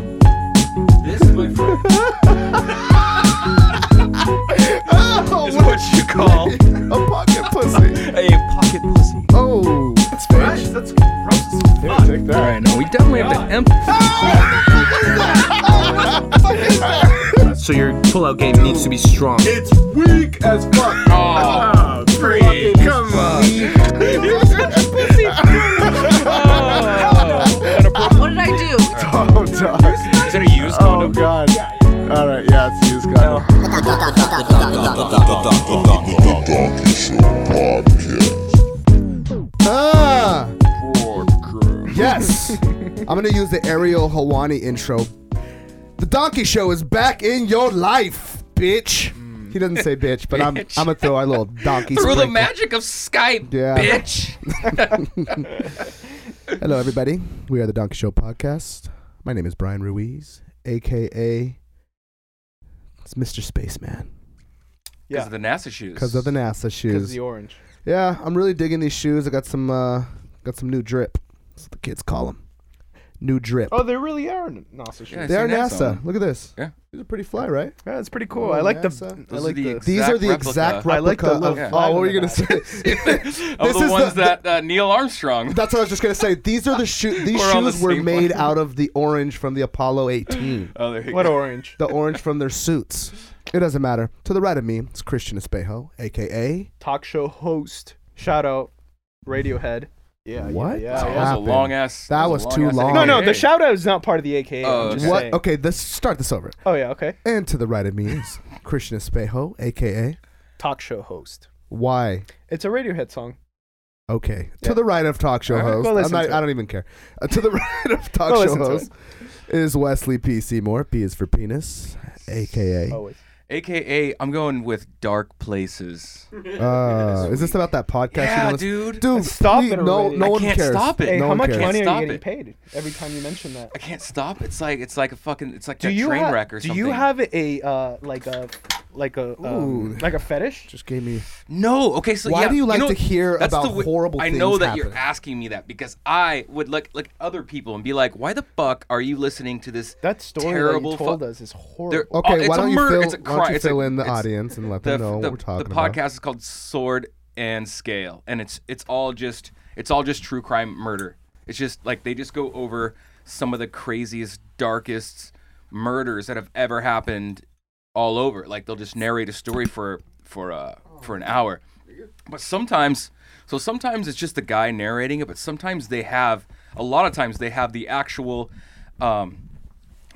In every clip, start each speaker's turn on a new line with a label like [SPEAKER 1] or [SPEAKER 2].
[SPEAKER 1] Oh, Oh, Take
[SPEAKER 2] All
[SPEAKER 1] that.
[SPEAKER 2] right, now we definitely have to
[SPEAKER 1] Ah,
[SPEAKER 2] emphasize.
[SPEAKER 3] So your pullout game needs to be strong.
[SPEAKER 1] It's weak as fuck. Oh, free. Come on. You're such a pussy.
[SPEAKER 4] What did I do?
[SPEAKER 1] Oh, dog.
[SPEAKER 3] Is it a used
[SPEAKER 1] Oh, God. All right, yeah, it's used condom.
[SPEAKER 5] Donkey Show Podcast.
[SPEAKER 6] Ah,
[SPEAKER 1] Podcast.
[SPEAKER 6] yes. I'm gonna use the Ariel Hawani intro. The Donkey Show is back in your life, bitch. He doesn't say bitch, but I'm I'm
[SPEAKER 2] Bitch.
[SPEAKER 6] gonna throw a little donkey.
[SPEAKER 2] Through the
[SPEAKER 6] sprinkle.
[SPEAKER 2] magic of Skype,
[SPEAKER 6] Yeah.
[SPEAKER 2] bitch.
[SPEAKER 6] Hello, everybody. We are the Donkey Show podcast. My name is Brian Ruiz, aka it's Mr. Spaceman
[SPEAKER 2] Because
[SPEAKER 7] Yeah.
[SPEAKER 2] of the NASA shoes.
[SPEAKER 6] because of the NASA
[SPEAKER 7] Because of
[SPEAKER 6] shoes.
[SPEAKER 7] the orange.
[SPEAKER 6] Yeah, I'm really digging these shoes. I got some uh, got some new drip. That's what the kids call them. New drip.
[SPEAKER 7] Oh, they really are n- NASA shoes.
[SPEAKER 2] Yeah,
[SPEAKER 6] they
[SPEAKER 2] I
[SPEAKER 6] are
[SPEAKER 2] see
[SPEAKER 6] NASA.
[SPEAKER 2] NASA on them.
[SPEAKER 6] Look at this.
[SPEAKER 2] Yeah.
[SPEAKER 6] These are pretty fly, right?
[SPEAKER 7] Yeah, it's pretty cool.
[SPEAKER 6] Oh,
[SPEAKER 7] I like
[SPEAKER 6] NASA.
[SPEAKER 7] the. I
[SPEAKER 2] Those are
[SPEAKER 7] like
[SPEAKER 2] the
[SPEAKER 7] the.
[SPEAKER 2] exact
[SPEAKER 6] These are the
[SPEAKER 2] replica
[SPEAKER 6] exact replica
[SPEAKER 7] I like the
[SPEAKER 6] of.
[SPEAKER 7] little
[SPEAKER 2] Yeah.
[SPEAKER 6] Oh, what were you
[SPEAKER 7] flag
[SPEAKER 6] gonna
[SPEAKER 7] on
[SPEAKER 6] say?
[SPEAKER 2] of
[SPEAKER 6] This
[SPEAKER 2] Oh, the
[SPEAKER 6] is
[SPEAKER 2] ones
[SPEAKER 6] the-
[SPEAKER 2] that uh, Neil Armstrong.
[SPEAKER 6] That's what I was just gonna say. These are the shoes. These
[SPEAKER 2] We're on the
[SPEAKER 6] shoes were
[SPEAKER 2] same
[SPEAKER 6] made
[SPEAKER 2] plane.
[SPEAKER 6] out of the orange from the Apollo 18.
[SPEAKER 2] Oh, there you
[SPEAKER 7] What
[SPEAKER 2] go.
[SPEAKER 7] orange?
[SPEAKER 6] the orange from their suits. It doesn't matter. To the right of me, it's Christian Espejo, aka
[SPEAKER 7] Talk show host. Shout out. Radiohead. Yeah. yeah,
[SPEAKER 6] What?
[SPEAKER 7] Yeah.
[SPEAKER 2] That
[SPEAKER 7] yeah.
[SPEAKER 2] was a
[SPEAKER 6] happened?
[SPEAKER 2] long ass.
[SPEAKER 6] That was too
[SPEAKER 2] long-ass
[SPEAKER 6] long.
[SPEAKER 7] No, no,
[SPEAKER 2] AKA.
[SPEAKER 7] the shout out is not part of the AKA.
[SPEAKER 2] Oh,
[SPEAKER 7] I'm just
[SPEAKER 6] what?
[SPEAKER 7] saying.
[SPEAKER 6] Okay, let's start this over.
[SPEAKER 7] Oh, yeah, okay.
[SPEAKER 6] And to the right of me is Christian Espejo, aka
[SPEAKER 7] Talk show host.
[SPEAKER 6] Why?
[SPEAKER 7] It's a Radiohead song.
[SPEAKER 6] Okay.
[SPEAKER 7] Yeah.
[SPEAKER 6] To the right of talk show
[SPEAKER 2] All right,
[SPEAKER 6] host,
[SPEAKER 7] go
[SPEAKER 6] I'm
[SPEAKER 7] listen
[SPEAKER 6] not,
[SPEAKER 7] to
[SPEAKER 6] I don't even care. Uh, to the right of talk
[SPEAKER 7] Go
[SPEAKER 6] show
[SPEAKER 7] listen to
[SPEAKER 6] host is Wesley P. Seymour. P is for penis, aka.
[SPEAKER 2] Oh,
[SPEAKER 7] Always.
[SPEAKER 2] AKA, I'm going with dark places.
[SPEAKER 6] Uh, is this about that podcast? you
[SPEAKER 2] Yeah,
[SPEAKER 6] know, it's-
[SPEAKER 2] dude.
[SPEAKER 6] Dude,
[SPEAKER 7] Stop
[SPEAKER 6] please-
[SPEAKER 7] it
[SPEAKER 6] No,
[SPEAKER 7] already.
[SPEAKER 6] no
[SPEAKER 7] I
[SPEAKER 6] one
[SPEAKER 2] can't
[SPEAKER 6] cares.
[SPEAKER 2] stop it.
[SPEAKER 7] Hey,
[SPEAKER 6] No
[SPEAKER 7] how
[SPEAKER 6] one
[SPEAKER 7] much
[SPEAKER 6] cares.
[SPEAKER 7] money are
[SPEAKER 2] Stop
[SPEAKER 7] you getting
[SPEAKER 2] it.
[SPEAKER 7] paid every time you mention that?
[SPEAKER 2] I can't stop. It's like it's like a fucking it's like
[SPEAKER 7] Do
[SPEAKER 2] that
[SPEAKER 7] you
[SPEAKER 2] train
[SPEAKER 7] ha-
[SPEAKER 2] wreck or
[SPEAKER 7] do
[SPEAKER 2] something.
[SPEAKER 7] you have a uh, like a like a um,
[SPEAKER 6] Ooh.
[SPEAKER 7] like a fetish?
[SPEAKER 6] Just gave me.
[SPEAKER 2] No. Okay. So
[SPEAKER 6] Why
[SPEAKER 2] yeah,
[SPEAKER 6] do you like
[SPEAKER 2] know,
[SPEAKER 6] to hear
[SPEAKER 2] that's
[SPEAKER 6] about
[SPEAKER 2] the wi-
[SPEAKER 6] horrible
[SPEAKER 2] I know
[SPEAKER 6] things
[SPEAKER 2] that you're
[SPEAKER 6] happening?
[SPEAKER 2] asking me that because I would look like other people and be like, why the fuck are you listening to this?
[SPEAKER 7] That story
[SPEAKER 2] terrible
[SPEAKER 7] that you told
[SPEAKER 2] fu-
[SPEAKER 7] us is horrible.
[SPEAKER 2] They're- oh,
[SPEAKER 6] Okay,
[SPEAKER 2] it's
[SPEAKER 6] why,
[SPEAKER 2] a
[SPEAKER 6] don't you
[SPEAKER 2] mur-
[SPEAKER 6] fill,
[SPEAKER 2] it's a
[SPEAKER 6] why don't
[SPEAKER 2] cri-
[SPEAKER 6] you
[SPEAKER 2] it's a-
[SPEAKER 6] fill in the
[SPEAKER 2] it's-
[SPEAKER 6] audience and let
[SPEAKER 2] the,
[SPEAKER 6] them know what
[SPEAKER 2] the-
[SPEAKER 6] we're talking
[SPEAKER 2] the
[SPEAKER 6] about?
[SPEAKER 2] podcast is called Sword and Scale, and it's it's all just it's all just true crime murder. It's just like they just go over some of the craziest, darkest murders that have ever happened all over. Like they'll just narrate a story for for uh for an hour, but sometimes so sometimes it's just the guy narrating it, but sometimes they have a lot of times they have the actual. Um,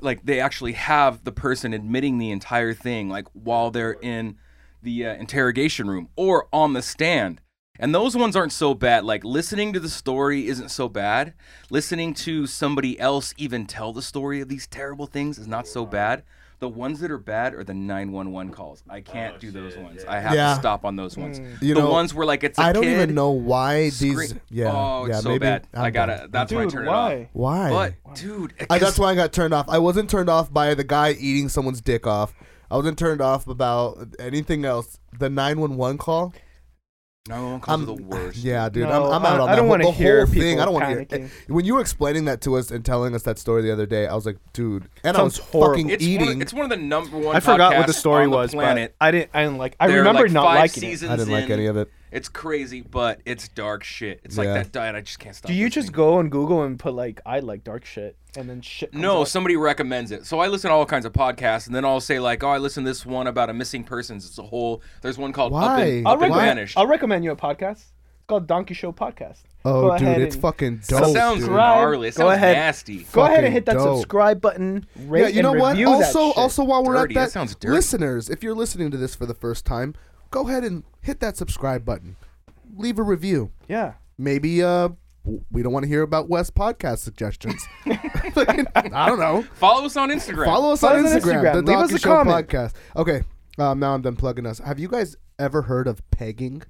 [SPEAKER 2] like they actually have the person admitting the entire thing like while they're in the uh, interrogation room or on the stand and those ones aren't so bad like listening to the story isn't so bad listening to somebody else even tell the story of these terrible things is not so bad the ones that are bad are the 911 calls i can't do those ones i have
[SPEAKER 6] Yeah.
[SPEAKER 2] to stop on those ones
[SPEAKER 6] You
[SPEAKER 2] the
[SPEAKER 6] know,
[SPEAKER 2] ones where like it's I
[SPEAKER 6] I don't even know why these.
[SPEAKER 2] scream-
[SPEAKER 6] Yeah,
[SPEAKER 2] oh it's
[SPEAKER 6] yeah,
[SPEAKER 2] so
[SPEAKER 6] maybe
[SPEAKER 2] bad i
[SPEAKER 6] I'm
[SPEAKER 2] gotta
[SPEAKER 6] done.
[SPEAKER 2] that's why i
[SPEAKER 7] Dude,
[SPEAKER 2] turn it off
[SPEAKER 7] why?
[SPEAKER 6] Why?
[SPEAKER 2] but dude
[SPEAKER 6] I,
[SPEAKER 2] 'cause-
[SPEAKER 6] that's why I got turned off. I wasn't turned off by the guy eating someone's dick off. I wasn't turned off about anything else. The nine one one call.
[SPEAKER 2] 911 calls
[SPEAKER 6] I'm
[SPEAKER 2] are
[SPEAKER 7] Um,
[SPEAKER 2] the worst
[SPEAKER 6] Yeah, dude.
[SPEAKER 7] No,
[SPEAKER 6] I'm, I'm out
[SPEAKER 7] I-
[SPEAKER 6] on
[SPEAKER 7] I
[SPEAKER 6] that.
[SPEAKER 7] don't wanna
[SPEAKER 6] the whole
[SPEAKER 7] hear
[SPEAKER 6] thing.
[SPEAKER 7] people
[SPEAKER 6] I don't want to hear.
[SPEAKER 7] panicking.
[SPEAKER 6] When you were explaining that to us and telling us that story the other day, I was like, dude. And I
[SPEAKER 7] Sounds
[SPEAKER 6] was
[SPEAKER 7] horrible.
[SPEAKER 6] fucking
[SPEAKER 2] It's
[SPEAKER 6] eating.
[SPEAKER 2] One of, it's one of the number one.
[SPEAKER 7] I forgot what the
[SPEAKER 2] podcasts
[SPEAKER 7] story
[SPEAKER 2] on the
[SPEAKER 7] was,
[SPEAKER 2] planet.
[SPEAKER 7] but I didn't. I didn't like. I
[SPEAKER 2] There are,
[SPEAKER 7] remember
[SPEAKER 2] like,
[SPEAKER 7] not
[SPEAKER 2] five
[SPEAKER 7] liking
[SPEAKER 2] seasons
[SPEAKER 7] it.
[SPEAKER 6] I didn't like
[SPEAKER 2] in.
[SPEAKER 6] any of it.
[SPEAKER 2] It's crazy, but it's dark shit. It's like
[SPEAKER 6] Yeah.
[SPEAKER 2] that diet. I just can't stop.
[SPEAKER 7] Do you just
[SPEAKER 2] listening.
[SPEAKER 7] go on Google and put like I like dark shit and then shit? Comes
[SPEAKER 2] No,
[SPEAKER 7] up?
[SPEAKER 2] somebody recommends it. So I listen to all kinds of podcasts, and then I'll say like, "Oh, I listen to this one about a missing persons." It's a whole. There's one called Up
[SPEAKER 6] Why?
[SPEAKER 2] and,
[SPEAKER 7] I'll
[SPEAKER 2] Up and
[SPEAKER 6] Why?
[SPEAKER 7] recommend.
[SPEAKER 2] Vanished.
[SPEAKER 7] I'll recommend you a podcast. It's called Donkey Show Podcast.
[SPEAKER 6] Oh,
[SPEAKER 7] Go
[SPEAKER 6] dude,
[SPEAKER 7] ahead
[SPEAKER 6] it's
[SPEAKER 7] and-
[SPEAKER 6] fucking
[SPEAKER 2] That
[SPEAKER 6] dope.
[SPEAKER 2] sounds
[SPEAKER 6] dude.
[SPEAKER 7] right.
[SPEAKER 2] gnarly. It
[SPEAKER 7] Go
[SPEAKER 2] sounds
[SPEAKER 7] ahead.
[SPEAKER 2] nasty.
[SPEAKER 7] Go ahead
[SPEAKER 6] fucking
[SPEAKER 7] and hit that
[SPEAKER 6] dope.
[SPEAKER 7] subscribe button. Rate
[SPEAKER 6] yeah, you know
[SPEAKER 7] and
[SPEAKER 6] what?
[SPEAKER 7] review that
[SPEAKER 6] Also,
[SPEAKER 7] shit.
[SPEAKER 6] also while we're at
[SPEAKER 2] Dirty, that
[SPEAKER 6] that,
[SPEAKER 2] sounds dirty.
[SPEAKER 6] listeners, if you're listening to this for the first time, go ahead and hit that subscribe button. Leave a review.
[SPEAKER 7] yeah.
[SPEAKER 6] Maybe uh, w- we don't want to hear about Wes podcast suggestions. I don't know.
[SPEAKER 2] Follow us on Instagram.
[SPEAKER 6] Follow us
[SPEAKER 7] Follow
[SPEAKER 6] on
[SPEAKER 7] us on
[SPEAKER 6] Instagram,
[SPEAKER 7] Instagram.
[SPEAKER 6] the
[SPEAKER 7] Leave
[SPEAKER 6] Donkey
[SPEAKER 7] us a
[SPEAKER 6] Show
[SPEAKER 7] comment.
[SPEAKER 6] podcast. Okay, um, now I'm done plugging us. Have you guys ever heard of pegging?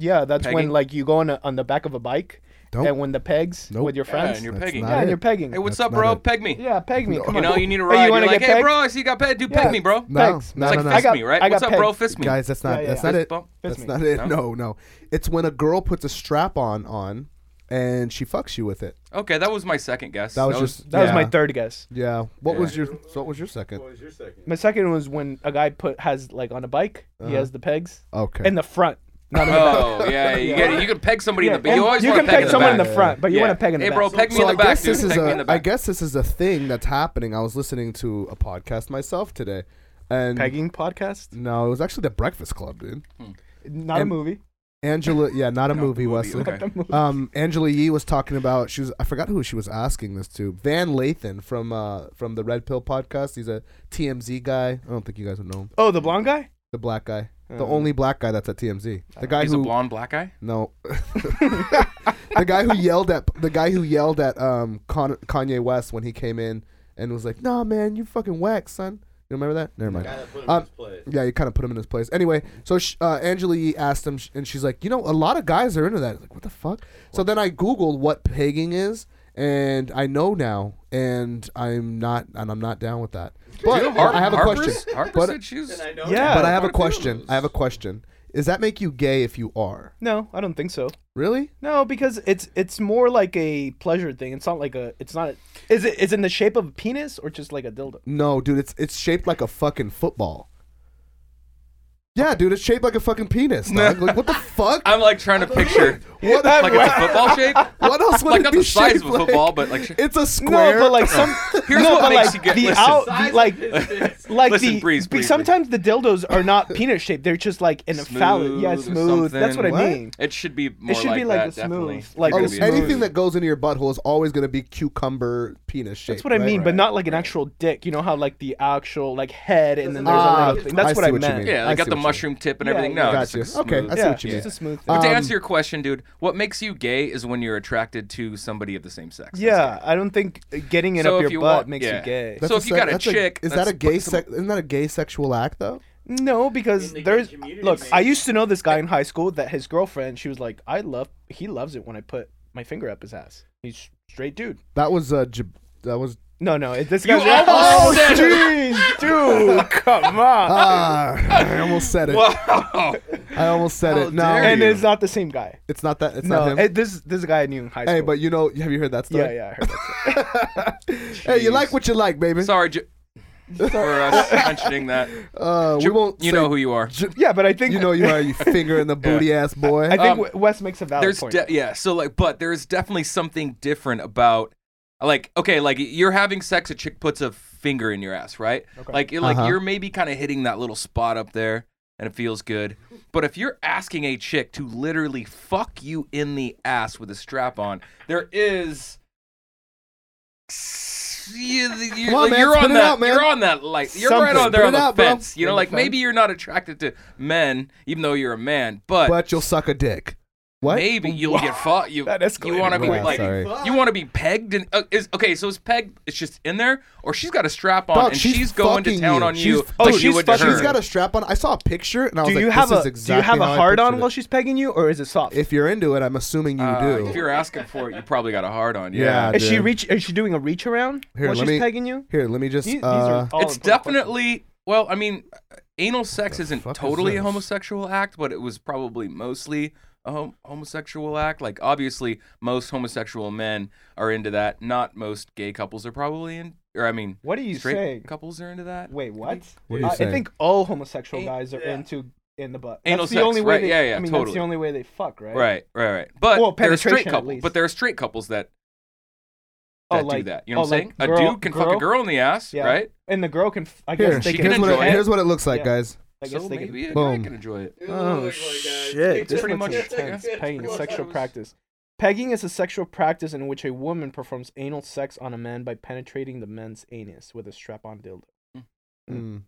[SPEAKER 7] Yeah, that's
[SPEAKER 2] Pegging?
[SPEAKER 7] when like you go on a, on the back of a bike
[SPEAKER 6] Nope.
[SPEAKER 7] and when the pegs
[SPEAKER 6] Nope.
[SPEAKER 7] with your
[SPEAKER 2] Yeah,
[SPEAKER 7] friends.
[SPEAKER 2] and you're
[SPEAKER 6] That's
[SPEAKER 2] pegging.
[SPEAKER 6] not
[SPEAKER 7] Yeah, and
[SPEAKER 6] it.
[SPEAKER 7] you're pegging.
[SPEAKER 2] Hey, what's
[SPEAKER 6] That's
[SPEAKER 2] up,
[SPEAKER 6] not
[SPEAKER 2] bro?
[SPEAKER 6] it.
[SPEAKER 2] Peg me.
[SPEAKER 7] yeah, peg me. Come
[SPEAKER 2] You
[SPEAKER 7] on.
[SPEAKER 2] know, you need
[SPEAKER 7] Hey,
[SPEAKER 2] a ride.
[SPEAKER 7] you
[SPEAKER 2] you are
[SPEAKER 7] wanna
[SPEAKER 2] like,
[SPEAKER 7] get
[SPEAKER 2] "Hey,
[SPEAKER 7] pegged?"
[SPEAKER 2] bro, I see you got pegged. Dude, peg
[SPEAKER 7] Yeah.
[SPEAKER 2] me, bro."
[SPEAKER 6] No,
[SPEAKER 7] Thanks.
[SPEAKER 6] no,
[SPEAKER 2] it's like
[SPEAKER 6] no, no.
[SPEAKER 2] fist
[SPEAKER 7] I got-
[SPEAKER 2] me, right?
[SPEAKER 7] I got
[SPEAKER 2] What's up,
[SPEAKER 7] pegged.
[SPEAKER 2] bro? Fist me.
[SPEAKER 6] Guys, that's not
[SPEAKER 7] Yeah,
[SPEAKER 6] that's
[SPEAKER 7] yeah.
[SPEAKER 6] not it.
[SPEAKER 2] Fist bump?
[SPEAKER 7] Fist
[SPEAKER 6] that's
[SPEAKER 7] me.
[SPEAKER 6] not it. No, no. It's when a girl puts a strap on on and she fucks you with it.
[SPEAKER 2] Okay, that was my second guess.
[SPEAKER 6] That was just-
[SPEAKER 7] That was my
[SPEAKER 6] Yeah.
[SPEAKER 7] third guess.
[SPEAKER 6] Yeah. What
[SPEAKER 2] Yeah.
[SPEAKER 6] was your so what was your second?
[SPEAKER 1] What was your second?
[SPEAKER 6] Uh-huh.
[SPEAKER 7] My second was when a guy put has like on a bike, he has the pegs
[SPEAKER 6] Okay.
[SPEAKER 7] in the front. Not in the back.
[SPEAKER 2] Oh yeah, you get you can peg somebody in the back.
[SPEAKER 8] and
[SPEAKER 2] You always
[SPEAKER 8] you
[SPEAKER 2] want
[SPEAKER 8] can
[SPEAKER 2] to peg,
[SPEAKER 8] peg
[SPEAKER 2] in the
[SPEAKER 8] someone
[SPEAKER 2] back.
[SPEAKER 8] in the front, but you
[SPEAKER 2] Yeah.
[SPEAKER 8] want to peg in the
[SPEAKER 2] hey,
[SPEAKER 8] back.
[SPEAKER 2] bro, peg me
[SPEAKER 6] so
[SPEAKER 2] in
[SPEAKER 6] I
[SPEAKER 2] the back,
[SPEAKER 6] guess
[SPEAKER 2] dude.
[SPEAKER 6] this is
[SPEAKER 2] Peg me in the
[SPEAKER 6] a I
[SPEAKER 2] back.
[SPEAKER 6] guess this is a thing that's happening. I was listening to a podcast myself today, and
[SPEAKER 7] Pegging podcast?
[SPEAKER 6] no, it was actually the Breakfast Club, dude.
[SPEAKER 8] Not a
[SPEAKER 6] And-
[SPEAKER 8] movie.
[SPEAKER 6] Angela, yeah, not a movie, Wesley.
[SPEAKER 2] okay.
[SPEAKER 6] Um, Angela Yee was talking about she was I forgot who she was asking this to. Van Lathan from uh from the Red Pill podcast. He's a TMZ guy. I don't think you guys would know him.
[SPEAKER 7] Oh, the blonde guy? Um,
[SPEAKER 6] The black guy, the only black guy that's at TMZ. The guy
[SPEAKER 2] Uh-huh. He's a
[SPEAKER 6] who
[SPEAKER 2] blonde black guy.
[SPEAKER 6] no, the guy who yelled at the guy who yelled at um Con- Kanye West when he came in and was like, "Nah, man, you fucking whack, son." You remember that? Never mind. Um, yeah, you kind of put him in his place. Anyway, so sh- uh, Angela Yee asked him, sh- and she's like, "You know, a lot of guys are into that." Like, what the fuck? So then I googled what pegging is, and I know now, and I'm not, and I'm not down with that. But
[SPEAKER 2] Har-
[SPEAKER 6] I have a
[SPEAKER 2] Harper's-
[SPEAKER 6] question.
[SPEAKER 2] Harper
[SPEAKER 6] But-
[SPEAKER 2] said she's.
[SPEAKER 7] Yeah.
[SPEAKER 6] But I have a question. I have a question. Does that make you gay if you are?
[SPEAKER 7] No, I don't think so.
[SPEAKER 6] Really?
[SPEAKER 7] No, because it's it's more like a pleasure thing. It's not like a. It's not. A, is it? Is it in the shape of a penis or just like a dildo?
[SPEAKER 6] No, dude, it's it's shaped like a fucking football. Yeah, dude, it's shaped like a fucking penis. dog. Like, what the fuck?
[SPEAKER 2] I'm like trying to picture
[SPEAKER 6] What,
[SPEAKER 2] like it's a football shape.
[SPEAKER 6] what else would
[SPEAKER 2] Like
[SPEAKER 6] it
[SPEAKER 2] not
[SPEAKER 6] be
[SPEAKER 2] the size
[SPEAKER 6] shaped
[SPEAKER 2] of a
[SPEAKER 6] like?
[SPEAKER 2] football, but like.
[SPEAKER 6] It's a square.
[SPEAKER 7] No, but like some.
[SPEAKER 2] Here's
[SPEAKER 7] no,
[SPEAKER 2] what
[SPEAKER 7] but
[SPEAKER 2] makes
[SPEAKER 7] like
[SPEAKER 2] you get-
[SPEAKER 7] the
[SPEAKER 2] listen.
[SPEAKER 7] out, like, like
[SPEAKER 2] Listen,
[SPEAKER 7] the
[SPEAKER 2] Breeze,
[SPEAKER 7] be-
[SPEAKER 2] Breeze,
[SPEAKER 7] sometimes the dildos are not penis shaped. They're just like in a phallus. Yeah,
[SPEAKER 2] Smooth or
[SPEAKER 7] smooth. That's what
[SPEAKER 2] something.
[SPEAKER 7] I
[SPEAKER 6] What?
[SPEAKER 7] mean.
[SPEAKER 2] It should be more
[SPEAKER 7] should
[SPEAKER 2] like
[SPEAKER 7] be like
[SPEAKER 2] that,
[SPEAKER 7] a smooth,
[SPEAKER 2] definitely.
[SPEAKER 6] Oh,
[SPEAKER 7] like
[SPEAKER 2] You're gonna
[SPEAKER 7] a
[SPEAKER 2] be-
[SPEAKER 7] smooth-
[SPEAKER 6] anything that goes into your butthole is always gonna be cucumber penis shaped.
[SPEAKER 7] That's what I
[SPEAKER 6] right?
[SPEAKER 7] mean, but not like an actual dick. You know how like the actual like head and then there's
[SPEAKER 6] Ah,
[SPEAKER 7] a little thing. That's
[SPEAKER 6] I
[SPEAKER 7] what
[SPEAKER 6] see
[SPEAKER 7] I
[SPEAKER 6] what you
[SPEAKER 7] meant.
[SPEAKER 6] mean.
[SPEAKER 2] Yeah, they
[SPEAKER 6] I
[SPEAKER 2] got
[SPEAKER 6] see what you
[SPEAKER 2] the
[SPEAKER 6] mean.
[SPEAKER 2] mushroom tip and everything.
[SPEAKER 7] yeah,
[SPEAKER 2] No,
[SPEAKER 7] yeah.
[SPEAKER 2] it's
[SPEAKER 6] Gotcha.
[SPEAKER 2] just like
[SPEAKER 6] Okay,
[SPEAKER 2] smooth.
[SPEAKER 6] I see
[SPEAKER 7] Yeah,
[SPEAKER 6] what you mean.
[SPEAKER 7] It's a smooth thing.
[SPEAKER 2] But to
[SPEAKER 6] Um,
[SPEAKER 2] answer your question, dude, what makes you gay is when you're attracted to somebody of the same sex.
[SPEAKER 7] yeah, I don't think getting it up
[SPEAKER 2] So if
[SPEAKER 7] your
[SPEAKER 2] you
[SPEAKER 7] butt
[SPEAKER 2] want-
[SPEAKER 7] makes
[SPEAKER 2] yeah.
[SPEAKER 7] you gay.
[SPEAKER 2] So if you got a
[SPEAKER 6] that's
[SPEAKER 2] chick,
[SPEAKER 6] is that
[SPEAKER 2] that's
[SPEAKER 6] a gay
[SPEAKER 2] put some-
[SPEAKER 6] sex? Isn't that a gay sexual act though?
[SPEAKER 7] No, because there's look. I used to know this guy in high school that his girlfriend. She was like, I love. He loves it when I put my finger up his ass. He's straight dude.
[SPEAKER 6] That was uh, j- that was
[SPEAKER 7] No, no, it- this
[SPEAKER 2] You
[SPEAKER 7] guy's.
[SPEAKER 2] almost
[SPEAKER 7] oh,
[SPEAKER 2] said
[SPEAKER 7] jeez, dude, Uh, come on.
[SPEAKER 6] ah, I almost said it.
[SPEAKER 2] Wow.
[SPEAKER 6] I almost said it. No,
[SPEAKER 2] dare
[SPEAKER 7] and
[SPEAKER 2] you.
[SPEAKER 7] it's not the same guy.
[SPEAKER 6] it's not that. It's
[SPEAKER 7] no,
[SPEAKER 6] not him.
[SPEAKER 7] eh, this this guy I knew in high school.
[SPEAKER 6] hey, but you know, have you heard that story?
[SPEAKER 7] yeah, yeah, I heard that.
[SPEAKER 6] Hey, you like what you like, baby.
[SPEAKER 2] Sorry J- for us mentioning that.
[SPEAKER 6] Uh, we won't.
[SPEAKER 2] You
[SPEAKER 6] say-
[SPEAKER 2] know who you are.
[SPEAKER 7] yeah, but I think
[SPEAKER 6] You know you are. You finger in the booty ass boy.
[SPEAKER 7] I think
[SPEAKER 2] Um,
[SPEAKER 7] W- Wes makes a valid
[SPEAKER 2] There's
[SPEAKER 7] point.
[SPEAKER 2] de- yeah, so like, but there is definitely something different about, like, okay, like you're having sex, a chick puts a finger in your ass, right? Like, you're, like
[SPEAKER 6] Uh-huh.
[SPEAKER 2] you're maybe kind of hitting that little spot up there, and it feels good. But if you're asking a chick to literally fuck you in the ass with a strap on, there is. You, you,
[SPEAKER 6] Come on,
[SPEAKER 2] like,
[SPEAKER 6] man,
[SPEAKER 2] you're
[SPEAKER 6] spit
[SPEAKER 2] on
[SPEAKER 6] it
[SPEAKER 2] that.
[SPEAKER 6] out, man.
[SPEAKER 2] You're on that light. You're right
[SPEAKER 6] Something.
[SPEAKER 2] on there
[SPEAKER 6] Spit
[SPEAKER 2] on
[SPEAKER 6] it
[SPEAKER 2] the
[SPEAKER 6] out, bro.
[SPEAKER 2] fence. You know,
[SPEAKER 6] On the
[SPEAKER 2] like
[SPEAKER 6] fence.
[SPEAKER 2] maybe you're not attracted to men, even though you're a man.
[SPEAKER 6] but you'll suck a dick. What?
[SPEAKER 2] Maybe you'll get fought. You
[SPEAKER 7] That escalated
[SPEAKER 2] you want to be
[SPEAKER 6] quick.
[SPEAKER 2] like
[SPEAKER 6] Sorry.
[SPEAKER 2] you want to be pegged and uh, is okay. So is peg? It's just in there, or she's got a strap on
[SPEAKER 6] Dog,
[SPEAKER 2] and she's, going to
[SPEAKER 6] fucking
[SPEAKER 2] town on you.
[SPEAKER 6] She's,
[SPEAKER 7] Oh,
[SPEAKER 2] like
[SPEAKER 7] she's
[SPEAKER 2] you would to
[SPEAKER 7] fucking-
[SPEAKER 2] her.
[SPEAKER 6] she's got a strap on. I saw a picture and I was
[SPEAKER 7] do
[SPEAKER 6] like,
[SPEAKER 7] you have
[SPEAKER 6] this is
[SPEAKER 7] a
[SPEAKER 6] exactly
[SPEAKER 7] do you have
[SPEAKER 6] how
[SPEAKER 7] a
[SPEAKER 6] I
[SPEAKER 7] hard
[SPEAKER 6] pictured
[SPEAKER 7] on
[SPEAKER 6] it.
[SPEAKER 7] while she's pegging you, or is it soft?
[SPEAKER 6] If you're into it, I'm assuming you
[SPEAKER 2] Uh,
[SPEAKER 6] do.
[SPEAKER 2] If you're asking for it, you probably got a hard on.
[SPEAKER 6] Yeah,
[SPEAKER 2] Yeah,
[SPEAKER 7] is she
[SPEAKER 6] dude.
[SPEAKER 7] reach? Is she doing a reach around
[SPEAKER 6] Here,
[SPEAKER 7] while
[SPEAKER 6] let
[SPEAKER 7] she's
[SPEAKER 6] me-
[SPEAKER 7] pegging you?
[SPEAKER 6] Here, let me just.
[SPEAKER 7] These, these
[SPEAKER 6] uh,
[SPEAKER 7] are all
[SPEAKER 2] it's
[SPEAKER 7] important questions.
[SPEAKER 2] definitely well. I mean, anal sex isn't
[SPEAKER 6] fuck is
[SPEAKER 2] totally a
[SPEAKER 6] this?
[SPEAKER 2] homosexual act, but it was probably mostly a hom- homosexual act. Like obviously, most homosexual men are into that. Not most gay couples are probably in. Or I mean,
[SPEAKER 7] What are you
[SPEAKER 2] straight
[SPEAKER 7] saying?
[SPEAKER 2] couples are into that.
[SPEAKER 7] Wait, what?
[SPEAKER 6] What are you
[SPEAKER 7] I, I
[SPEAKER 6] saying?
[SPEAKER 7] think all homosexual
[SPEAKER 2] An-
[SPEAKER 7] guys are into in the butt.
[SPEAKER 2] Anal
[SPEAKER 7] that's the
[SPEAKER 2] sex,
[SPEAKER 7] only way
[SPEAKER 2] right,
[SPEAKER 7] They,
[SPEAKER 2] yeah, yeah,
[SPEAKER 7] I mean, that's
[SPEAKER 2] totally.
[SPEAKER 7] the only way they fuck, right?
[SPEAKER 2] Right, right, right. But
[SPEAKER 7] Well,
[SPEAKER 2] there are straight
[SPEAKER 7] penetration, at
[SPEAKER 2] couples.
[SPEAKER 7] least.
[SPEAKER 2] But there are straight couples that
[SPEAKER 7] Oh,
[SPEAKER 2] that do
[SPEAKER 7] like-
[SPEAKER 2] that. You know
[SPEAKER 7] oh,
[SPEAKER 2] what I'm saying?
[SPEAKER 7] like
[SPEAKER 2] a
[SPEAKER 7] girl-
[SPEAKER 2] dude can fuck a
[SPEAKER 7] girl?
[SPEAKER 2] girl in the ass,
[SPEAKER 7] Yeah.
[SPEAKER 2] right?
[SPEAKER 7] And the girl can, f- I guess
[SPEAKER 6] Here,
[SPEAKER 7] they
[SPEAKER 2] she
[SPEAKER 7] can.
[SPEAKER 6] here's, what
[SPEAKER 2] enjoy
[SPEAKER 6] it,
[SPEAKER 2] it.
[SPEAKER 6] here's what it looks like,
[SPEAKER 7] Yeah.
[SPEAKER 6] guys.
[SPEAKER 7] I guess
[SPEAKER 2] so
[SPEAKER 7] they can.
[SPEAKER 2] maybe a guy
[SPEAKER 6] Boom.
[SPEAKER 2] can enjoy it.
[SPEAKER 6] Oh
[SPEAKER 7] Shit,
[SPEAKER 2] It's
[SPEAKER 7] this
[SPEAKER 2] pretty
[SPEAKER 7] pretty much
[SPEAKER 2] much-
[SPEAKER 7] intense.
[SPEAKER 2] it's
[SPEAKER 7] Pegging is
[SPEAKER 2] pretty
[SPEAKER 7] sexual
[SPEAKER 2] much-
[SPEAKER 7] practice. Pegging is a sexual practice in which a woman performs anal sex on a man by penetrating the man's anus with a strap-on dildo.
[SPEAKER 6] Mm.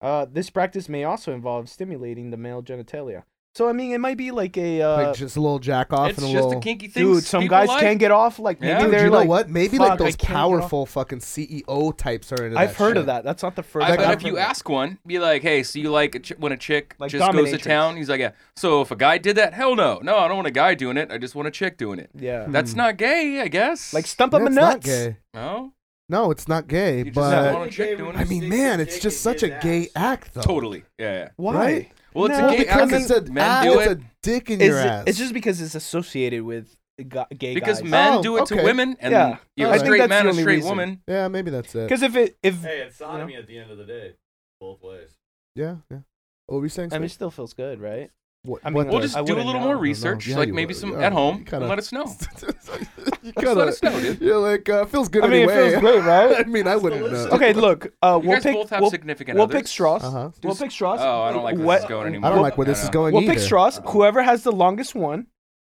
[SPEAKER 7] Uh, this practice may also involve stimulating the male genitalia. So I mean, it might be like a uh,
[SPEAKER 6] like just a little jack off
[SPEAKER 2] it's
[SPEAKER 6] and a
[SPEAKER 2] just
[SPEAKER 6] little.
[SPEAKER 2] a kinky thing.
[SPEAKER 7] dude. Some guys can't get off. Like maybe
[SPEAKER 2] Yeah.
[SPEAKER 6] Dude,
[SPEAKER 7] they're
[SPEAKER 6] you know
[SPEAKER 7] like,
[SPEAKER 6] what? Maybe
[SPEAKER 7] "Fuck,
[SPEAKER 6] like
[SPEAKER 7] I
[SPEAKER 6] those
[SPEAKER 7] can't get off."
[SPEAKER 6] powerful fucking CEO types are into that.
[SPEAKER 7] I've heard
[SPEAKER 6] shit.
[SPEAKER 7] of that. That's not the first.
[SPEAKER 2] I
[SPEAKER 6] Like,
[SPEAKER 2] bet
[SPEAKER 6] I've
[SPEAKER 2] if you
[SPEAKER 6] heard-
[SPEAKER 2] ask one, be like, "Hey, so you like a ch- when a chick
[SPEAKER 7] Like
[SPEAKER 2] just goes to
[SPEAKER 7] dominatrix.
[SPEAKER 2] town?" He's like, "Yeah." So if a guy did that, hell no, no, I don't want a guy doing it. I just want a chick doing it.
[SPEAKER 6] Hmm.
[SPEAKER 7] Yeah,
[SPEAKER 2] That's not gay, I guess.
[SPEAKER 7] like stump up
[SPEAKER 6] That's
[SPEAKER 7] a
[SPEAKER 6] not
[SPEAKER 7] nuts.
[SPEAKER 6] gay.
[SPEAKER 2] no,
[SPEAKER 6] No, it's not gay,
[SPEAKER 2] you just
[SPEAKER 6] but
[SPEAKER 2] want a chick doing
[SPEAKER 6] I
[SPEAKER 2] it.
[SPEAKER 6] mean, man, it's just such a gay act, though.
[SPEAKER 2] Totally, yeah. yeah.
[SPEAKER 7] Why?
[SPEAKER 6] Right?
[SPEAKER 2] Well, it's
[SPEAKER 7] No,
[SPEAKER 2] a gay
[SPEAKER 6] because it's
[SPEAKER 2] act.
[SPEAKER 6] a,
[SPEAKER 2] men
[SPEAKER 6] ah,
[SPEAKER 2] do
[SPEAKER 6] it's
[SPEAKER 2] it
[SPEAKER 6] a dick in
[SPEAKER 7] Is
[SPEAKER 6] your
[SPEAKER 7] it-
[SPEAKER 6] ass.
[SPEAKER 7] It's just because it's associated with ga- gay
[SPEAKER 2] because
[SPEAKER 7] guys.
[SPEAKER 2] men
[SPEAKER 6] Oh,
[SPEAKER 2] do it to
[SPEAKER 6] okay.
[SPEAKER 2] women, and
[SPEAKER 7] Yeah.
[SPEAKER 2] you know,
[SPEAKER 6] I
[SPEAKER 2] a
[SPEAKER 6] think
[SPEAKER 2] straight
[SPEAKER 7] that's
[SPEAKER 2] man,
[SPEAKER 7] the
[SPEAKER 2] a
[SPEAKER 7] only
[SPEAKER 2] straight
[SPEAKER 7] reason.
[SPEAKER 2] woman.
[SPEAKER 6] yeah, maybe that's it.
[SPEAKER 7] Because if it if
[SPEAKER 9] Hey, it's sodomy at the end of the day, both ways.
[SPEAKER 6] Yeah, yeah. What were you saying?
[SPEAKER 7] I mean, it
[SPEAKER 6] Steve?
[SPEAKER 7] still feels good, right?
[SPEAKER 6] What,
[SPEAKER 7] I mean,
[SPEAKER 6] what
[SPEAKER 2] We'll
[SPEAKER 6] the-
[SPEAKER 2] just
[SPEAKER 7] I
[SPEAKER 2] do a
[SPEAKER 7] wouldn't
[SPEAKER 2] little
[SPEAKER 7] know.
[SPEAKER 2] more
[SPEAKER 7] I don't
[SPEAKER 2] research,
[SPEAKER 6] Yeah,
[SPEAKER 2] like
[SPEAKER 6] you
[SPEAKER 2] maybe
[SPEAKER 6] would.
[SPEAKER 2] some
[SPEAKER 6] Yeah.
[SPEAKER 2] at home,
[SPEAKER 6] You kinda-
[SPEAKER 2] and let us know.
[SPEAKER 6] you gotta,
[SPEAKER 2] us know, dude.
[SPEAKER 6] You're like uh, feels good
[SPEAKER 7] I mean,
[SPEAKER 6] anyway.
[SPEAKER 7] it feels great,
[SPEAKER 6] I
[SPEAKER 7] right?
[SPEAKER 6] mean, I wouldn't know.
[SPEAKER 7] okay, look. Uh,
[SPEAKER 2] You
[SPEAKER 7] we'll
[SPEAKER 2] guys
[SPEAKER 7] pick.
[SPEAKER 2] both have
[SPEAKER 7] we'll,
[SPEAKER 2] significant
[SPEAKER 7] we'll
[SPEAKER 2] others.
[SPEAKER 7] pick straws.
[SPEAKER 6] Uh-huh.
[SPEAKER 7] We'll pick straws.
[SPEAKER 2] Oh, I don't like where
[SPEAKER 7] What-
[SPEAKER 2] this is going anymore.
[SPEAKER 6] I don't like where this
[SPEAKER 2] No,
[SPEAKER 6] is
[SPEAKER 2] no.
[SPEAKER 6] going
[SPEAKER 7] We'll
[SPEAKER 6] either. Uh-huh.
[SPEAKER 7] pick straws. Whoever has the longest one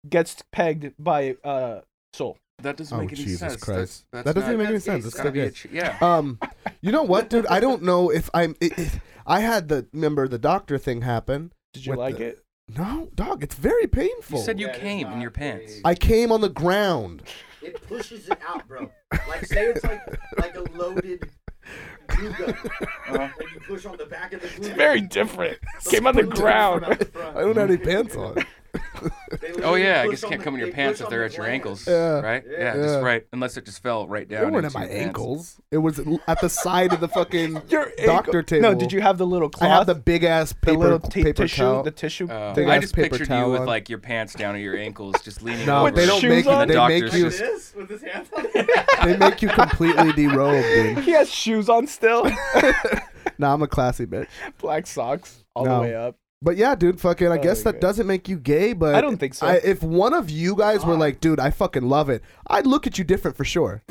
[SPEAKER 7] gets pegged by uh soul.
[SPEAKER 2] That doesn't
[SPEAKER 6] Oh,
[SPEAKER 2] make any
[SPEAKER 6] Jesus
[SPEAKER 2] sense.
[SPEAKER 6] Christ.
[SPEAKER 2] That's, that's
[SPEAKER 6] That doesn't
[SPEAKER 2] not-
[SPEAKER 6] make any
[SPEAKER 2] that's-
[SPEAKER 6] sense.
[SPEAKER 2] It's
[SPEAKER 6] It's
[SPEAKER 2] gotta be a
[SPEAKER 6] okay.
[SPEAKER 2] ch- yeah.
[SPEAKER 6] Um, you know what, dude? I don't know if I'm. It, it, I had the remember the doctor thing happen.
[SPEAKER 7] Did you
[SPEAKER 6] with
[SPEAKER 7] like
[SPEAKER 6] the-
[SPEAKER 7] it?
[SPEAKER 6] No, dog. It's very painful.
[SPEAKER 2] You said you
[SPEAKER 8] Yeah, it is
[SPEAKER 2] came in
[SPEAKER 8] not
[SPEAKER 2] your pants.
[SPEAKER 8] a-
[SPEAKER 6] I came on the ground.
[SPEAKER 8] It pushes it out, bro. Like say it's like like a loaded glue gun,
[SPEAKER 2] Uh-huh.
[SPEAKER 8] and you push on the back of the glue gun.
[SPEAKER 7] Very different. Came on the ground.
[SPEAKER 6] I don't have any pants on.
[SPEAKER 2] Oh yeah, I guess you can't come in your pants if they're at your ankles,
[SPEAKER 6] Yeah.
[SPEAKER 2] right?
[SPEAKER 6] Yeah.
[SPEAKER 2] Yeah, just right. Unless it just fell right down.
[SPEAKER 6] It weren't at
[SPEAKER 2] into
[SPEAKER 6] my
[SPEAKER 2] your pants.
[SPEAKER 6] ankles. It was at the side of the fucking
[SPEAKER 7] Your
[SPEAKER 6] doctor
[SPEAKER 7] ankle-
[SPEAKER 6] table.
[SPEAKER 7] No, did you have the little
[SPEAKER 6] I
[SPEAKER 7] cloth?
[SPEAKER 6] have the big ass paper,
[SPEAKER 7] the little t-
[SPEAKER 6] paper
[SPEAKER 7] tissue,
[SPEAKER 6] towel.
[SPEAKER 7] the tissue.
[SPEAKER 2] Uh,
[SPEAKER 6] Big
[SPEAKER 2] I
[SPEAKER 6] ass
[SPEAKER 2] just
[SPEAKER 6] paper
[SPEAKER 2] pictured
[SPEAKER 6] towel
[SPEAKER 2] you with
[SPEAKER 6] on.
[SPEAKER 2] like your pants down to your ankles, just leaning.
[SPEAKER 6] no,
[SPEAKER 2] over.
[SPEAKER 7] With
[SPEAKER 6] they don't
[SPEAKER 7] shoes
[SPEAKER 6] make you.
[SPEAKER 7] on?
[SPEAKER 6] They make
[SPEAKER 2] Doctors.
[SPEAKER 6] you.
[SPEAKER 2] Like
[SPEAKER 8] This with his hands on.
[SPEAKER 6] They make you completely derobed, dude.
[SPEAKER 7] he has shoes on still.
[SPEAKER 6] Nah, I'm a classy bitch.
[SPEAKER 7] Black socks all
[SPEAKER 6] No.
[SPEAKER 7] the way up.
[SPEAKER 6] But yeah, dude, fucking. I guess
[SPEAKER 7] Oh,
[SPEAKER 6] that
[SPEAKER 7] okay.
[SPEAKER 6] doesn't make you gay, but
[SPEAKER 7] I don't think so.
[SPEAKER 6] I- if one of you guys were like, dude, I fucking love it, I'd look at you different for sure.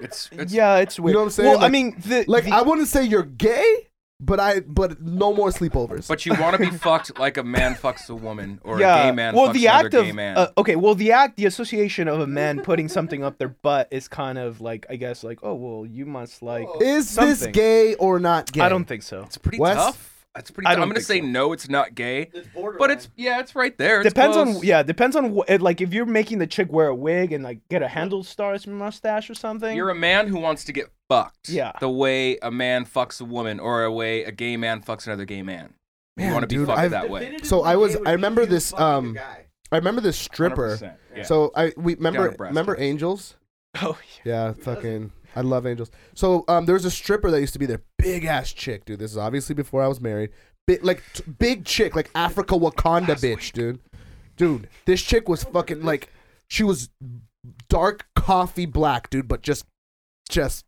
[SPEAKER 2] It's, it's
[SPEAKER 7] yeah, it's weird.
[SPEAKER 6] know what I'm saying?
[SPEAKER 7] Well, I
[SPEAKER 6] Like-
[SPEAKER 7] mean, the,
[SPEAKER 6] Like,
[SPEAKER 7] the-
[SPEAKER 6] I wouldn't say you're gay, but I, but no more sleepovers.
[SPEAKER 2] But you want to be fucked like a man fucks a woman or
[SPEAKER 7] yeah.
[SPEAKER 2] a gay man
[SPEAKER 7] well,
[SPEAKER 2] fucks
[SPEAKER 7] the
[SPEAKER 2] another
[SPEAKER 7] act of
[SPEAKER 2] gay man.
[SPEAKER 7] uh, okay. Well, the act, the association of a man putting something up their butt is kind of like, I guess, like, oh well, you must like.
[SPEAKER 6] Is this
[SPEAKER 7] something.
[SPEAKER 6] gay or not gay?
[SPEAKER 7] I don't think so.
[SPEAKER 2] it's pretty
[SPEAKER 6] Wes?
[SPEAKER 2] tough. It's pretty.
[SPEAKER 7] I
[SPEAKER 2] tough.
[SPEAKER 7] don't
[SPEAKER 2] I'm gonna
[SPEAKER 7] think
[SPEAKER 2] say
[SPEAKER 7] so.
[SPEAKER 2] no. It's not gay,
[SPEAKER 8] It's borderline.
[SPEAKER 2] but it's yeah, it's right there. It's
[SPEAKER 7] depends
[SPEAKER 2] close.
[SPEAKER 7] on yeah, depends on what. Like if you're making the chick wear a wig and like get a handle star as mustache or something.
[SPEAKER 2] You're a man who wants to get fucked.
[SPEAKER 7] Yeah.
[SPEAKER 2] The way a man fucks a woman, or a way a gay man fucks another gay man.
[SPEAKER 6] Man,
[SPEAKER 2] you want to be
[SPEAKER 6] dude,
[SPEAKER 2] fucked
[SPEAKER 6] I've-
[SPEAKER 2] that way.
[SPEAKER 6] So I was-
[SPEAKER 8] It would
[SPEAKER 6] I
[SPEAKER 8] be
[SPEAKER 6] remember
[SPEAKER 8] you
[SPEAKER 6] this,
[SPEAKER 8] fucking
[SPEAKER 6] um,
[SPEAKER 8] the guy.
[SPEAKER 6] I remember this stripper.
[SPEAKER 2] 100%, yeah.
[SPEAKER 6] So I we
[SPEAKER 2] Down
[SPEAKER 6] remember
[SPEAKER 2] to brass
[SPEAKER 6] remember
[SPEAKER 2] tacks.
[SPEAKER 6] angels.
[SPEAKER 7] oh,
[SPEAKER 6] Yeah, fucking. I love angels. So um, there was a stripper that used to be there, big ass chick, dude. This is obviously before I was married. Big, like t- big chick, like Africa Wakanda bitch, dude. Dude, this chick was fucking like, she was dark coffee black, dude, but just, just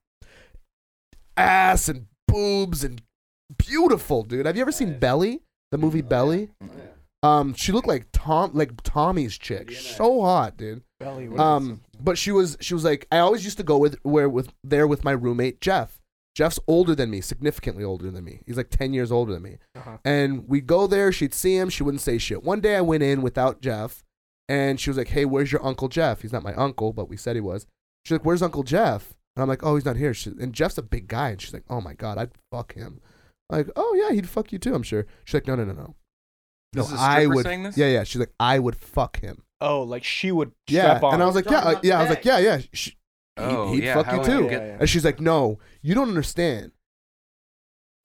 [SPEAKER 6] ass and boobs and beautiful, dude. Have you ever seen Belly? The movie Belly. Um, she looked like Tom, like Tommy's chick. So hot, dude.
[SPEAKER 7] belly.
[SPEAKER 6] Um, but she was she was like I always used to go with where with there with my roommate Jeff. Jeff's older than me, significantly older than me. He's like ten years older than me.
[SPEAKER 2] Uh-huh.
[SPEAKER 6] And we go there. She'd see him. She wouldn't say shit. One day I went in without Jeff, and she was like, "Hey, where's your uncle Jeff? He's not my uncle, but we said he was." She's like, "Where's Uncle Jeff?" And I'm like, "Oh, he's not here." She, and Jeff's a big guy, and she's like, "Oh my god, I'd fuck him." Like, "Oh yeah, he'd fuck you too, I'm sure." She's like, "No, no, no, no." No,
[SPEAKER 2] This is a
[SPEAKER 6] I
[SPEAKER 2] stripper
[SPEAKER 6] would.
[SPEAKER 2] saying this?
[SPEAKER 6] Yeah, yeah. She's like, "I would fuck him.
[SPEAKER 7] oh, like she would
[SPEAKER 6] Yeah,
[SPEAKER 7] strap on.
[SPEAKER 6] and I was like,
[SPEAKER 8] Talking
[SPEAKER 6] yeah, uh,
[SPEAKER 8] about
[SPEAKER 6] yeah. I was like,
[SPEAKER 8] sex.
[SPEAKER 6] yeah, yeah. Sh-
[SPEAKER 2] Oh,
[SPEAKER 6] he'd
[SPEAKER 2] yeah,
[SPEAKER 6] fuck
[SPEAKER 2] how
[SPEAKER 6] you
[SPEAKER 2] would I
[SPEAKER 6] too.
[SPEAKER 2] get-
[SPEAKER 6] And she's like, no, you don't understand.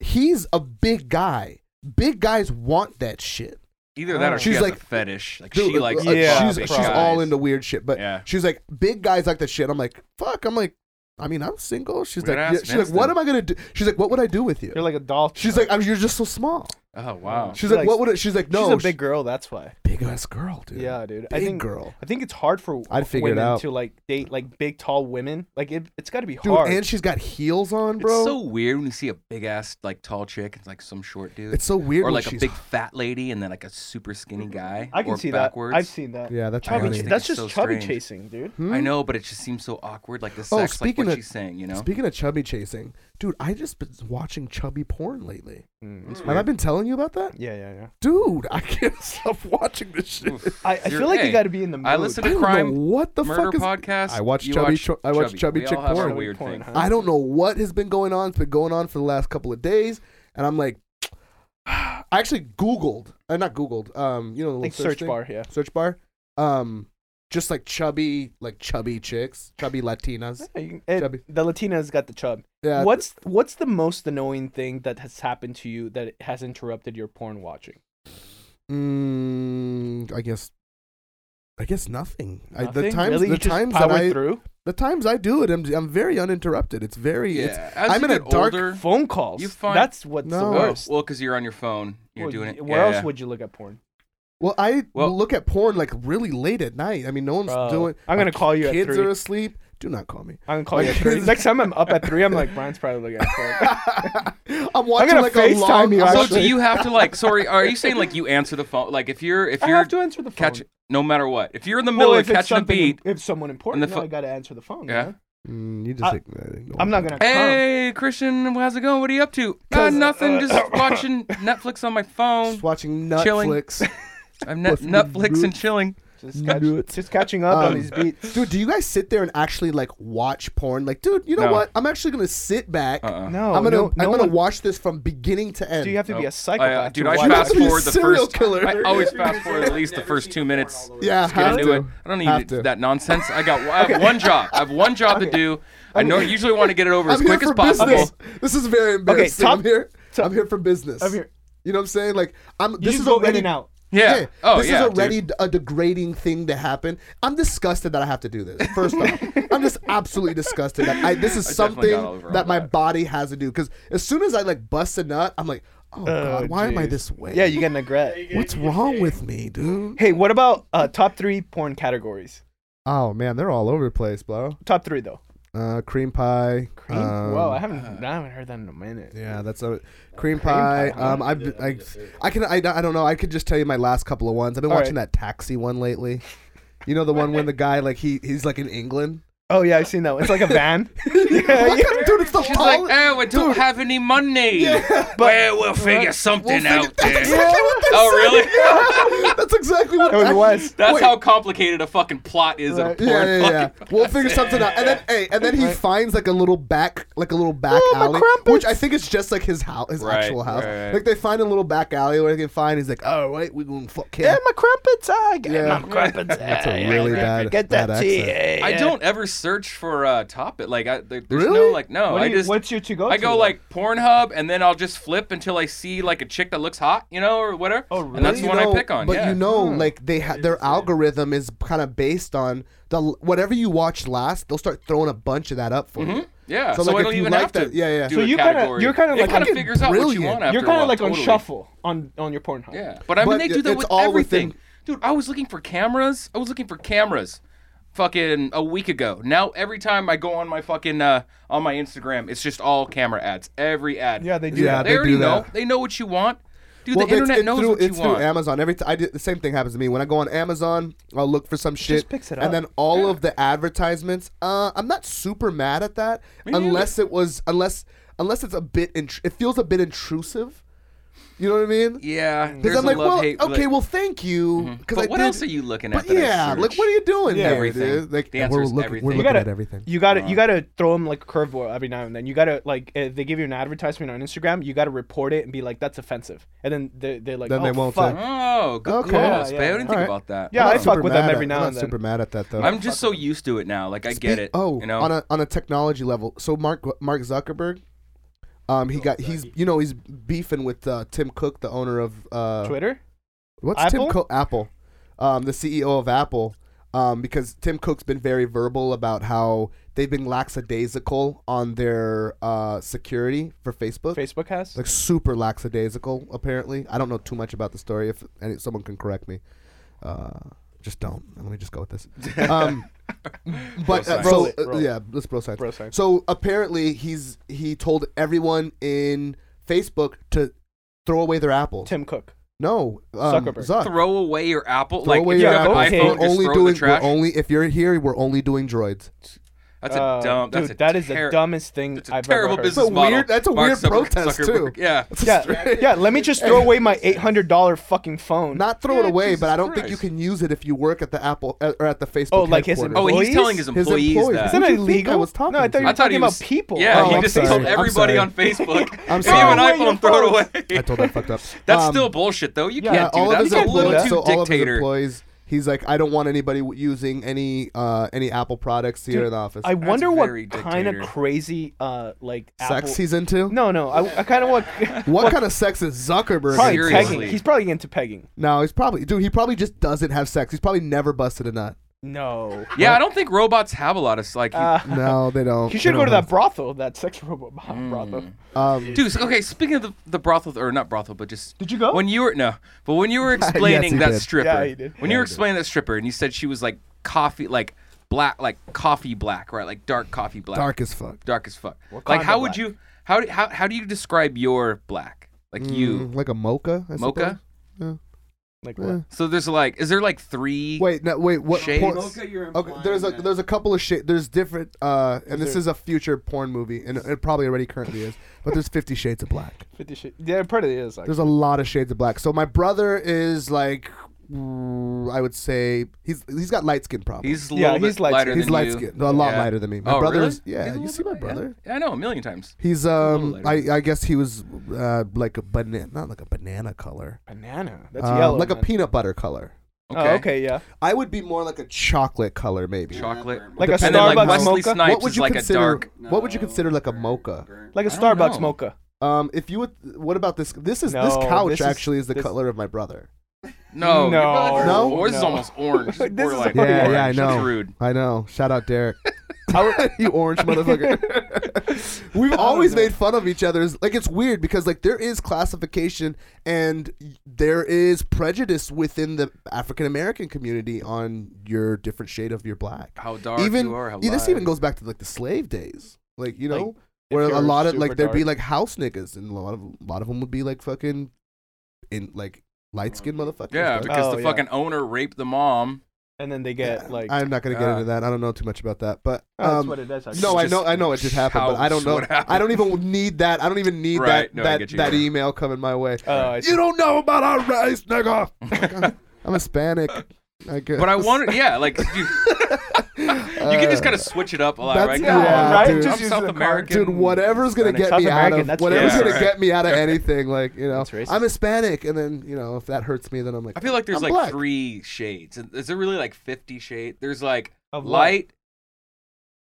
[SPEAKER 6] He's a big guy. Big guys want that shit.
[SPEAKER 2] Either that, or
[SPEAKER 6] She's
[SPEAKER 2] she has
[SPEAKER 6] like-
[SPEAKER 2] a fetish. Like
[SPEAKER 6] Dude,
[SPEAKER 2] she likes.
[SPEAKER 6] like,
[SPEAKER 7] Yeah,
[SPEAKER 6] she's,
[SPEAKER 2] big
[SPEAKER 6] she's
[SPEAKER 2] guys.
[SPEAKER 6] all into weird shit. But
[SPEAKER 2] Yeah.
[SPEAKER 6] she's like, big guys like that shit. I'm like, fuck. I'm like, I mean, I'm single. She's
[SPEAKER 2] Weird
[SPEAKER 6] like,
[SPEAKER 2] ass
[SPEAKER 6] yeah. she's like,
[SPEAKER 2] Vince
[SPEAKER 6] what
[SPEAKER 2] then.
[SPEAKER 6] am I gonna do? She's like, what would I do with
[SPEAKER 7] You're
[SPEAKER 6] you?
[SPEAKER 7] like a doll.
[SPEAKER 6] She's like, I'm, you're just so small.
[SPEAKER 2] Oh wow.
[SPEAKER 6] She's
[SPEAKER 7] She
[SPEAKER 6] like,
[SPEAKER 7] likes-
[SPEAKER 6] what would? It? She's like, no,
[SPEAKER 7] she's a
[SPEAKER 6] sh-
[SPEAKER 7] big girl. That's why.
[SPEAKER 6] big ass girl, dude.
[SPEAKER 7] Yeah, dude. I
[SPEAKER 6] Big
[SPEAKER 7] think
[SPEAKER 6] girl.
[SPEAKER 7] I think it's hard for
[SPEAKER 6] I'd figure it
[SPEAKER 7] women
[SPEAKER 6] out.
[SPEAKER 7] to like date like big tall women. Like it, it's got to be
[SPEAKER 6] Dude,
[SPEAKER 7] hard.
[SPEAKER 6] and she's got heels on, bro.
[SPEAKER 2] It's so weird when you see a big ass like tall chick and like some short dude.
[SPEAKER 6] It's so weird
[SPEAKER 2] Or
[SPEAKER 6] when
[SPEAKER 2] like a
[SPEAKER 6] she's-
[SPEAKER 2] big fat lady and then like a super skinny guy.
[SPEAKER 7] I can
[SPEAKER 2] or
[SPEAKER 7] see
[SPEAKER 2] backwards.
[SPEAKER 7] that. I've seen Hmm? that.
[SPEAKER 6] Yeah, that's
[SPEAKER 7] chubby.
[SPEAKER 2] funny.
[SPEAKER 7] ch-
[SPEAKER 2] I
[SPEAKER 7] that's
[SPEAKER 2] think
[SPEAKER 7] just
[SPEAKER 2] it's so
[SPEAKER 7] chubby
[SPEAKER 2] strange.
[SPEAKER 7] chasing, dude.
[SPEAKER 2] I know, but it just seems so awkward. Like the sex,
[SPEAKER 6] Oh,
[SPEAKER 2] like
[SPEAKER 6] speaking
[SPEAKER 2] what
[SPEAKER 6] of-
[SPEAKER 2] she's saying, you know.
[SPEAKER 6] Speaking of chubby chasing, dude, I just been watching chubby porn lately.
[SPEAKER 2] Hmm.
[SPEAKER 6] Have I been telling you about that?
[SPEAKER 7] Yeah, yeah, yeah.
[SPEAKER 6] Dude, I can't stop watching this shit.
[SPEAKER 2] Oof.
[SPEAKER 7] I, I
[SPEAKER 2] You're-
[SPEAKER 7] feel like
[SPEAKER 2] hey,
[SPEAKER 7] you got to be in the mood.
[SPEAKER 2] I listen
[SPEAKER 6] I
[SPEAKER 2] to
[SPEAKER 6] don't know
[SPEAKER 2] crime
[SPEAKER 6] what the
[SPEAKER 2] murder
[SPEAKER 6] fuck is-
[SPEAKER 2] podcast.
[SPEAKER 6] I watch
[SPEAKER 2] you
[SPEAKER 6] chubby cho- I watch chubby
[SPEAKER 2] we
[SPEAKER 6] chick
[SPEAKER 2] all have our
[SPEAKER 6] porn.
[SPEAKER 2] weird thing.
[SPEAKER 6] I don't know what has been going on. It's been going on for the last couple of days, and I'm like, I actually Googled, uh, not Googled, um, you know, the little
[SPEAKER 7] Like search
[SPEAKER 6] thing?
[SPEAKER 7] bar, yeah.
[SPEAKER 6] search bar, um, just like chubby, like chubby chicks, chubby Latinas.
[SPEAKER 7] Yeah, you can- it-
[SPEAKER 6] Chubby.
[SPEAKER 7] the Latina's got the chub.
[SPEAKER 6] Yeah,
[SPEAKER 7] What's what's the most annoying thing that has happened to you that has interrupted your porn watching?
[SPEAKER 6] Mm, I guess. I guess nothing. I, the
[SPEAKER 7] Nothing?
[SPEAKER 6] times,
[SPEAKER 7] really?
[SPEAKER 6] the
[SPEAKER 7] You just
[SPEAKER 6] times that
[SPEAKER 7] power
[SPEAKER 6] I,
[SPEAKER 7] through
[SPEAKER 6] the times I do it, I'm, I'm very uninterrupted. It's very.
[SPEAKER 2] Yeah,
[SPEAKER 6] It's,
[SPEAKER 2] As
[SPEAKER 6] I'm
[SPEAKER 2] you
[SPEAKER 6] in a
[SPEAKER 2] get
[SPEAKER 6] dark.
[SPEAKER 2] older,
[SPEAKER 7] phone calls.
[SPEAKER 2] You find-
[SPEAKER 7] that's what's the
[SPEAKER 6] No.
[SPEAKER 2] well,
[SPEAKER 7] worst.
[SPEAKER 2] well, because you're on your phone, you're
[SPEAKER 7] Well,
[SPEAKER 2] doing
[SPEAKER 7] y-
[SPEAKER 2] it.
[SPEAKER 7] Where
[SPEAKER 2] yeah,
[SPEAKER 7] else
[SPEAKER 2] yeah.
[SPEAKER 7] would you look at porn?
[SPEAKER 6] Well, I
[SPEAKER 2] Well-
[SPEAKER 6] look at porn like really late at night. I mean, no one's
[SPEAKER 7] Bro,
[SPEAKER 6] doing.
[SPEAKER 7] I'm gonna
[SPEAKER 6] my
[SPEAKER 7] call you at
[SPEAKER 6] Kids
[SPEAKER 7] three.
[SPEAKER 6] are asleep. Do not call me.
[SPEAKER 7] I'm gonna
[SPEAKER 2] Oh,
[SPEAKER 7] call you at three. Next time I'm up at three, I'm like Brian's probably looking at four.
[SPEAKER 6] I'm watching
[SPEAKER 7] gonna
[SPEAKER 6] like a
[SPEAKER 7] FaceTime
[SPEAKER 6] long.
[SPEAKER 7] you,
[SPEAKER 6] I'm
[SPEAKER 2] So
[SPEAKER 6] watching-
[SPEAKER 2] do you have to like? Sorry, are you saying like you answer the phone? Like if you're if
[SPEAKER 7] I
[SPEAKER 2] you're
[SPEAKER 7] have to answer the phone.
[SPEAKER 2] catch no matter what. If you're in the middle of
[SPEAKER 7] if it's
[SPEAKER 2] catching a
[SPEAKER 7] something-
[SPEAKER 2] beat,
[SPEAKER 7] If someone important,
[SPEAKER 2] the
[SPEAKER 7] then
[SPEAKER 2] pho-
[SPEAKER 7] I gotta answer the phone.
[SPEAKER 2] Yeah.
[SPEAKER 7] Yeah.
[SPEAKER 6] Mm, you just.
[SPEAKER 7] I-
[SPEAKER 6] ignore
[SPEAKER 7] I'm not
[SPEAKER 6] that.
[SPEAKER 7] gonna. Come.
[SPEAKER 2] hey Christian, how's it going? What are you up to? Ah, nothing.
[SPEAKER 7] uh,
[SPEAKER 2] just watching Netflix on my phone.
[SPEAKER 6] Just watching
[SPEAKER 2] Chilling.
[SPEAKER 6] Netflix.
[SPEAKER 2] I'm net Netflix and chilling.
[SPEAKER 7] Just, catch,
[SPEAKER 6] Do it.
[SPEAKER 7] just catching up on
[SPEAKER 6] Um,
[SPEAKER 7] these beats.
[SPEAKER 6] dude, do you guys sit there and actually like watch porn? Like, dude, you know
[SPEAKER 2] No.
[SPEAKER 6] what? I'm actually gonna sit back.
[SPEAKER 2] Uh-uh.
[SPEAKER 7] No,
[SPEAKER 6] I'm gonna
[SPEAKER 7] no,
[SPEAKER 6] I'm
[SPEAKER 7] no
[SPEAKER 6] gonna
[SPEAKER 7] one-
[SPEAKER 6] watch this from beginning to end.
[SPEAKER 7] Do you have to be
[SPEAKER 2] Nope.
[SPEAKER 7] a psychopath?
[SPEAKER 2] I, uh, dude,
[SPEAKER 7] to
[SPEAKER 2] I
[SPEAKER 7] watch
[SPEAKER 2] fast
[SPEAKER 6] You have to be
[SPEAKER 2] forward the
[SPEAKER 6] serial
[SPEAKER 2] first.
[SPEAKER 6] killer.
[SPEAKER 2] I always fast forward at least the first two minutes.
[SPEAKER 6] yeah,
[SPEAKER 2] Get
[SPEAKER 6] have
[SPEAKER 2] into
[SPEAKER 6] to.
[SPEAKER 2] it. I don't
[SPEAKER 6] Have
[SPEAKER 2] need
[SPEAKER 6] to.
[SPEAKER 2] that nonsense. I got. I have one job. I have one job to do. I know. Usually want to get it over as
[SPEAKER 6] I'm here
[SPEAKER 2] quick as
[SPEAKER 6] for
[SPEAKER 2] possible.
[SPEAKER 6] business. This is very embarrassing.
[SPEAKER 7] top-
[SPEAKER 6] I'm here.
[SPEAKER 7] top-
[SPEAKER 6] I'm here for business.
[SPEAKER 7] I'm here.
[SPEAKER 6] You know what I'm saying? Like, I'm.
[SPEAKER 7] You
[SPEAKER 6] This
[SPEAKER 7] just
[SPEAKER 6] is
[SPEAKER 7] go
[SPEAKER 6] already
[SPEAKER 7] in and out.
[SPEAKER 2] Yeah. Oh
[SPEAKER 6] this
[SPEAKER 2] yeah.
[SPEAKER 6] is
[SPEAKER 2] dude.
[SPEAKER 6] already d- a degrading thing to happen. I'm disgusted that I have to do this. First off, I'm just absolutely disgusted. That I, this is
[SPEAKER 2] I definitely got
[SPEAKER 6] something
[SPEAKER 2] over all
[SPEAKER 6] that my
[SPEAKER 2] that.
[SPEAKER 6] body has to do. Because as soon as I like bust a nut, I'm like, oh god, why am I
[SPEAKER 7] geez.
[SPEAKER 6] this way?
[SPEAKER 7] Yeah, you get an regret.
[SPEAKER 6] What's wrong with me, dude?
[SPEAKER 7] Hey, what about uh, top three porn categories?
[SPEAKER 6] Oh man, they're all over the place, bro.
[SPEAKER 7] Top three though.
[SPEAKER 6] Uh, cream pie.
[SPEAKER 7] Cream.
[SPEAKER 6] um,
[SPEAKER 7] Whoa, I haven't,
[SPEAKER 2] uh,
[SPEAKER 7] I haven't heard that in a minute.
[SPEAKER 6] Yeah, that's a cream pie.
[SPEAKER 7] pie, huh?
[SPEAKER 6] Um, I've, I, I can, I, I don't know. I could just tell you my last couple of ones. I've been
[SPEAKER 7] All
[SPEAKER 6] watching that taxi one lately. You know the one when the guy like he he's like in England.
[SPEAKER 7] Oh yeah, I've seen that. One. It's like a van. yeah,
[SPEAKER 6] Like,
[SPEAKER 7] yeah.
[SPEAKER 6] dude, it's the
[SPEAKER 2] She's
[SPEAKER 6] hol-
[SPEAKER 2] like, oh, I don't have any money. But well, we'll figure something
[SPEAKER 6] figure-
[SPEAKER 2] out there.
[SPEAKER 6] That's exactly what they
[SPEAKER 2] Oh,
[SPEAKER 6] said.
[SPEAKER 2] really?
[SPEAKER 6] Yeah, that's exactly what
[SPEAKER 7] That was Wes.
[SPEAKER 2] That's
[SPEAKER 6] Wait.
[SPEAKER 2] how complicated a fucking plot is. in a
[SPEAKER 7] Right.
[SPEAKER 2] porn
[SPEAKER 6] Yeah, yeah, yeah.
[SPEAKER 2] fucking-
[SPEAKER 6] We'll figure something out, and then hey, and then he finds like a little back, like a little back
[SPEAKER 7] Oh, my
[SPEAKER 6] alley,
[SPEAKER 7] crumpets.
[SPEAKER 6] which I think is just like his house, his
[SPEAKER 2] Right,
[SPEAKER 6] actual house.
[SPEAKER 2] right, right.
[SPEAKER 6] Like they find a little back alley where they can find. He's like, all right, we gonna fuck him.
[SPEAKER 7] Yeah, my crumpets. ah, I get
[SPEAKER 6] Yeah.
[SPEAKER 7] my crumpets. ah, That's
[SPEAKER 6] a really bad-
[SPEAKER 7] Get
[SPEAKER 6] bad
[SPEAKER 7] that tea.
[SPEAKER 6] accent.
[SPEAKER 7] yeah,
[SPEAKER 2] I
[SPEAKER 7] yeah.
[SPEAKER 2] don't ever search for uh, topic. Like, I, there, there's no
[SPEAKER 6] Really?
[SPEAKER 2] like, no.
[SPEAKER 7] What do
[SPEAKER 2] I
[SPEAKER 7] you-
[SPEAKER 2] just
[SPEAKER 7] what's your to go?
[SPEAKER 2] I go like Pornhub, and then I'll just flip until I see like a chick that looks hot, you know, or whatever.
[SPEAKER 7] Oh, really?
[SPEAKER 2] And that's
[SPEAKER 6] you
[SPEAKER 2] one
[SPEAKER 6] know-
[SPEAKER 2] I pick on.
[SPEAKER 6] But
[SPEAKER 2] yeah.
[SPEAKER 6] you know,
[SPEAKER 7] Hmm.
[SPEAKER 6] like they ha- their algorithm is kind of based on the whatever you watch last. They'll start throwing a bunch of that up for
[SPEAKER 2] Mm-hmm.
[SPEAKER 6] you.
[SPEAKER 2] yeah.
[SPEAKER 6] so,
[SPEAKER 2] So,
[SPEAKER 6] like,
[SPEAKER 2] I
[SPEAKER 6] if
[SPEAKER 2] don't
[SPEAKER 6] you
[SPEAKER 2] even
[SPEAKER 6] like
[SPEAKER 2] have to.
[SPEAKER 6] that- yeah, yeah.
[SPEAKER 2] Do
[SPEAKER 7] So
[SPEAKER 2] a
[SPEAKER 7] you kinda-
[SPEAKER 2] category.
[SPEAKER 7] you're kinda
[SPEAKER 2] It
[SPEAKER 7] like
[SPEAKER 2] kinda
[SPEAKER 7] fucking
[SPEAKER 2] figures out what you
[SPEAKER 6] brilliant.
[SPEAKER 2] want after
[SPEAKER 7] You're kind of
[SPEAKER 2] a while,
[SPEAKER 7] like
[SPEAKER 2] totally.
[SPEAKER 7] on shuffle on on your Pornhub.
[SPEAKER 2] Yeah, but I mean
[SPEAKER 6] But
[SPEAKER 2] they do
[SPEAKER 6] it-
[SPEAKER 2] that
[SPEAKER 6] it's
[SPEAKER 2] with
[SPEAKER 6] all
[SPEAKER 2] everything.
[SPEAKER 6] within-
[SPEAKER 2] Dude, I was looking for cameras. I was looking for cameras, fucking a week ago. Now every time I go on my fucking uh, on my Instagram, it's just all camera ads. Every ad.
[SPEAKER 7] Yeah, they do.
[SPEAKER 6] Yeah,
[SPEAKER 7] that.
[SPEAKER 2] they,
[SPEAKER 6] they
[SPEAKER 2] already
[SPEAKER 6] do
[SPEAKER 2] know.
[SPEAKER 6] that.
[SPEAKER 2] They know what you want. Dude,
[SPEAKER 6] Well,
[SPEAKER 2] the
[SPEAKER 6] it's-
[SPEAKER 2] internet
[SPEAKER 6] it's
[SPEAKER 2] knows
[SPEAKER 6] through,
[SPEAKER 2] what you
[SPEAKER 6] it's
[SPEAKER 2] want.
[SPEAKER 6] through Amazon. Every t- I did, the same thing happens to me when I go on Amazon. I'll look for some shit,
[SPEAKER 7] picks it
[SPEAKER 6] and
[SPEAKER 7] up.
[SPEAKER 6] then all of the advertisements. Uh, I'm not super mad at that,
[SPEAKER 2] neither.
[SPEAKER 6] unless it was unless unless it's a bit. Intr- it feels a bit intrusive. You know what I mean?
[SPEAKER 2] Yeah,
[SPEAKER 6] Because
[SPEAKER 2] there's
[SPEAKER 6] I'm
[SPEAKER 2] a
[SPEAKER 6] like,
[SPEAKER 2] love
[SPEAKER 6] well,
[SPEAKER 2] hate.
[SPEAKER 6] okay,
[SPEAKER 2] like- Mm-hmm.
[SPEAKER 6] well, thank you. Because
[SPEAKER 2] But what else are you looking at?
[SPEAKER 6] But
[SPEAKER 2] that I
[SPEAKER 6] yeah, like
[SPEAKER 2] search?
[SPEAKER 6] what are you doing?
[SPEAKER 7] Yeah,
[SPEAKER 6] there,
[SPEAKER 2] everything.
[SPEAKER 6] dude? Like,
[SPEAKER 2] The
[SPEAKER 6] and
[SPEAKER 2] answer
[SPEAKER 6] we're
[SPEAKER 2] is
[SPEAKER 6] looking,
[SPEAKER 2] everything.
[SPEAKER 6] We're
[SPEAKER 2] You
[SPEAKER 6] looking
[SPEAKER 7] gotta-
[SPEAKER 6] at everything.
[SPEAKER 7] You
[SPEAKER 2] Uh-huh.
[SPEAKER 7] gotta you gotta throw them like a curveball every now and then. You gotta like if they give you an advertisement on Instagram, you gotta report it and be like that's offensive, and then they they like
[SPEAKER 6] Then
[SPEAKER 7] oh,
[SPEAKER 6] they won't
[SPEAKER 7] fuck.
[SPEAKER 6] say.
[SPEAKER 2] Oh, good
[SPEAKER 6] Okay.
[SPEAKER 2] calls,
[SPEAKER 7] Yeah,
[SPEAKER 2] babe. I
[SPEAKER 7] yeah.
[SPEAKER 2] didn't think
[SPEAKER 6] Alright.
[SPEAKER 2] about that.
[SPEAKER 7] Yeah,
[SPEAKER 6] I'm
[SPEAKER 7] I
[SPEAKER 6] not
[SPEAKER 7] fuck
[SPEAKER 6] super
[SPEAKER 7] with them
[SPEAKER 6] mad
[SPEAKER 7] every
[SPEAKER 6] at-
[SPEAKER 7] now
[SPEAKER 6] I'm
[SPEAKER 7] and
[SPEAKER 6] not
[SPEAKER 7] then.
[SPEAKER 6] Super mad at that though.
[SPEAKER 2] I'm just so used to it now. Like I get
[SPEAKER 6] Speak-
[SPEAKER 2] it.
[SPEAKER 6] Oh,
[SPEAKER 2] you know,
[SPEAKER 6] on a on a technology level. So Mark Mark Zuckerberg, um,
[SPEAKER 7] Oh,
[SPEAKER 6] he got he's you know he's beefing with uh, Tim Cook, the owner of uh,
[SPEAKER 7] Twitter.
[SPEAKER 6] What's Tim
[SPEAKER 7] Apple?
[SPEAKER 6] Cook? Apple, um, the CEO of Apple, um, because Tim Cook's been very verbal about how they've been lackadaisical on their uh, security for Facebook.
[SPEAKER 7] Facebook has.
[SPEAKER 6] Like super lackadaisical, apparently. I don't know too much about the story. If any, someone can correct me, uh, just don't. Let me just go with this. Um, but uh,
[SPEAKER 2] science.
[SPEAKER 6] so
[SPEAKER 7] Roll
[SPEAKER 6] uh,
[SPEAKER 7] it, roll it.
[SPEAKER 6] yeah, let's bro science.
[SPEAKER 7] Bro science.
[SPEAKER 6] So apparently he's he told everyone in Facebook to throw away their Apple.
[SPEAKER 7] Tim Cook.
[SPEAKER 6] No, um,
[SPEAKER 7] Zuckerberg.
[SPEAKER 6] Zuck.
[SPEAKER 2] throw away your Apple.
[SPEAKER 6] Throw
[SPEAKER 2] like
[SPEAKER 6] away
[SPEAKER 2] if
[SPEAKER 6] your
[SPEAKER 2] you have
[SPEAKER 6] Apple.
[SPEAKER 2] an
[SPEAKER 7] Okay.
[SPEAKER 2] iPhone,
[SPEAKER 6] We're
[SPEAKER 2] just
[SPEAKER 6] only
[SPEAKER 2] throw it in
[SPEAKER 6] doing
[SPEAKER 2] the trash.
[SPEAKER 6] we're only if you're here, we're only doing droids.
[SPEAKER 2] that's a
[SPEAKER 7] Uh,
[SPEAKER 2] dumb. That's
[SPEAKER 7] dude,
[SPEAKER 2] a
[SPEAKER 7] that is the
[SPEAKER 2] ter-
[SPEAKER 7] dumbest thing
[SPEAKER 2] It's a
[SPEAKER 7] I've
[SPEAKER 2] terrible
[SPEAKER 7] ever heard.
[SPEAKER 2] business
[SPEAKER 6] That's a
[SPEAKER 2] model.
[SPEAKER 6] weird- that's a
[SPEAKER 2] Mark
[SPEAKER 6] weird
[SPEAKER 2] Zucker-
[SPEAKER 6] protest,
[SPEAKER 2] Zuckerberg.
[SPEAKER 6] too.
[SPEAKER 2] Yeah.
[SPEAKER 7] Yeah, yeah. Let me just throw away my eight hundred dollar fucking phone.
[SPEAKER 6] Not throw it
[SPEAKER 2] Yeah,
[SPEAKER 6] away,
[SPEAKER 2] Jesus
[SPEAKER 6] but I don't think you
[SPEAKER 2] Christ.
[SPEAKER 6] can use it if you work at the Apple uh, or at the Facebook.
[SPEAKER 7] Oh, like his
[SPEAKER 6] headquarters.
[SPEAKER 2] Oh, he's
[SPEAKER 7] Employees?
[SPEAKER 2] telling his
[SPEAKER 6] His
[SPEAKER 2] employees
[SPEAKER 6] employees.
[SPEAKER 2] that.
[SPEAKER 6] Who
[SPEAKER 7] Isn't
[SPEAKER 6] do
[SPEAKER 7] that
[SPEAKER 6] you think
[SPEAKER 7] illegal?
[SPEAKER 6] I was talking
[SPEAKER 7] no, I
[SPEAKER 6] to?
[SPEAKER 7] thought you were
[SPEAKER 2] I thought
[SPEAKER 7] talking
[SPEAKER 2] he
[SPEAKER 7] about
[SPEAKER 2] was-
[SPEAKER 7] people.
[SPEAKER 2] Yeah,
[SPEAKER 6] Oh,
[SPEAKER 2] he
[SPEAKER 6] I'm
[SPEAKER 2] just
[SPEAKER 6] sorry.
[SPEAKER 2] told
[SPEAKER 6] I'm
[SPEAKER 2] everybody
[SPEAKER 6] sorry.
[SPEAKER 2] on Facebook.
[SPEAKER 6] I'm
[SPEAKER 2] Hey, you and
[SPEAKER 7] sorry.
[SPEAKER 2] iPhone, throw it away.
[SPEAKER 6] Oh, I told that fucked up.
[SPEAKER 2] That's
[SPEAKER 6] Um,
[SPEAKER 2] still bullshit, though. You
[SPEAKER 7] yeah,
[SPEAKER 2] can't do
[SPEAKER 6] all
[SPEAKER 2] that.
[SPEAKER 6] of his
[SPEAKER 2] That's a little
[SPEAKER 6] employees.
[SPEAKER 2] too
[SPEAKER 6] So all of his
[SPEAKER 2] dictator.
[SPEAKER 6] employees, he's like, I don't want anybody w- using any uh, any Apple products here in the office.
[SPEAKER 7] I wonder what
[SPEAKER 2] very
[SPEAKER 7] kind of
[SPEAKER 2] dictator.
[SPEAKER 7] crazy uh like
[SPEAKER 6] sex
[SPEAKER 7] Apple.
[SPEAKER 6] he's into.
[SPEAKER 7] No, no. I, I kind of want
[SPEAKER 6] What, kind of sex is Zuckerberg?
[SPEAKER 7] probably
[SPEAKER 6] into?
[SPEAKER 2] Seriously.
[SPEAKER 7] pegging. He's probably into pegging.
[SPEAKER 6] No, he's probably dude. He probably just doesn't have sex. He's probably never busted a nut.
[SPEAKER 7] No.
[SPEAKER 2] Yeah, I don't think robots have a lot of like.
[SPEAKER 7] Uh,
[SPEAKER 6] No, they don't.
[SPEAKER 7] You should
[SPEAKER 6] They
[SPEAKER 7] go to
[SPEAKER 6] don't
[SPEAKER 7] that brothel, that sex robot
[SPEAKER 2] Mm.
[SPEAKER 7] brothel.
[SPEAKER 6] have- Um,
[SPEAKER 2] Dude, so- okay. Speaking of the, the brothel, or not brothel, but just
[SPEAKER 7] Did you go?
[SPEAKER 2] when you were no, but when you were explaining
[SPEAKER 6] he
[SPEAKER 2] that
[SPEAKER 6] did.
[SPEAKER 2] stripper,
[SPEAKER 7] Yeah, he did.
[SPEAKER 2] when you were explaining that stripper, and you said she was like coffee, like black, like coffee black, right? Like dark coffee black,
[SPEAKER 6] Dark as fuck.
[SPEAKER 2] dark as fuck.
[SPEAKER 7] What
[SPEAKER 2] like
[SPEAKER 7] kind
[SPEAKER 2] how
[SPEAKER 7] of
[SPEAKER 2] would
[SPEAKER 7] black?
[SPEAKER 2] you how do- how how do you describe your black? Like you
[SPEAKER 6] Mm, like a mocha. I
[SPEAKER 2] mocha.
[SPEAKER 7] Like
[SPEAKER 6] suppose? Eh.
[SPEAKER 7] what?
[SPEAKER 2] So there's like, is there like three?
[SPEAKER 6] Wait, no, wait. What
[SPEAKER 2] Shades?
[SPEAKER 6] porn-
[SPEAKER 2] Mocha,
[SPEAKER 6] Okay, there's a there's a couple of shades. There's different, uh, and this
[SPEAKER 7] there-
[SPEAKER 6] is a future porn movie, and it probably already currently is. But there's Fifty Shades of Black.
[SPEAKER 7] Fifty shit. Yeah, it probably is. Like,
[SPEAKER 6] There's a lot of shades of black. So my brother is like, mm, I would say he's he's got light skin problems.
[SPEAKER 2] He's a
[SPEAKER 7] Yeah,
[SPEAKER 2] little
[SPEAKER 7] he's
[SPEAKER 2] bit
[SPEAKER 7] light
[SPEAKER 2] lighter
[SPEAKER 6] He's
[SPEAKER 2] than
[SPEAKER 6] light
[SPEAKER 2] you.
[SPEAKER 6] skinned, a lot
[SPEAKER 2] Yeah.
[SPEAKER 6] lighter than me. My
[SPEAKER 2] oh,
[SPEAKER 6] brother's
[SPEAKER 2] really?
[SPEAKER 6] yeah.
[SPEAKER 2] He's a
[SPEAKER 6] You
[SPEAKER 2] little
[SPEAKER 6] see my
[SPEAKER 2] bit lighter.
[SPEAKER 6] brother?
[SPEAKER 2] Yeah, I know a million times.
[SPEAKER 6] He's
[SPEAKER 2] little
[SPEAKER 6] um, I, I guess he was uh, like a banana, not like a banana color,
[SPEAKER 7] banana. That's
[SPEAKER 6] Um,
[SPEAKER 7] yellow.
[SPEAKER 6] like a
[SPEAKER 7] man.
[SPEAKER 6] peanut butter color.
[SPEAKER 2] Okay.
[SPEAKER 7] Oh, okay, yeah.
[SPEAKER 6] I would be more like a chocolate color, maybe.
[SPEAKER 2] Chocolate.
[SPEAKER 7] Like a
[SPEAKER 2] and then like
[SPEAKER 7] Starbucks
[SPEAKER 2] Wesley
[SPEAKER 7] mocha?
[SPEAKER 2] Snipes
[SPEAKER 6] what would
[SPEAKER 2] is
[SPEAKER 6] you
[SPEAKER 2] like
[SPEAKER 6] consider?
[SPEAKER 2] a dark.
[SPEAKER 6] What would you consider like a mocha?
[SPEAKER 7] Like a
[SPEAKER 2] I don't
[SPEAKER 7] Starbucks
[SPEAKER 2] know.
[SPEAKER 7] mocha.
[SPEAKER 6] Um, if you would, what about this? This is this
[SPEAKER 7] No,
[SPEAKER 6] couch
[SPEAKER 7] this is-
[SPEAKER 6] actually is the
[SPEAKER 7] this-
[SPEAKER 6] color of my brother.
[SPEAKER 2] No,
[SPEAKER 7] No.
[SPEAKER 2] your brother's-
[SPEAKER 6] No?
[SPEAKER 2] Yours is
[SPEAKER 7] No.
[SPEAKER 2] almost orange.
[SPEAKER 7] This is
[SPEAKER 2] We're like,
[SPEAKER 7] already Yeah,
[SPEAKER 2] orange.
[SPEAKER 6] yeah, I know.
[SPEAKER 2] That's rude.
[SPEAKER 6] I know. Shout out Derek.
[SPEAKER 7] I would-
[SPEAKER 6] you orange motherfucker. We've always made fun of each other's. Like it's weird because like there is classification and y- there is prejudice within the African American community on your different shade of your black.
[SPEAKER 2] How dark
[SPEAKER 6] even
[SPEAKER 2] you are. How
[SPEAKER 6] yeah, this
[SPEAKER 2] light.
[SPEAKER 6] even goes back to like the slave days. Like you know.
[SPEAKER 7] Like,
[SPEAKER 6] where
[SPEAKER 7] if
[SPEAKER 6] a
[SPEAKER 7] you're
[SPEAKER 6] lot of like
[SPEAKER 7] super
[SPEAKER 6] there'd be
[SPEAKER 7] dark.
[SPEAKER 6] like house niggas, and a lot of a lot of them would be like fucking, in like light skinned motherfuckers.
[SPEAKER 2] Yeah,
[SPEAKER 6] dog.
[SPEAKER 2] because
[SPEAKER 7] Oh,
[SPEAKER 2] the
[SPEAKER 7] yeah.
[SPEAKER 2] fucking owner raped the mom.
[SPEAKER 7] and then they get like.
[SPEAKER 6] I'm not gonna get
[SPEAKER 2] uh,
[SPEAKER 6] into that. I don't know too much about that, but
[SPEAKER 7] Oh, that's
[SPEAKER 6] um,
[SPEAKER 7] what it is. Actually.
[SPEAKER 6] no, I
[SPEAKER 2] Just
[SPEAKER 6] know, I know it just happened, but I don't
[SPEAKER 2] shouts
[SPEAKER 6] know.
[SPEAKER 2] what happened.
[SPEAKER 6] I don't even need that. I don't even need
[SPEAKER 2] Right,
[SPEAKER 6] that
[SPEAKER 2] no, I
[SPEAKER 6] that,
[SPEAKER 2] get you.
[SPEAKER 6] that email coming my way.
[SPEAKER 7] Oh, I see.
[SPEAKER 6] you don't know about our race, nigga. I'm Hispanic. I guess.
[SPEAKER 2] But I wanted, yeah, like you, you can just kind of switch it up a lot,
[SPEAKER 6] that's-
[SPEAKER 2] right?
[SPEAKER 6] yeah,
[SPEAKER 2] I'm-
[SPEAKER 6] dude.
[SPEAKER 2] I'm
[SPEAKER 6] Just
[SPEAKER 7] using
[SPEAKER 2] South
[SPEAKER 7] the card.
[SPEAKER 2] American,
[SPEAKER 6] Uh, Dude, whatever's gonna
[SPEAKER 2] Hispanic.
[SPEAKER 6] get
[SPEAKER 7] South
[SPEAKER 6] me out
[SPEAKER 7] American,
[SPEAKER 6] of
[SPEAKER 7] that's
[SPEAKER 6] whatever's
[SPEAKER 2] racist.
[SPEAKER 6] gonna
[SPEAKER 2] Yeah, right.
[SPEAKER 6] get me out of anything, like you know,
[SPEAKER 7] That's racist.
[SPEAKER 6] I'm Hispanic, and then you know if that hurts me, then I'm like,
[SPEAKER 2] I feel like there's
[SPEAKER 6] I'm
[SPEAKER 2] like
[SPEAKER 6] black.
[SPEAKER 2] three shades. Is there really like 50 shades? There's like
[SPEAKER 7] Of what?
[SPEAKER 2] light,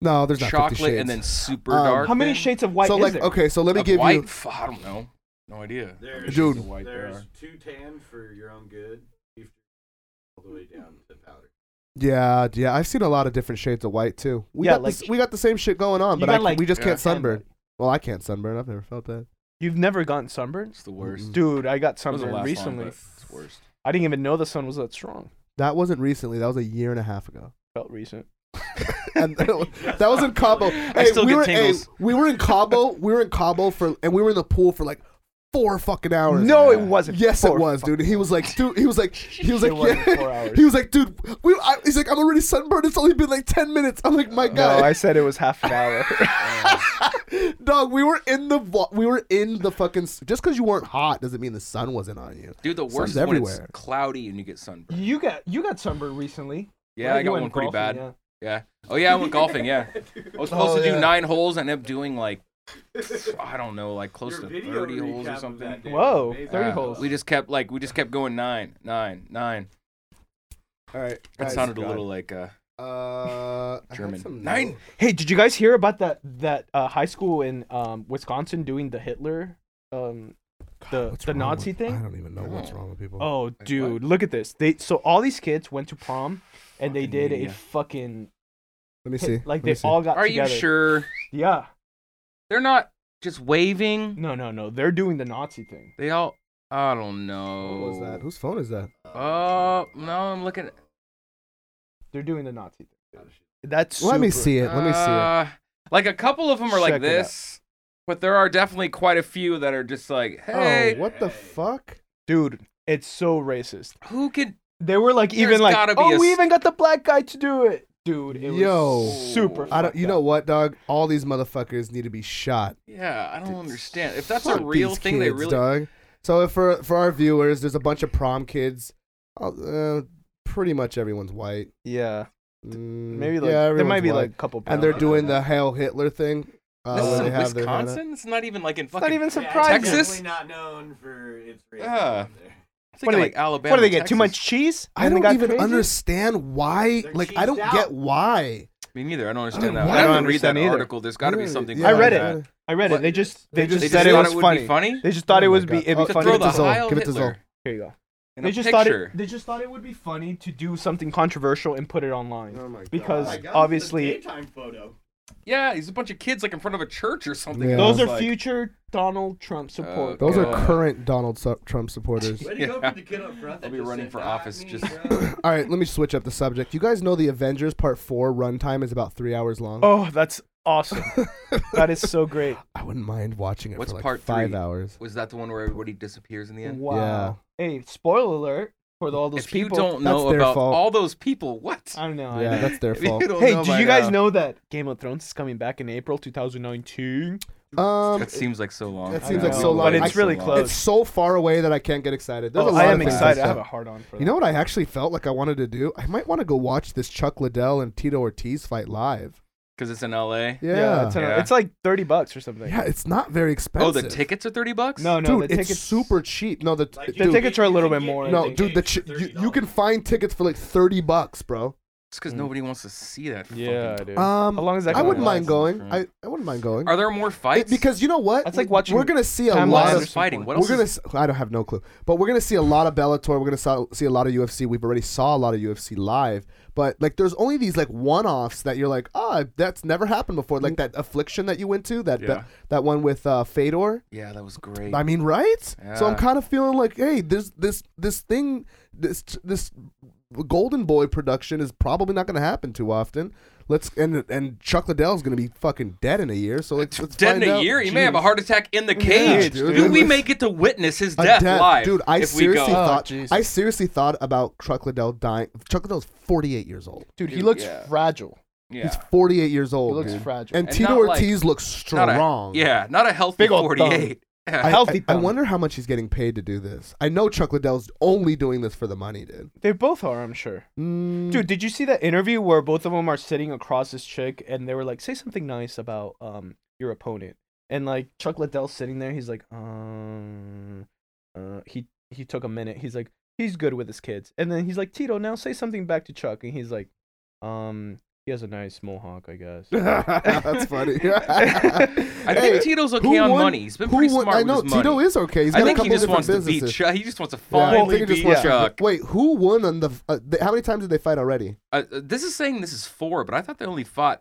[SPEAKER 6] no, there's not 50
[SPEAKER 2] chocolate,
[SPEAKER 6] shades.
[SPEAKER 2] and then super
[SPEAKER 6] Um,
[SPEAKER 2] dark.
[SPEAKER 7] How many
[SPEAKER 2] then?
[SPEAKER 7] shades of white
[SPEAKER 6] so
[SPEAKER 7] is
[SPEAKER 6] like
[SPEAKER 7] there?
[SPEAKER 6] okay, so let me
[SPEAKER 2] Of
[SPEAKER 6] give
[SPEAKER 2] white?
[SPEAKER 6] you
[SPEAKER 2] F- I don't know. No idea.
[SPEAKER 8] There's,
[SPEAKER 6] Dude.
[SPEAKER 8] there's two tan for your own good, beef all the way down to powder.
[SPEAKER 6] Yeah, yeah, I've seen a lot of different shades of white too. We
[SPEAKER 7] Yeah,
[SPEAKER 6] got
[SPEAKER 7] like-
[SPEAKER 6] this, we got the same shit going on,
[SPEAKER 7] You
[SPEAKER 6] but
[SPEAKER 7] got,
[SPEAKER 6] I,
[SPEAKER 7] like-
[SPEAKER 6] we just
[SPEAKER 2] Yeah.
[SPEAKER 6] can't sunburn. Well, I can't sunburn. I've never felt that.
[SPEAKER 7] You've never gotten sunburned?
[SPEAKER 2] It's the worst.
[SPEAKER 7] Dude, I got
[SPEAKER 2] It was the
[SPEAKER 7] sunburned
[SPEAKER 2] last one,
[SPEAKER 7] recently.
[SPEAKER 2] but it's worst.
[SPEAKER 7] I didn't even know the sun was that strong.
[SPEAKER 6] That wasn't recently. That was a year and a half ago.
[SPEAKER 7] Felt recent.
[SPEAKER 6] And that was in Cabo. Hey,
[SPEAKER 2] still
[SPEAKER 6] we
[SPEAKER 2] get
[SPEAKER 6] were hey,
[SPEAKER 2] tingles.
[SPEAKER 6] we were in Cabo. We were in Cabo for and we were in the pool for like four fucking hours.
[SPEAKER 7] No, it wasn't.
[SPEAKER 6] Yes,
[SPEAKER 7] Four
[SPEAKER 6] it was, dude. He was like, dude. He was like, he was
[SPEAKER 7] It
[SPEAKER 6] like,
[SPEAKER 7] wasn't
[SPEAKER 6] yeah.
[SPEAKER 7] four hours.
[SPEAKER 6] He was like, dude. We, I, he's like, I'm already sunburned. It's only been like ten minutes. I'm like, my
[SPEAKER 7] No,
[SPEAKER 6] god.
[SPEAKER 7] I said it was half an hour.
[SPEAKER 6] Dog, we were in the vo- we were in the fucking s- just because you weren't hot doesn't mean the sun wasn't on you.
[SPEAKER 2] Dude, the worst
[SPEAKER 6] Sun's
[SPEAKER 2] is when it's
[SPEAKER 6] everywhere.
[SPEAKER 2] cloudy and you get sunburned.
[SPEAKER 7] you got you got sunburned recently.
[SPEAKER 2] Yeah,
[SPEAKER 7] Right?
[SPEAKER 2] I
[SPEAKER 7] You
[SPEAKER 2] got
[SPEAKER 7] went
[SPEAKER 2] one pretty
[SPEAKER 7] golfing,
[SPEAKER 2] bad.
[SPEAKER 7] yeah.
[SPEAKER 2] Yeah. Oh yeah, I went golfing. Yeah, I was supposed
[SPEAKER 6] Oh,
[SPEAKER 2] to do
[SPEAKER 6] yeah.
[SPEAKER 2] nine holes. I ended up doing like I don't know, like close to thirty
[SPEAKER 8] recap of
[SPEAKER 2] holes or
[SPEAKER 8] that
[SPEAKER 2] something.
[SPEAKER 8] day
[SPEAKER 7] Whoa,
[SPEAKER 8] was amazing.
[SPEAKER 7] 30
[SPEAKER 2] Yeah.
[SPEAKER 7] holes.
[SPEAKER 2] We just kept like we just kept going nine, nine, nine.
[SPEAKER 6] All right,
[SPEAKER 2] That sounded a little like uh,
[SPEAKER 6] uh, I had
[SPEAKER 2] German.
[SPEAKER 6] some
[SPEAKER 2] Nine.
[SPEAKER 7] Hey, did you guys hear about that that uh, high school in um, Wisconsin doing the Hitler um, the
[SPEAKER 6] What's
[SPEAKER 7] the
[SPEAKER 6] wrong
[SPEAKER 7] Nazi
[SPEAKER 6] with-
[SPEAKER 7] thing?
[SPEAKER 6] I don't even know what's wrong with people.
[SPEAKER 7] Oh, dude, look at this. They so all these kids went to prom and they
[SPEAKER 2] Fucking
[SPEAKER 7] did
[SPEAKER 2] media.
[SPEAKER 7] a fucking
[SPEAKER 6] let me
[SPEAKER 7] hit-
[SPEAKER 6] see.
[SPEAKER 7] like
[SPEAKER 6] Let me
[SPEAKER 7] they
[SPEAKER 6] see.
[SPEAKER 7] all got
[SPEAKER 2] Are you
[SPEAKER 7] together.
[SPEAKER 2] sure
[SPEAKER 7] Yeah.
[SPEAKER 2] they're not just waving?
[SPEAKER 7] No, no, no. They're doing the Nazi thing.
[SPEAKER 2] They all. I don't know.
[SPEAKER 6] What was that? Whose phone is that?
[SPEAKER 2] Oh no, I'm looking.
[SPEAKER 7] They're doing the Nazi thing. That's
[SPEAKER 6] Let me
[SPEAKER 7] super-
[SPEAKER 6] see it. Let me see it.
[SPEAKER 2] Uh, Like a couple of them are like
[SPEAKER 7] Check it out.
[SPEAKER 2] this, but there are definitely quite a few that are just like, hey,
[SPEAKER 6] Oh, what the fuck?
[SPEAKER 7] Dude, it's so racist.
[SPEAKER 2] who could?
[SPEAKER 7] They were like
[SPEAKER 2] There's
[SPEAKER 7] even like
[SPEAKER 2] gotta be
[SPEAKER 7] oh,
[SPEAKER 2] a
[SPEAKER 7] we
[SPEAKER 2] s-
[SPEAKER 7] even got the black guy to do it. Dude, it
[SPEAKER 6] Yo.
[SPEAKER 7] was super
[SPEAKER 6] I don't.
[SPEAKER 7] fucked
[SPEAKER 6] You
[SPEAKER 7] up.
[SPEAKER 6] know what, dog? All these motherfuckers need to be shot.
[SPEAKER 2] Yeah, I don't understand. If that's
[SPEAKER 6] Fuck
[SPEAKER 2] a real
[SPEAKER 6] these
[SPEAKER 2] thing, they
[SPEAKER 6] kids,
[SPEAKER 2] really.
[SPEAKER 6] dog. So if for for our viewers, there's a bunch of prom kids. Uh, pretty much everyone's white.
[SPEAKER 7] Yeah.
[SPEAKER 6] Mm,
[SPEAKER 7] Maybe like
[SPEAKER 6] yeah,
[SPEAKER 7] there might
[SPEAKER 6] everyone's
[SPEAKER 7] be
[SPEAKER 6] white.
[SPEAKER 7] like a couple
[SPEAKER 6] and they're
[SPEAKER 7] brown
[SPEAKER 6] doing the Hail Hitler thing. Uh,
[SPEAKER 2] This
[SPEAKER 6] where
[SPEAKER 2] is
[SPEAKER 6] they
[SPEAKER 2] in
[SPEAKER 6] have their hand
[SPEAKER 2] Wisconsin. It's not even like in
[SPEAKER 7] It's not
[SPEAKER 2] fucking.
[SPEAKER 7] even
[SPEAKER 8] Yeah, it's
[SPEAKER 7] surprising.
[SPEAKER 2] Texas?
[SPEAKER 8] definitely not known for its racism
[SPEAKER 2] Yeah.
[SPEAKER 8] there.
[SPEAKER 2] I'm
[SPEAKER 7] What do
[SPEAKER 2] thinking
[SPEAKER 7] they
[SPEAKER 2] like Alabama.
[SPEAKER 7] What do they get? Too
[SPEAKER 2] Texas.
[SPEAKER 7] much cheese?
[SPEAKER 6] up. I
[SPEAKER 7] And they
[SPEAKER 6] don't
[SPEAKER 7] got
[SPEAKER 6] even
[SPEAKER 7] crazy?
[SPEAKER 6] understand why.
[SPEAKER 8] They're
[SPEAKER 6] like, I don't
[SPEAKER 8] cheesed out.
[SPEAKER 6] get why.
[SPEAKER 2] Me neither. I don't
[SPEAKER 6] don't
[SPEAKER 2] understand that.
[SPEAKER 6] know.
[SPEAKER 2] I
[SPEAKER 6] I
[SPEAKER 2] have
[SPEAKER 6] don't
[SPEAKER 2] to read that
[SPEAKER 7] understand either.
[SPEAKER 2] article. There's got to be
[SPEAKER 6] Yeah,
[SPEAKER 2] something.
[SPEAKER 6] yeah,
[SPEAKER 7] I
[SPEAKER 2] like
[SPEAKER 7] read
[SPEAKER 2] that.
[SPEAKER 7] it. I read it. They just they,
[SPEAKER 6] They
[SPEAKER 7] just,
[SPEAKER 2] They
[SPEAKER 6] just
[SPEAKER 2] just
[SPEAKER 7] said it
[SPEAKER 2] thought
[SPEAKER 7] was
[SPEAKER 2] would
[SPEAKER 7] funny.
[SPEAKER 2] be funny.
[SPEAKER 7] They just thought
[SPEAKER 6] Oh
[SPEAKER 7] it
[SPEAKER 6] my
[SPEAKER 7] was be
[SPEAKER 6] God.
[SPEAKER 7] it'd be
[SPEAKER 6] Oh,
[SPEAKER 2] To
[SPEAKER 6] Funny.
[SPEAKER 2] throw
[SPEAKER 7] funny.
[SPEAKER 6] Give it to
[SPEAKER 2] the
[SPEAKER 6] Zol.
[SPEAKER 2] Heil
[SPEAKER 6] Give it to Zol.
[SPEAKER 2] Hitler
[SPEAKER 7] Here you go.
[SPEAKER 2] in
[SPEAKER 7] They
[SPEAKER 2] a
[SPEAKER 7] just thought
[SPEAKER 2] picture.
[SPEAKER 7] it, they just thought it would be funny to do something controversial and put it online
[SPEAKER 6] my
[SPEAKER 7] because
[SPEAKER 8] Oh my God, this is a
[SPEAKER 7] obviously
[SPEAKER 8] daytime photo.
[SPEAKER 2] Yeah, he's a bunch of kids like in front of a church or something.
[SPEAKER 6] Yeah.
[SPEAKER 2] I
[SPEAKER 7] Those
[SPEAKER 2] was
[SPEAKER 7] are
[SPEAKER 2] like,
[SPEAKER 7] future Donald Trump support.
[SPEAKER 6] Those
[SPEAKER 2] Oh, God.
[SPEAKER 6] are current Donald Su- Trump supporters.
[SPEAKER 8] Way to go for the kid up front.
[SPEAKER 2] I'll
[SPEAKER 8] that
[SPEAKER 2] be
[SPEAKER 8] just
[SPEAKER 2] running
[SPEAKER 8] said,
[SPEAKER 2] for
[SPEAKER 8] "Not
[SPEAKER 2] office
[SPEAKER 8] me,
[SPEAKER 2] just-
[SPEAKER 8] bro."
[SPEAKER 6] All right, let me switch up the subject. You guys know the Avengers Part Four runtime is about three hours long.
[SPEAKER 7] oh, that's awesome. that is so great.
[SPEAKER 6] I wouldn't mind watching it
[SPEAKER 2] What's
[SPEAKER 6] for like
[SPEAKER 2] part
[SPEAKER 6] five
[SPEAKER 2] three?
[SPEAKER 6] hours.
[SPEAKER 2] Was that the one where everybody disappears in the end?
[SPEAKER 7] Wow. Hey, spoiler alert for the- all those
[SPEAKER 2] if
[SPEAKER 7] people.
[SPEAKER 2] you don't
[SPEAKER 6] that's
[SPEAKER 2] know
[SPEAKER 6] their
[SPEAKER 2] about
[SPEAKER 6] fault.
[SPEAKER 2] all those people, what?
[SPEAKER 7] I don't know. I
[SPEAKER 6] Yeah,
[SPEAKER 7] know.
[SPEAKER 6] that's their
[SPEAKER 2] If you
[SPEAKER 6] fault.
[SPEAKER 2] don't
[SPEAKER 7] Hey,
[SPEAKER 2] know
[SPEAKER 7] did
[SPEAKER 2] by
[SPEAKER 7] you guys
[SPEAKER 2] now-
[SPEAKER 7] know that Game of Thrones is coming back in April 2019?
[SPEAKER 6] Um,
[SPEAKER 2] That seems like so long.
[SPEAKER 6] That
[SPEAKER 2] I
[SPEAKER 6] seems
[SPEAKER 2] know.
[SPEAKER 6] like so long.
[SPEAKER 7] But it's
[SPEAKER 6] I-
[SPEAKER 7] really
[SPEAKER 2] so long.
[SPEAKER 7] close.
[SPEAKER 6] it's so far away that I can't get excited. There's a
[SPEAKER 7] Oh,
[SPEAKER 6] lot
[SPEAKER 7] I
[SPEAKER 6] of
[SPEAKER 7] am
[SPEAKER 6] things
[SPEAKER 7] excited. I have
[SPEAKER 6] said.
[SPEAKER 7] a hard on for that.
[SPEAKER 6] You know what I actually felt like I wanted to do? I might want to go watch this Chuck Liddell and Tito Ortiz fight live.
[SPEAKER 2] Because it's in LA.
[SPEAKER 6] Yeah,
[SPEAKER 7] it's,
[SPEAKER 6] it's,
[SPEAKER 7] an-
[SPEAKER 2] Yeah.
[SPEAKER 7] it's like 30 bucks or something.
[SPEAKER 6] yeah, it's not very expensive.
[SPEAKER 2] Oh, the tickets are thirty bucks.
[SPEAKER 7] No,
[SPEAKER 6] dude,
[SPEAKER 7] no, the
[SPEAKER 6] it's
[SPEAKER 7] tickets
[SPEAKER 6] super cheap. No, the
[SPEAKER 8] Like,
[SPEAKER 6] dude,
[SPEAKER 8] you can
[SPEAKER 7] tickets
[SPEAKER 8] get-
[SPEAKER 7] are a
[SPEAKER 8] you
[SPEAKER 7] little
[SPEAKER 8] can
[SPEAKER 7] bit
[SPEAKER 8] get
[SPEAKER 7] more, I
[SPEAKER 6] no,
[SPEAKER 7] think
[SPEAKER 6] dude, the chi- you, you can find tickets for like thirty bucks, bro.
[SPEAKER 2] it's because nobody wants to see that. fucking-
[SPEAKER 7] Yeah, dude.
[SPEAKER 6] Um,
[SPEAKER 7] How long is that?
[SPEAKER 6] I
[SPEAKER 7] gonna
[SPEAKER 6] wouldn't
[SPEAKER 7] last?
[SPEAKER 6] mind going.
[SPEAKER 2] Mhm.
[SPEAKER 6] I, I wouldn't mind going.
[SPEAKER 2] Are there more
[SPEAKER 6] It-
[SPEAKER 2] fights?
[SPEAKER 6] because you know what?
[SPEAKER 7] That's like
[SPEAKER 6] We're-
[SPEAKER 7] watching
[SPEAKER 6] We're gonna see a
[SPEAKER 7] Time
[SPEAKER 6] lot
[SPEAKER 2] why
[SPEAKER 7] Lion
[SPEAKER 6] of
[SPEAKER 2] is fighting? What
[SPEAKER 6] we're
[SPEAKER 2] else?
[SPEAKER 6] gonna.
[SPEAKER 2] is-
[SPEAKER 6] s I don't have no clue, but we're gonna see a lot of Bellator. We're gonna saw, see a lot of UFC. We've already saw a lot of UFC live, but like, there's only these like one-offs that you're like, ah, that's never happened before. Like
[SPEAKER 7] Mm.
[SPEAKER 6] that affliction that you went to, that
[SPEAKER 2] Yeah.
[SPEAKER 6] that one with uh, Fedor.
[SPEAKER 2] yeah, that was great.
[SPEAKER 6] I mean, right? So I'm
[SPEAKER 2] Yeah.
[SPEAKER 6] kind of feeling like, hey, this this this thing, this this Golden Boy production is probably not gonna happen too often. Let's and and Chuck Liddell's gonna be fucking dead in a year. So let's, let's
[SPEAKER 2] Dead
[SPEAKER 6] find
[SPEAKER 2] in a
[SPEAKER 6] out.
[SPEAKER 2] year, he may have a heart attack in the
[SPEAKER 6] Yeah,
[SPEAKER 2] cage.
[SPEAKER 6] dude.
[SPEAKER 2] do we may get to witness his
[SPEAKER 6] A
[SPEAKER 2] death, live?
[SPEAKER 6] dude. I
[SPEAKER 2] if
[SPEAKER 6] seriously
[SPEAKER 2] we go.
[SPEAKER 6] thought.
[SPEAKER 7] Oh, Jesus.
[SPEAKER 6] I seriously thought about Chuck Liddell dying. Chuck Liddell's 48 years old.
[SPEAKER 7] Dude, he
[SPEAKER 2] Dude,
[SPEAKER 7] looks
[SPEAKER 2] yeah.
[SPEAKER 7] fragile.
[SPEAKER 6] He's
[SPEAKER 2] yeah,
[SPEAKER 6] 48 years old.
[SPEAKER 7] He looks
[SPEAKER 6] dude.
[SPEAKER 7] fragile.
[SPEAKER 6] And,
[SPEAKER 2] And
[SPEAKER 6] Tito
[SPEAKER 2] not like-
[SPEAKER 6] Ortiz looks
[SPEAKER 2] not a-
[SPEAKER 6] strong.
[SPEAKER 2] yeah, not a healthy
[SPEAKER 7] Big old
[SPEAKER 6] I,
[SPEAKER 2] forty-eight.
[SPEAKER 6] I-
[SPEAKER 7] Healthy
[SPEAKER 6] I,
[SPEAKER 7] thumb.
[SPEAKER 6] wonder how much he's getting paid to do this. I know Chuck Liddell's only doing this for the money, dude.
[SPEAKER 7] They both are, I'm sure.
[SPEAKER 6] Mm,
[SPEAKER 7] Dude, did you see that interview where both of them are sitting across this chick and they were like, "Say something nice about um your opponent," and like Chuck Liddell's sitting there, he's like, um, uh, he he took a minute, he's like, he's good with his kids, and then he's like, Tito, now say something back to Chuck, and he's like, um, he has a nice mohawk, I guess.
[SPEAKER 6] Oh, that's funny.
[SPEAKER 2] I
[SPEAKER 6] Hey,
[SPEAKER 2] think Tito's
[SPEAKER 6] who
[SPEAKER 2] okay on
[SPEAKER 6] won-
[SPEAKER 2] money. He's been
[SPEAKER 6] who
[SPEAKER 2] pretty
[SPEAKER 6] won-
[SPEAKER 2] smart
[SPEAKER 6] I know
[SPEAKER 2] with his
[SPEAKER 6] Tito
[SPEAKER 2] money.
[SPEAKER 6] is okay. He's got
[SPEAKER 2] I think
[SPEAKER 6] a
[SPEAKER 2] he
[SPEAKER 6] couple
[SPEAKER 2] just
[SPEAKER 6] different
[SPEAKER 2] wants
[SPEAKER 6] businesses.
[SPEAKER 2] to beat Chuck. He just wants to
[SPEAKER 6] Yeah, I
[SPEAKER 2] finally
[SPEAKER 6] think he
[SPEAKER 2] beat
[SPEAKER 6] just wants to-
[SPEAKER 2] Chuck.
[SPEAKER 6] Wait, who won on the? Uh, they, how many times did they fight already?
[SPEAKER 2] Uh, uh, this is saying this is four, but I thought they only fought.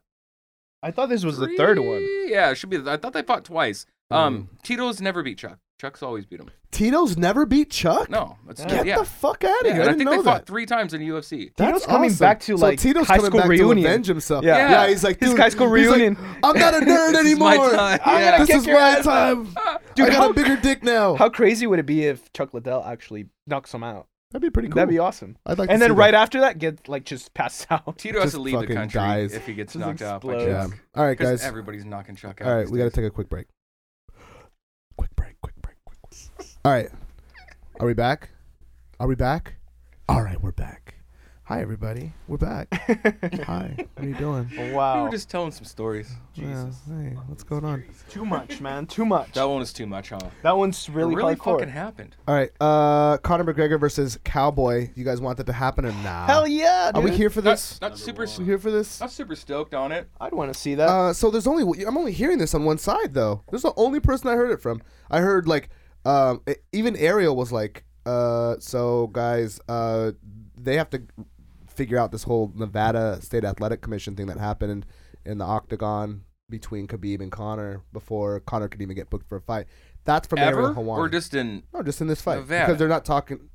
[SPEAKER 7] I thought this was the third one.
[SPEAKER 2] three? Yeah, it should be. I thought they fought twice. Um, Tito's never beat Chuck. Chuck's always beat him.
[SPEAKER 6] Tito's never beat Chuck.
[SPEAKER 2] No, that's
[SPEAKER 6] Get
[SPEAKER 2] yeah.
[SPEAKER 6] the fuck out of
[SPEAKER 2] Yeah,
[SPEAKER 6] here!
[SPEAKER 2] and
[SPEAKER 6] I
[SPEAKER 2] I
[SPEAKER 6] didn't
[SPEAKER 2] think
[SPEAKER 6] know
[SPEAKER 2] they
[SPEAKER 6] that.
[SPEAKER 2] fought three times and UFC.
[SPEAKER 7] Tito's coming back to, like,
[SPEAKER 6] so Tito's
[SPEAKER 7] high
[SPEAKER 6] coming
[SPEAKER 7] school
[SPEAKER 6] back
[SPEAKER 7] reunion.
[SPEAKER 6] to avenge himself.
[SPEAKER 7] Yeah.
[SPEAKER 6] yeah,
[SPEAKER 7] Yeah.
[SPEAKER 6] he's like,
[SPEAKER 7] His
[SPEAKER 6] dude,
[SPEAKER 7] high school
[SPEAKER 6] he's like,
[SPEAKER 7] reunion.
[SPEAKER 6] I'm not a nerd
[SPEAKER 2] This is
[SPEAKER 6] anymore.
[SPEAKER 2] my time. I'm gonna
[SPEAKER 6] this
[SPEAKER 7] kick
[SPEAKER 6] is
[SPEAKER 7] your
[SPEAKER 6] my
[SPEAKER 7] ass."
[SPEAKER 6] time.
[SPEAKER 7] Dude,
[SPEAKER 6] I got
[SPEAKER 7] how-
[SPEAKER 6] a bigger dick now.
[SPEAKER 7] How crazy would it be if Chuck Liddell actually knocks him out?
[SPEAKER 6] That'd be pretty cool.
[SPEAKER 7] That'd be awesome.
[SPEAKER 6] I'd like
[SPEAKER 7] and
[SPEAKER 6] to
[SPEAKER 7] then
[SPEAKER 6] see
[SPEAKER 7] right
[SPEAKER 6] that.
[SPEAKER 7] after that, get like just passed out.
[SPEAKER 2] Tito has
[SPEAKER 6] Just
[SPEAKER 2] to leave the
[SPEAKER 6] fucking
[SPEAKER 2] country
[SPEAKER 6] dies.
[SPEAKER 2] if he gets
[SPEAKER 7] Just
[SPEAKER 2] knocked out. by
[SPEAKER 7] explodes.
[SPEAKER 6] Yeah.
[SPEAKER 2] Chuck.
[SPEAKER 6] All right,
[SPEAKER 2] 'Cause
[SPEAKER 6] guys.
[SPEAKER 2] everybody's knocking Chuck out.
[SPEAKER 6] All right,
[SPEAKER 2] these
[SPEAKER 6] we got to
[SPEAKER 2] days.
[SPEAKER 6] take a quick break. Quick break. Quick break. Quick. break. All right. Are we back? Are we back? All right, we're back. Hi, everybody. We're back. Hi. What are you doing?
[SPEAKER 2] We were
[SPEAKER 7] Wow.
[SPEAKER 2] just telling some stories.
[SPEAKER 6] Yeah, hey, what's going on?
[SPEAKER 7] Too much, man. Too much.
[SPEAKER 2] That one is too much, huh?
[SPEAKER 7] That one's
[SPEAKER 2] It
[SPEAKER 7] really,
[SPEAKER 2] really
[SPEAKER 7] hardcore.
[SPEAKER 2] fucking happened.
[SPEAKER 6] All right, uh, Conor McGregor versus Cowboy. You guys want that to happen or not?
[SPEAKER 7] Hell yeah,
[SPEAKER 6] Are
[SPEAKER 7] dude.
[SPEAKER 6] we here for
[SPEAKER 2] Not,
[SPEAKER 6] this?
[SPEAKER 2] not super.
[SPEAKER 6] we here for this?
[SPEAKER 2] Not super stoked on it.
[SPEAKER 7] I'd want to see that.
[SPEAKER 6] Uh, so there's only I'm only hearing this on one side though. This is the only person I heard it from. I heard like um, e- even Ariel was like, uh, so guys, uh, they have to figure out this whole Nevada State Athletic Commission thing that happened in the octagon between Khabib and Connor before Connor could even get booked for a fight. That's from
[SPEAKER 2] Ever
[SPEAKER 6] Ariel Hawani.
[SPEAKER 2] or just in?
[SPEAKER 6] no, just in this fight
[SPEAKER 2] Nevada.
[SPEAKER 6] because they're not talking.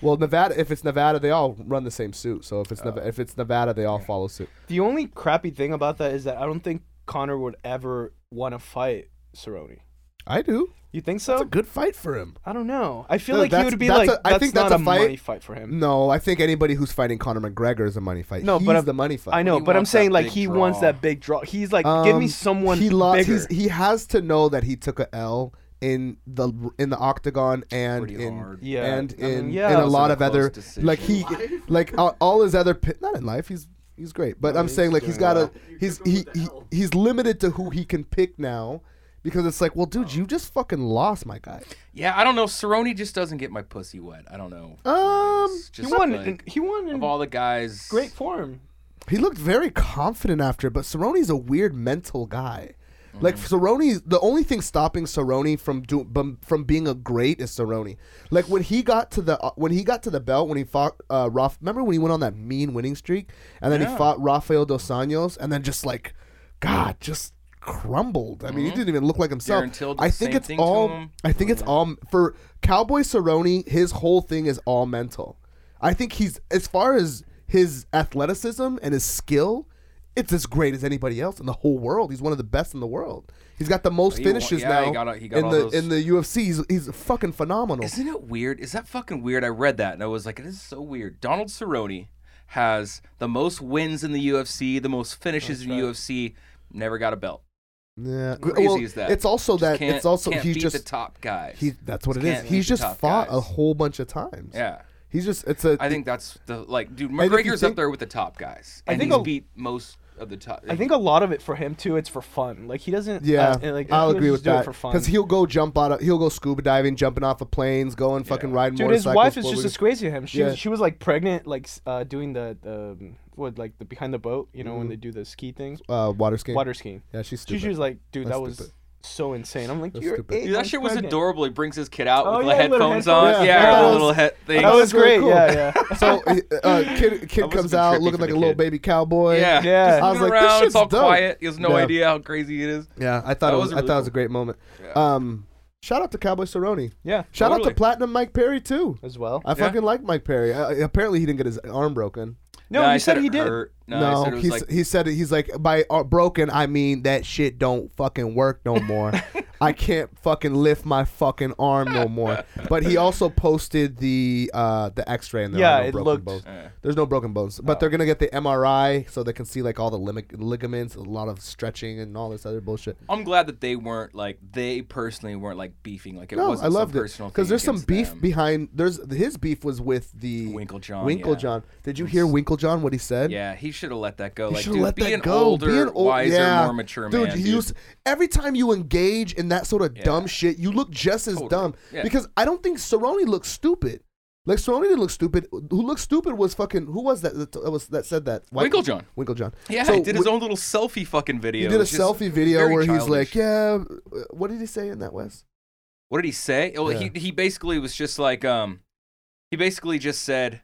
[SPEAKER 6] Well, Nevada. If it's Nevada, they all run the same suit. So if it's
[SPEAKER 2] Oh.
[SPEAKER 6] Neva- if it's Nevada, they all follow suit.
[SPEAKER 7] the only crappy thing about that is that I don't think Connor would ever want to fight Cerrone.
[SPEAKER 6] I do.
[SPEAKER 7] You think
[SPEAKER 6] That's
[SPEAKER 2] Oh.
[SPEAKER 7] so?
[SPEAKER 6] a good fight for him.
[SPEAKER 7] I don't know. I feel
[SPEAKER 6] No,
[SPEAKER 7] like he
[SPEAKER 6] that's-
[SPEAKER 7] would be
[SPEAKER 6] that's
[SPEAKER 7] like,
[SPEAKER 6] a- I
[SPEAKER 7] that's
[SPEAKER 6] think
[SPEAKER 7] not
[SPEAKER 6] that's
[SPEAKER 7] a
[SPEAKER 6] a fight-
[SPEAKER 7] money fight for him.
[SPEAKER 6] No, I think anybody who's fighting Conor McGregor is a money fight.
[SPEAKER 7] No,
[SPEAKER 6] he's
[SPEAKER 7] but I'm-
[SPEAKER 6] the money fight.
[SPEAKER 7] I know,
[SPEAKER 2] He
[SPEAKER 7] but I'm
[SPEAKER 2] wants
[SPEAKER 7] saying
[SPEAKER 2] that
[SPEAKER 7] like
[SPEAKER 2] big
[SPEAKER 7] he
[SPEAKER 2] draw.
[SPEAKER 7] wants that big draw. He's like, give me
[SPEAKER 6] Um,
[SPEAKER 7] someone
[SPEAKER 6] He lost.
[SPEAKER 7] bigger.
[SPEAKER 6] He's, he has to know that he took a L in the in the octagon and
[SPEAKER 2] Pretty
[SPEAKER 6] in
[SPEAKER 2] hard.
[SPEAKER 7] Yeah.
[SPEAKER 6] and
[SPEAKER 7] I
[SPEAKER 6] in,
[SPEAKER 7] mean, yeah,
[SPEAKER 6] in
[SPEAKER 7] it
[SPEAKER 6] a
[SPEAKER 7] was
[SPEAKER 6] lot
[SPEAKER 2] a
[SPEAKER 6] of other
[SPEAKER 2] close decision.
[SPEAKER 6] like he like all, all his other pi- not in life. He's he's great, but I'm saying like he's got to he's he, he he's limited to who he can pick now because it's like well, dude, you just fucking lost, my guy.
[SPEAKER 2] Yeah, I don't know. Cerrone just doesn't get my pussy wet. I don't know.
[SPEAKER 6] Um,
[SPEAKER 2] It's
[SPEAKER 7] he
[SPEAKER 2] just
[SPEAKER 7] won.
[SPEAKER 2] like,
[SPEAKER 7] in- he won in
[SPEAKER 2] of all the guys.
[SPEAKER 7] great form.
[SPEAKER 6] He looked very confident after, but Cerrone's a weird mental guy. Like Cerrone, the only thing stopping Cerrone from do, bum- from being a great is Cerrone. Like when he got to the uh, when he got to the belt when he fought uh, Raf. Remember when he went on that mean winning streak and then he
[SPEAKER 2] Yeah.
[SPEAKER 6] fought Rafael dos Anjos and then just like God, just crumbled. I mean, he didn't even look like himself.
[SPEAKER 2] Darren Till did
[SPEAKER 6] I
[SPEAKER 2] the
[SPEAKER 6] think
[SPEAKER 2] same
[SPEAKER 6] it's
[SPEAKER 2] thing to
[SPEAKER 6] all.
[SPEAKER 2] him.
[SPEAKER 6] I think it's all for Cowboy Cerrone. His whole thing is all mental. I think he's as far as his athleticism and his skill. It's as great as anybody else in the whole world. He's one of the best in the world. He's got the most
[SPEAKER 2] He wa-
[SPEAKER 6] finishes
[SPEAKER 2] yeah,
[SPEAKER 6] now
[SPEAKER 2] he got all- he got
[SPEAKER 6] in
[SPEAKER 2] all
[SPEAKER 6] the
[SPEAKER 2] those-
[SPEAKER 6] in the UFC. He's, he's fucking phenomenal.
[SPEAKER 2] Isn't it weird? Is that fucking weird? I read that and I was like, it is so weird. Donald Cerrone has the most wins in the UFC, the most finishes in the UFC, never got a belt.
[SPEAKER 6] Yeah,
[SPEAKER 2] crazy
[SPEAKER 6] well,
[SPEAKER 2] is that?
[SPEAKER 6] It's also
[SPEAKER 2] Just
[SPEAKER 6] that
[SPEAKER 2] can't-
[SPEAKER 6] it's also
[SPEAKER 2] can't
[SPEAKER 6] he's
[SPEAKER 2] beat
[SPEAKER 6] just
[SPEAKER 2] the top guys.
[SPEAKER 6] he. That's what it
[SPEAKER 2] Just
[SPEAKER 6] is.
[SPEAKER 2] can't beat
[SPEAKER 6] He's
[SPEAKER 2] the
[SPEAKER 6] just
[SPEAKER 2] top
[SPEAKER 6] fought a
[SPEAKER 2] guys.
[SPEAKER 6] whole bunch of times.
[SPEAKER 2] yeah.
[SPEAKER 6] he's just it's a.
[SPEAKER 2] I think that's the like, dude.
[SPEAKER 6] if you
[SPEAKER 2] McGregor's
[SPEAKER 6] think-
[SPEAKER 2] up there with the top guys,
[SPEAKER 7] I
[SPEAKER 2] and
[SPEAKER 7] think
[SPEAKER 2] he's
[SPEAKER 7] a-
[SPEAKER 2] beat most of the top.
[SPEAKER 7] I think a lot of it for him too. It's for fun. Like he doesn't.
[SPEAKER 6] Yeah,
[SPEAKER 7] uh, and, like,
[SPEAKER 6] I'll
[SPEAKER 7] he'll
[SPEAKER 6] agree
[SPEAKER 7] just
[SPEAKER 6] with
[SPEAKER 7] do it
[SPEAKER 6] that.
[SPEAKER 7] for fun.
[SPEAKER 6] Because he'll go jump out of, he'll go scuba diving, jumping off of planes, going fucking riding
[SPEAKER 7] Dude, his
[SPEAKER 6] motorcycles.
[SPEAKER 7] wife is
[SPEAKER 6] four
[SPEAKER 7] just
[SPEAKER 6] wheelers.
[SPEAKER 7] as crazy as him. She
[SPEAKER 6] Yeah.
[SPEAKER 7] was, she was like pregnant, like s- uh, doing the um, what like the behind the boat. You know when they do the ski things,
[SPEAKER 6] uh, water skiing.
[SPEAKER 7] water skiing.
[SPEAKER 6] Mm-hmm. Yeah, she's
[SPEAKER 7] She,
[SPEAKER 6] stupid.
[SPEAKER 7] she was like, dude,
[SPEAKER 6] That's
[SPEAKER 7] that was
[SPEAKER 6] stupid.
[SPEAKER 7] so insane. I'm like,
[SPEAKER 6] That's
[SPEAKER 7] you're
[SPEAKER 6] stupid.
[SPEAKER 7] eight
[SPEAKER 2] Dude, that
[SPEAKER 7] months
[SPEAKER 2] shit was
[SPEAKER 7] pregnant."
[SPEAKER 2] adorable. He brings his kid out
[SPEAKER 7] Oh,
[SPEAKER 2] with
[SPEAKER 7] yeah,
[SPEAKER 2] the
[SPEAKER 7] little
[SPEAKER 2] headphones
[SPEAKER 7] headphones.
[SPEAKER 6] Yeah, that
[SPEAKER 2] on. Yeah, the
[SPEAKER 6] was-
[SPEAKER 2] little head thing.
[SPEAKER 7] That was
[SPEAKER 6] That's really
[SPEAKER 7] great.
[SPEAKER 6] cool.
[SPEAKER 7] Yeah, yeah.
[SPEAKER 6] so he- uh, kid
[SPEAKER 2] I
[SPEAKER 6] kid
[SPEAKER 2] must've
[SPEAKER 6] comes
[SPEAKER 2] been
[SPEAKER 6] out
[SPEAKER 2] trippy
[SPEAKER 6] looking
[SPEAKER 2] for
[SPEAKER 6] like a
[SPEAKER 2] the
[SPEAKER 6] little
[SPEAKER 2] kid.
[SPEAKER 6] baby cowboy.
[SPEAKER 2] Yeah,
[SPEAKER 7] Yeah.
[SPEAKER 2] Just
[SPEAKER 7] I
[SPEAKER 6] was
[SPEAKER 2] moving
[SPEAKER 6] like, this
[SPEAKER 2] around,
[SPEAKER 6] shit's
[SPEAKER 2] it's all
[SPEAKER 6] dope.
[SPEAKER 2] quiet. He has no
[SPEAKER 6] Yeah.
[SPEAKER 2] idea how crazy it is.
[SPEAKER 6] yeah. I thought
[SPEAKER 2] That
[SPEAKER 6] it was,
[SPEAKER 2] was
[SPEAKER 6] I
[SPEAKER 2] really
[SPEAKER 6] thought it was a
[SPEAKER 2] cool.
[SPEAKER 6] great moment. Um, shout out to Cowboy Cerrone.
[SPEAKER 7] yeah,
[SPEAKER 6] Shout out
[SPEAKER 2] Totally.
[SPEAKER 6] to Platinum Mike Perry too.
[SPEAKER 7] as well.
[SPEAKER 6] I fucking like Mike Perry. Uh, apparently, he didn't get his arm broken.
[SPEAKER 7] no,
[SPEAKER 2] I
[SPEAKER 7] he said, he
[SPEAKER 2] it
[SPEAKER 7] did.
[SPEAKER 2] hurt. No,
[SPEAKER 6] No,
[SPEAKER 2] I Uh, said it was
[SPEAKER 6] he,
[SPEAKER 2] like
[SPEAKER 6] s- he said it, he's like by uh, broken I mean that shit don't fucking work no more. I can't fucking lift my fucking arm no more. But he also posted the uh the X-ray and there
[SPEAKER 7] Yeah,
[SPEAKER 6] are no
[SPEAKER 7] it
[SPEAKER 6] broken
[SPEAKER 7] looked-
[SPEAKER 6] bones.
[SPEAKER 2] Yeah. Oh.
[SPEAKER 6] There's no broken bones, but they're gonna get the MRI so they can see like all the lig- ligaments, a lot of stretching and all this other bullshit.
[SPEAKER 2] I'm glad that they weren't like they personally weren't like beefing. Like it
[SPEAKER 6] No,
[SPEAKER 2] wasn't
[SPEAKER 6] I loved
[SPEAKER 2] some
[SPEAKER 6] it
[SPEAKER 2] personal
[SPEAKER 6] because
[SPEAKER 2] thing
[SPEAKER 6] there's some
[SPEAKER 2] against
[SPEAKER 6] beef
[SPEAKER 2] them.
[SPEAKER 6] behind. There's his beef was with the
[SPEAKER 2] Winklejohn,
[SPEAKER 6] Winklejohn. Did you hear Winklejohn? What he said?
[SPEAKER 2] Yeah, he should have let that go.
[SPEAKER 6] You
[SPEAKER 2] like,
[SPEAKER 6] should
[SPEAKER 2] dude,
[SPEAKER 6] let
[SPEAKER 2] be
[SPEAKER 6] that
[SPEAKER 2] an
[SPEAKER 6] go.
[SPEAKER 2] older,
[SPEAKER 6] be an old,
[SPEAKER 2] wiser,
[SPEAKER 6] yeah.
[SPEAKER 2] more mature
[SPEAKER 6] dude,
[SPEAKER 2] man.
[SPEAKER 6] You
[SPEAKER 2] dude.
[SPEAKER 6] s- every time you engage in that sort of dumb shit, you look just as
[SPEAKER 2] Totally.
[SPEAKER 6] dumb.
[SPEAKER 2] Yeah.
[SPEAKER 6] Because I don't think Cerrone looked stupid. Like Cerrone didn't look stupid. Who looked stupid was fucking who was that? That was that said that
[SPEAKER 2] Winklejohn.
[SPEAKER 6] Winklejohn.
[SPEAKER 2] Yeah,
[SPEAKER 6] So
[SPEAKER 2] he did his
[SPEAKER 6] Wi-
[SPEAKER 2] own little selfie fucking video.
[SPEAKER 6] He did a
[SPEAKER 2] It's just
[SPEAKER 6] selfie video
[SPEAKER 2] very
[SPEAKER 6] where he's like,
[SPEAKER 2] childish.
[SPEAKER 6] "Yeah, uh, what did he say in that Wes?
[SPEAKER 2] What did he say? Well,
[SPEAKER 6] Yeah.
[SPEAKER 2] he he basically was just like um, he basically just said,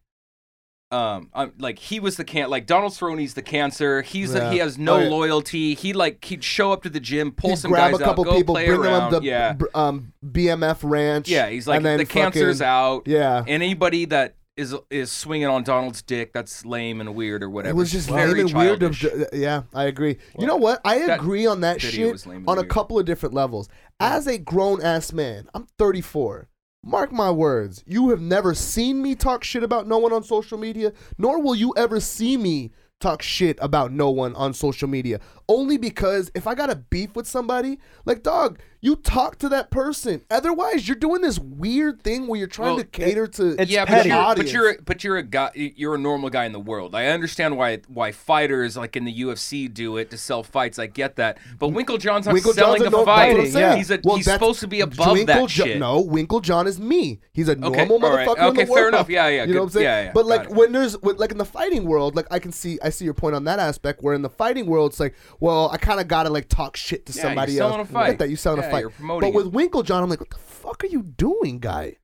[SPEAKER 2] um, I'm, like he was the can like Donald Cerrone's the cancer. He's the,
[SPEAKER 6] Yeah.
[SPEAKER 2] he has no
[SPEAKER 6] Oh, yeah.
[SPEAKER 2] loyalty. He like he'd show up to the gym, pull
[SPEAKER 6] He'd
[SPEAKER 2] some
[SPEAKER 6] grab
[SPEAKER 2] guys
[SPEAKER 6] a couple
[SPEAKER 2] out, go
[SPEAKER 6] people,
[SPEAKER 2] play
[SPEAKER 6] bring
[SPEAKER 2] around.
[SPEAKER 6] them up to
[SPEAKER 2] yeah,
[SPEAKER 6] br- um, BMF Ranch.
[SPEAKER 2] yeah. He's like
[SPEAKER 6] and then
[SPEAKER 2] the cancer's
[SPEAKER 6] fucking-
[SPEAKER 2] out.
[SPEAKER 6] Yeah,
[SPEAKER 2] Anybody that is is swinging on Donald's dick, that's lame and weird or whatever.
[SPEAKER 6] It was just
[SPEAKER 2] very
[SPEAKER 6] lame and weird.
[SPEAKER 2] childish.
[SPEAKER 6] Of, yeah, I agree. you know what? I
[SPEAKER 2] that
[SPEAKER 6] agree on that
[SPEAKER 2] video
[SPEAKER 6] shit
[SPEAKER 2] was lame and
[SPEAKER 6] on a
[SPEAKER 2] weird. Hmm.
[SPEAKER 6] couple of different levels. As a grown ass man, I'm 34. Mark my words, you have never seen me talk shit about no one on social media, nor will you ever see me talk shit about no one on social media. Only because if I got a beef with somebody, like dog, you talk to that person. Otherwise, you're doing this weird thing where you're trying
[SPEAKER 2] Well,
[SPEAKER 6] to cater to
[SPEAKER 7] it's
[SPEAKER 2] yeah,
[SPEAKER 7] petty.
[SPEAKER 2] but you're, but
[SPEAKER 6] audience.
[SPEAKER 2] you're a- but you're a guy. You're a normal guy in the world. I understand why why fighters like in the UFC do it to sell fights. I get that. But Winklejohn's not
[SPEAKER 6] Winklejohn's
[SPEAKER 2] selling
[SPEAKER 6] a
[SPEAKER 2] the
[SPEAKER 6] no-
[SPEAKER 2] fight.
[SPEAKER 6] that's what I'm saying.
[SPEAKER 2] He's a,
[SPEAKER 6] Well,
[SPEAKER 2] he's
[SPEAKER 6] that's-
[SPEAKER 2] supposed to be above that
[SPEAKER 6] Winklejo-
[SPEAKER 2] shit.
[SPEAKER 6] No, Winklejohn is me. He's a
[SPEAKER 2] Okay,
[SPEAKER 6] normal
[SPEAKER 2] all right,
[SPEAKER 6] motherfucker in the
[SPEAKER 2] okay, fair
[SPEAKER 6] world.
[SPEAKER 2] enough. Yeah, yeah,
[SPEAKER 6] You know what I'm
[SPEAKER 2] good.
[SPEAKER 6] saying?
[SPEAKER 2] Yeah, yeah,
[SPEAKER 6] But
[SPEAKER 2] got
[SPEAKER 6] like
[SPEAKER 2] it.
[SPEAKER 6] when there's when, like in the fighting world, like I can see I see your point on that aspect. Where in the fighting world, it's like, well, I kind of gotta like talk shit to
[SPEAKER 2] Yeah, you're
[SPEAKER 6] somebody
[SPEAKER 2] selling
[SPEAKER 6] else.
[SPEAKER 2] a fight.
[SPEAKER 6] I get that you selling a
[SPEAKER 2] Yeah,
[SPEAKER 6] fight.
[SPEAKER 2] you're promoting
[SPEAKER 6] but with
[SPEAKER 2] it.
[SPEAKER 6] Winklejohn, I'm like, what the fuck are you doing, guy?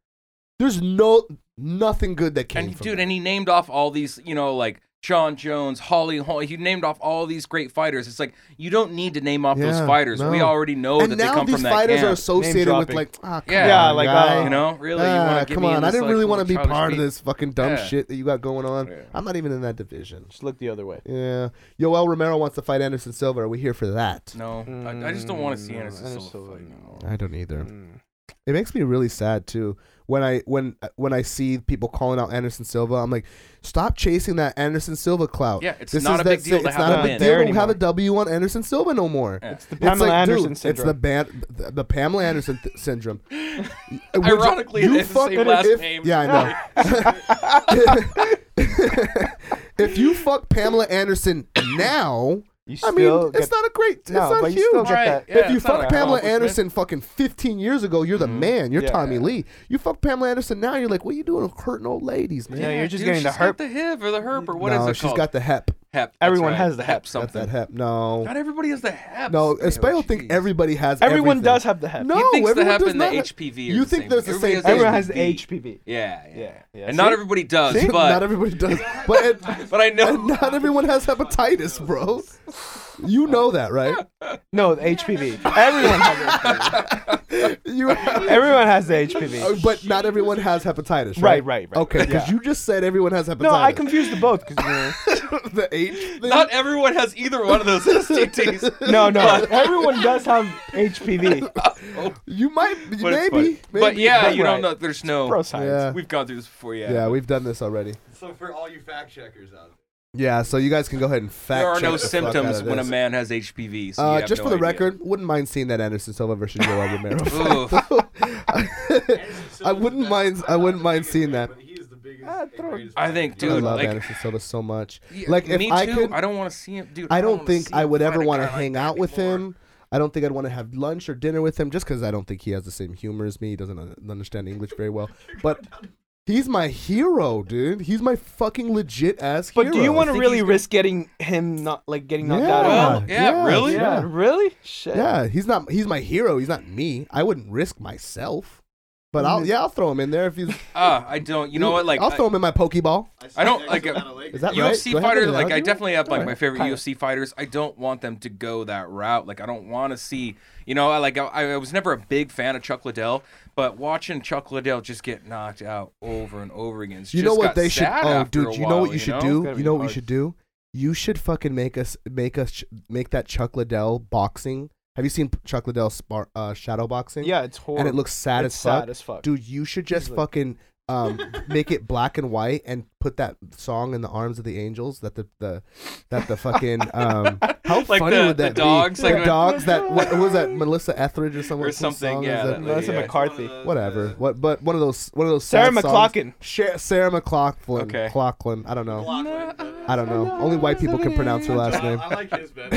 [SPEAKER 6] There's no nothing good that came
[SPEAKER 2] and
[SPEAKER 6] from
[SPEAKER 2] dude,
[SPEAKER 6] that.
[SPEAKER 2] and he named off all these, you know, like John Jones, Holly Holm. He named off all these great fighters. It's like you don't need to name off those
[SPEAKER 6] Yeah,
[SPEAKER 2] fighters. We
[SPEAKER 6] no.
[SPEAKER 2] already know
[SPEAKER 6] and
[SPEAKER 2] that
[SPEAKER 6] now
[SPEAKER 2] they come
[SPEAKER 6] these
[SPEAKER 2] from that
[SPEAKER 6] fighters
[SPEAKER 2] camp.
[SPEAKER 6] are associated with
[SPEAKER 7] dropping.
[SPEAKER 6] like, ah, come
[SPEAKER 2] Yeah.
[SPEAKER 6] on,
[SPEAKER 2] Yeah,
[SPEAKER 7] like,
[SPEAKER 6] guy.
[SPEAKER 7] uh,
[SPEAKER 2] you know, really. you
[SPEAKER 6] Ah,
[SPEAKER 2] wanna get
[SPEAKER 6] come
[SPEAKER 2] me in
[SPEAKER 6] on! I
[SPEAKER 2] this,
[SPEAKER 6] didn't
[SPEAKER 2] like,
[SPEAKER 6] really want to
[SPEAKER 2] little
[SPEAKER 6] be
[SPEAKER 2] childish
[SPEAKER 6] part of
[SPEAKER 2] beat?
[SPEAKER 6] this fucking dumb
[SPEAKER 2] Yeah.
[SPEAKER 6] shit that you got going on.
[SPEAKER 2] Yeah.
[SPEAKER 6] I'm not even in that division.
[SPEAKER 7] Just look the other way.
[SPEAKER 6] Yeah, Yoel Romero wants to fight Anderson Silva. Are we here for that?
[SPEAKER 2] No, I, I just don't want to see
[SPEAKER 7] Mm, no,
[SPEAKER 2] Anderson
[SPEAKER 7] Anderson
[SPEAKER 2] Silva
[SPEAKER 7] Silva,
[SPEAKER 2] fight.
[SPEAKER 7] no.
[SPEAKER 6] I don't either.
[SPEAKER 2] Mm.
[SPEAKER 6] It makes me really sad too when I when uh, when I see people calling out Anderson Silva. I'm like, stop chasing that Anderson Silva clout.
[SPEAKER 2] Yeah, it's
[SPEAKER 6] This
[SPEAKER 2] not
[SPEAKER 6] is
[SPEAKER 2] a
[SPEAKER 6] that
[SPEAKER 2] big
[SPEAKER 6] si-
[SPEAKER 2] deal to
[SPEAKER 6] it's
[SPEAKER 2] have
[SPEAKER 6] not
[SPEAKER 2] a
[SPEAKER 6] a big
[SPEAKER 2] win.
[SPEAKER 6] deal to
[SPEAKER 7] There
[SPEAKER 6] have a
[SPEAKER 7] anymore.
[SPEAKER 6] W on Anderson Silva no more.
[SPEAKER 2] Yeah.
[SPEAKER 7] It's the Pamela
[SPEAKER 6] like, dude,
[SPEAKER 7] Anderson syndrome.
[SPEAKER 6] It's the, ban- the, the Pamela Anderson th- syndrome. Would you-
[SPEAKER 2] Ironically, it is the same last
[SPEAKER 6] if,
[SPEAKER 2] name.
[SPEAKER 6] Yeah, I know. if you fuck Pamela Anderson now,
[SPEAKER 7] You
[SPEAKER 6] I mean,
[SPEAKER 7] still
[SPEAKER 6] it's
[SPEAKER 7] get-
[SPEAKER 6] not a great,
[SPEAKER 7] No,
[SPEAKER 6] it's not
[SPEAKER 7] but
[SPEAKER 6] huge.
[SPEAKER 7] you still get
[SPEAKER 2] Right,
[SPEAKER 7] that.
[SPEAKER 2] yeah,
[SPEAKER 6] if you
[SPEAKER 2] it's not
[SPEAKER 6] fuck
[SPEAKER 2] an
[SPEAKER 6] Pamela
[SPEAKER 2] accomplishment.
[SPEAKER 6] Anderson fucking 15 years ago, you're the
[SPEAKER 2] Mm-hmm.
[SPEAKER 6] man. You're
[SPEAKER 7] Yeah.
[SPEAKER 6] Tommy Lee. You fuck Pamela Anderson now, you're like, what are you doing hurting old ladies, man?
[SPEAKER 7] Yeah, you're just
[SPEAKER 2] Dude,
[SPEAKER 7] getting the
[SPEAKER 2] she's got
[SPEAKER 7] herp.
[SPEAKER 2] the HIV or the herp or what is
[SPEAKER 6] no,
[SPEAKER 2] it
[SPEAKER 6] she's
[SPEAKER 2] called?
[SPEAKER 6] got the hep.
[SPEAKER 2] hep. that's
[SPEAKER 7] Everyone
[SPEAKER 2] right.
[SPEAKER 7] has the hep.
[SPEAKER 6] Got
[SPEAKER 2] something.
[SPEAKER 6] that hep. No.
[SPEAKER 2] Not everybody has the hep.
[SPEAKER 6] No,
[SPEAKER 2] Spano,
[SPEAKER 6] Español think
[SPEAKER 2] jeez.
[SPEAKER 6] everybody has
[SPEAKER 7] Everyone
[SPEAKER 6] everything.
[SPEAKER 7] does have the hep.
[SPEAKER 6] No,
[SPEAKER 2] He thinks the
[SPEAKER 6] everyone
[SPEAKER 2] hep
[SPEAKER 6] does
[SPEAKER 2] and the
[SPEAKER 6] not have-
[SPEAKER 2] HPV are
[SPEAKER 6] You
[SPEAKER 2] the
[SPEAKER 6] think
[SPEAKER 2] same.
[SPEAKER 6] there's the
[SPEAKER 2] Everybody
[SPEAKER 6] same
[SPEAKER 2] has
[SPEAKER 7] Everyone
[SPEAKER 6] thing.
[SPEAKER 7] has the HPV.
[SPEAKER 2] Yeah, yeah.
[SPEAKER 7] Yeah, yeah.
[SPEAKER 2] And
[SPEAKER 7] See?
[SPEAKER 2] not everybody does,
[SPEAKER 6] See?
[SPEAKER 2] but
[SPEAKER 6] not everybody does. But it,
[SPEAKER 2] but I know
[SPEAKER 6] not everyone has hepatitis, bro. You know that, right?
[SPEAKER 7] No, the HPV. Everyone has HPV.
[SPEAKER 6] you,
[SPEAKER 7] Everyone has the HPV.
[SPEAKER 6] Uh, but not everyone has hepatitis, right?
[SPEAKER 7] Right, right, right.
[SPEAKER 6] Okay, because
[SPEAKER 7] Yeah.
[SPEAKER 6] you just said everyone has hepatitis.
[SPEAKER 7] No, I confused the both. 'cause, you
[SPEAKER 6] the H. Thing?
[SPEAKER 2] Not everyone has either one of those STDs.
[SPEAKER 7] know. no, no. Everyone does have HPV.
[SPEAKER 6] you might, maybe,
[SPEAKER 2] But it's
[SPEAKER 6] maybe,
[SPEAKER 2] funny. But yeah, you don't
[SPEAKER 7] Right.
[SPEAKER 2] know. There's
[SPEAKER 7] Bro
[SPEAKER 2] no.
[SPEAKER 7] science.
[SPEAKER 6] Yeah.
[SPEAKER 2] We've gone through this before. Yeah.
[SPEAKER 6] yeah, we've done this already.
[SPEAKER 8] So for all you fact checkers out
[SPEAKER 6] Yeah, so you guys can go ahead and fact.
[SPEAKER 2] There are
[SPEAKER 6] check
[SPEAKER 2] no
[SPEAKER 6] the fuck out
[SPEAKER 2] symptoms
[SPEAKER 6] of
[SPEAKER 2] when a
[SPEAKER 6] this.
[SPEAKER 2] man has HPV. So you
[SPEAKER 6] Uh,
[SPEAKER 2] have
[SPEAKER 6] just
[SPEAKER 2] no
[SPEAKER 6] for the
[SPEAKER 2] idea.
[SPEAKER 6] record, wouldn't mind seeing that Anderson Silva versus Yoel Romero.
[SPEAKER 2] Oof.
[SPEAKER 6] I wouldn't mind. I wouldn't mind seeing that.
[SPEAKER 8] there, he's the biggest.
[SPEAKER 7] Ah, throw it.
[SPEAKER 2] I think,
[SPEAKER 6] I
[SPEAKER 2] dude,
[SPEAKER 6] love
[SPEAKER 2] like,
[SPEAKER 6] Anderson Silva so much.
[SPEAKER 2] yeah,
[SPEAKER 6] Like if
[SPEAKER 2] me
[SPEAKER 6] I
[SPEAKER 2] too.
[SPEAKER 6] could,
[SPEAKER 2] I don't want to see him, dude.
[SPEAKER 6] I
[SPEAKER 2] wanna
[SPEAKER 6] don't think
[SPEAKER 2] see
[SPEAKER 6] I
[SPEAKER 2] him
[SPEAKER 6] would
[SPEAKER 2] fight
[SPEAKER 6] ever
[SPEAKER 2] a
[SPEAKER 6] want to
[SPEAKER 2] guy like
[SPEAKER 6] hang
[SPEAKER 2] that
[SPEAKER 6] out with
[SPEAKER 2] anymore.
[SPEAKER 6] him. I don't think I'd want to have lunch or dinner with him just because I don't think he has the same humor as me. He doesn't un- understand English very well. But he's my hero, dude. He's my fucking legit ass
[SPEAKER 7] But
[SPEAKER 6] hero.
[SPEAKER 7] do you want to
[SPEAKER 2] think
[SPEAKER 7] really
[SPEAKER 2] he's
[SPEAKER 7] risk getting him not like getting knocked out?
[SPEAKER 2] Well,
[SPEAKER 7] At
[SPEAKER 2] yeah,
[SPEAKER 7] all?
[SPEAKER 2] really?
[SPEAKER 7] Yeah. Really? Shit.
[SPEAKER 6] Yeah, he's not. He's my hero. He's not me. I wouldn't risk myself. But
[SPEAKER 2] Mm.
[SPEAKER 6] I'll yeah, I'll throw him in there if he's.
[SPEAKER 2] Ah, I don't. You know what? Like,
[SPEAKER 6] I'll
[SPEAKER 2] I-
[SPEAKER 6] throw him in my pokeball.
[SPEAKER 2] I don't like. uh,
[SPEAKER 6] Is that right?
[SPEAKER 2] UFC
[SPEAKER 6] Do I have
[SPEAKER 2] fighters,
[SPEAKER 6] an
[SPEAKER 2] like I
[SPEAKER 6] analogy?
[SPEAKER 2] definitely have like my
[SPEAKER 6] Alright,
[SPEAKER 2] favorite
[SPEAKER 6] kinda.
[SPEAKER 2] UFC fighters. I don't want them to go that route. Like I don't want to see, you know, I like I, I was never a big fan of Chuck Liddell, but watching Chuck Liddell just get knocked out over and over again, it's
[SPEAKER 6] You
[SPEAKER 2] just
[SPEAKER 6] know what
[SPEAKER 2] got
[SPEAKER 6] they should?
[SPEAKER 2] sad
[SPEAKER 6] Oh,
[SPEAKER 2] after a
[SPEAKER 6] dude, you know
[SPEAKER 2] while,
[SPEAKER 6] what you should
[SPEAKER 2] know?
[SPEAKER 6] do?
[SPEAKER 7] gotta
[SPEAKER 6] You
[SPEAKER 7] be
[SPEAKER 6] know what you
[SPEAKER 7] hard.
[SPEAKER 6] should do? You should fucking make us make us ch- make that Chuck Liddell boxing. Have you seen Chuck Liddell spar- uh, shadow boxing?
[SPEAKER 7] Yeah, it's horrible.
[SPEAKER 6] and it looks sad
[SPEAKER 7] It's
[SPEAKER 6] as fuck.
[SPEAKER 7] sad as fuck.
[SPEAKER 6] Dude, you should just
[SPEAKER 7] Easily.
[SPEAKER 6] fucking um, make it black and white and put that song in the arms of the angels that the, the that the fucking um, how
[SPEAKER 2] Like
[SPEAKER 6] funny
[SPEAKER 2] the-
[SPEAKER 6] would
[SPEAKER 2] the
[SPEAKER 6] that
[SPEAKER 2] dogs,
[SPEAKER 6] be?
[SPEAKER 2] like
[SPEAKER 6] the
[SPEAKER 2] when-
[SPEAKER 6] dogs that what, what was that Melissa Etheridge or someone
[SPEAKER 2] Or
[SPEAKER 6] some
[SPEAKER 2] something,
[SPEAKER 6] song?
[SPEAKER 2] yeah,
[SPEAKER 6] Is
[SPEAKER 2] that
[SPEAKER 6] that-
[SPEAKER 2] lady.
[SPEAKER 7] Melissa
[SPEAKER 2] Yeah.
[SPEAKER 7] McCarthy.
[SPEAKER 6] whatever.
[SPEAKER 8] uh,
[SPEAKER 6] What? But one of those one of those
[SPEAKER 7] Sarah
[SPEAKER 6] sad songs.
[SPEAKER 7] McLachlan.
[SPEAKER 6] Sha- Sarah McLaughlin.
[SPEAKER 2] Okay.
[SPEAKER 6] McLaughlin. I don't know. I don't know. Only white people can pronounce her last name.
[SPEAKER 8] I like his better.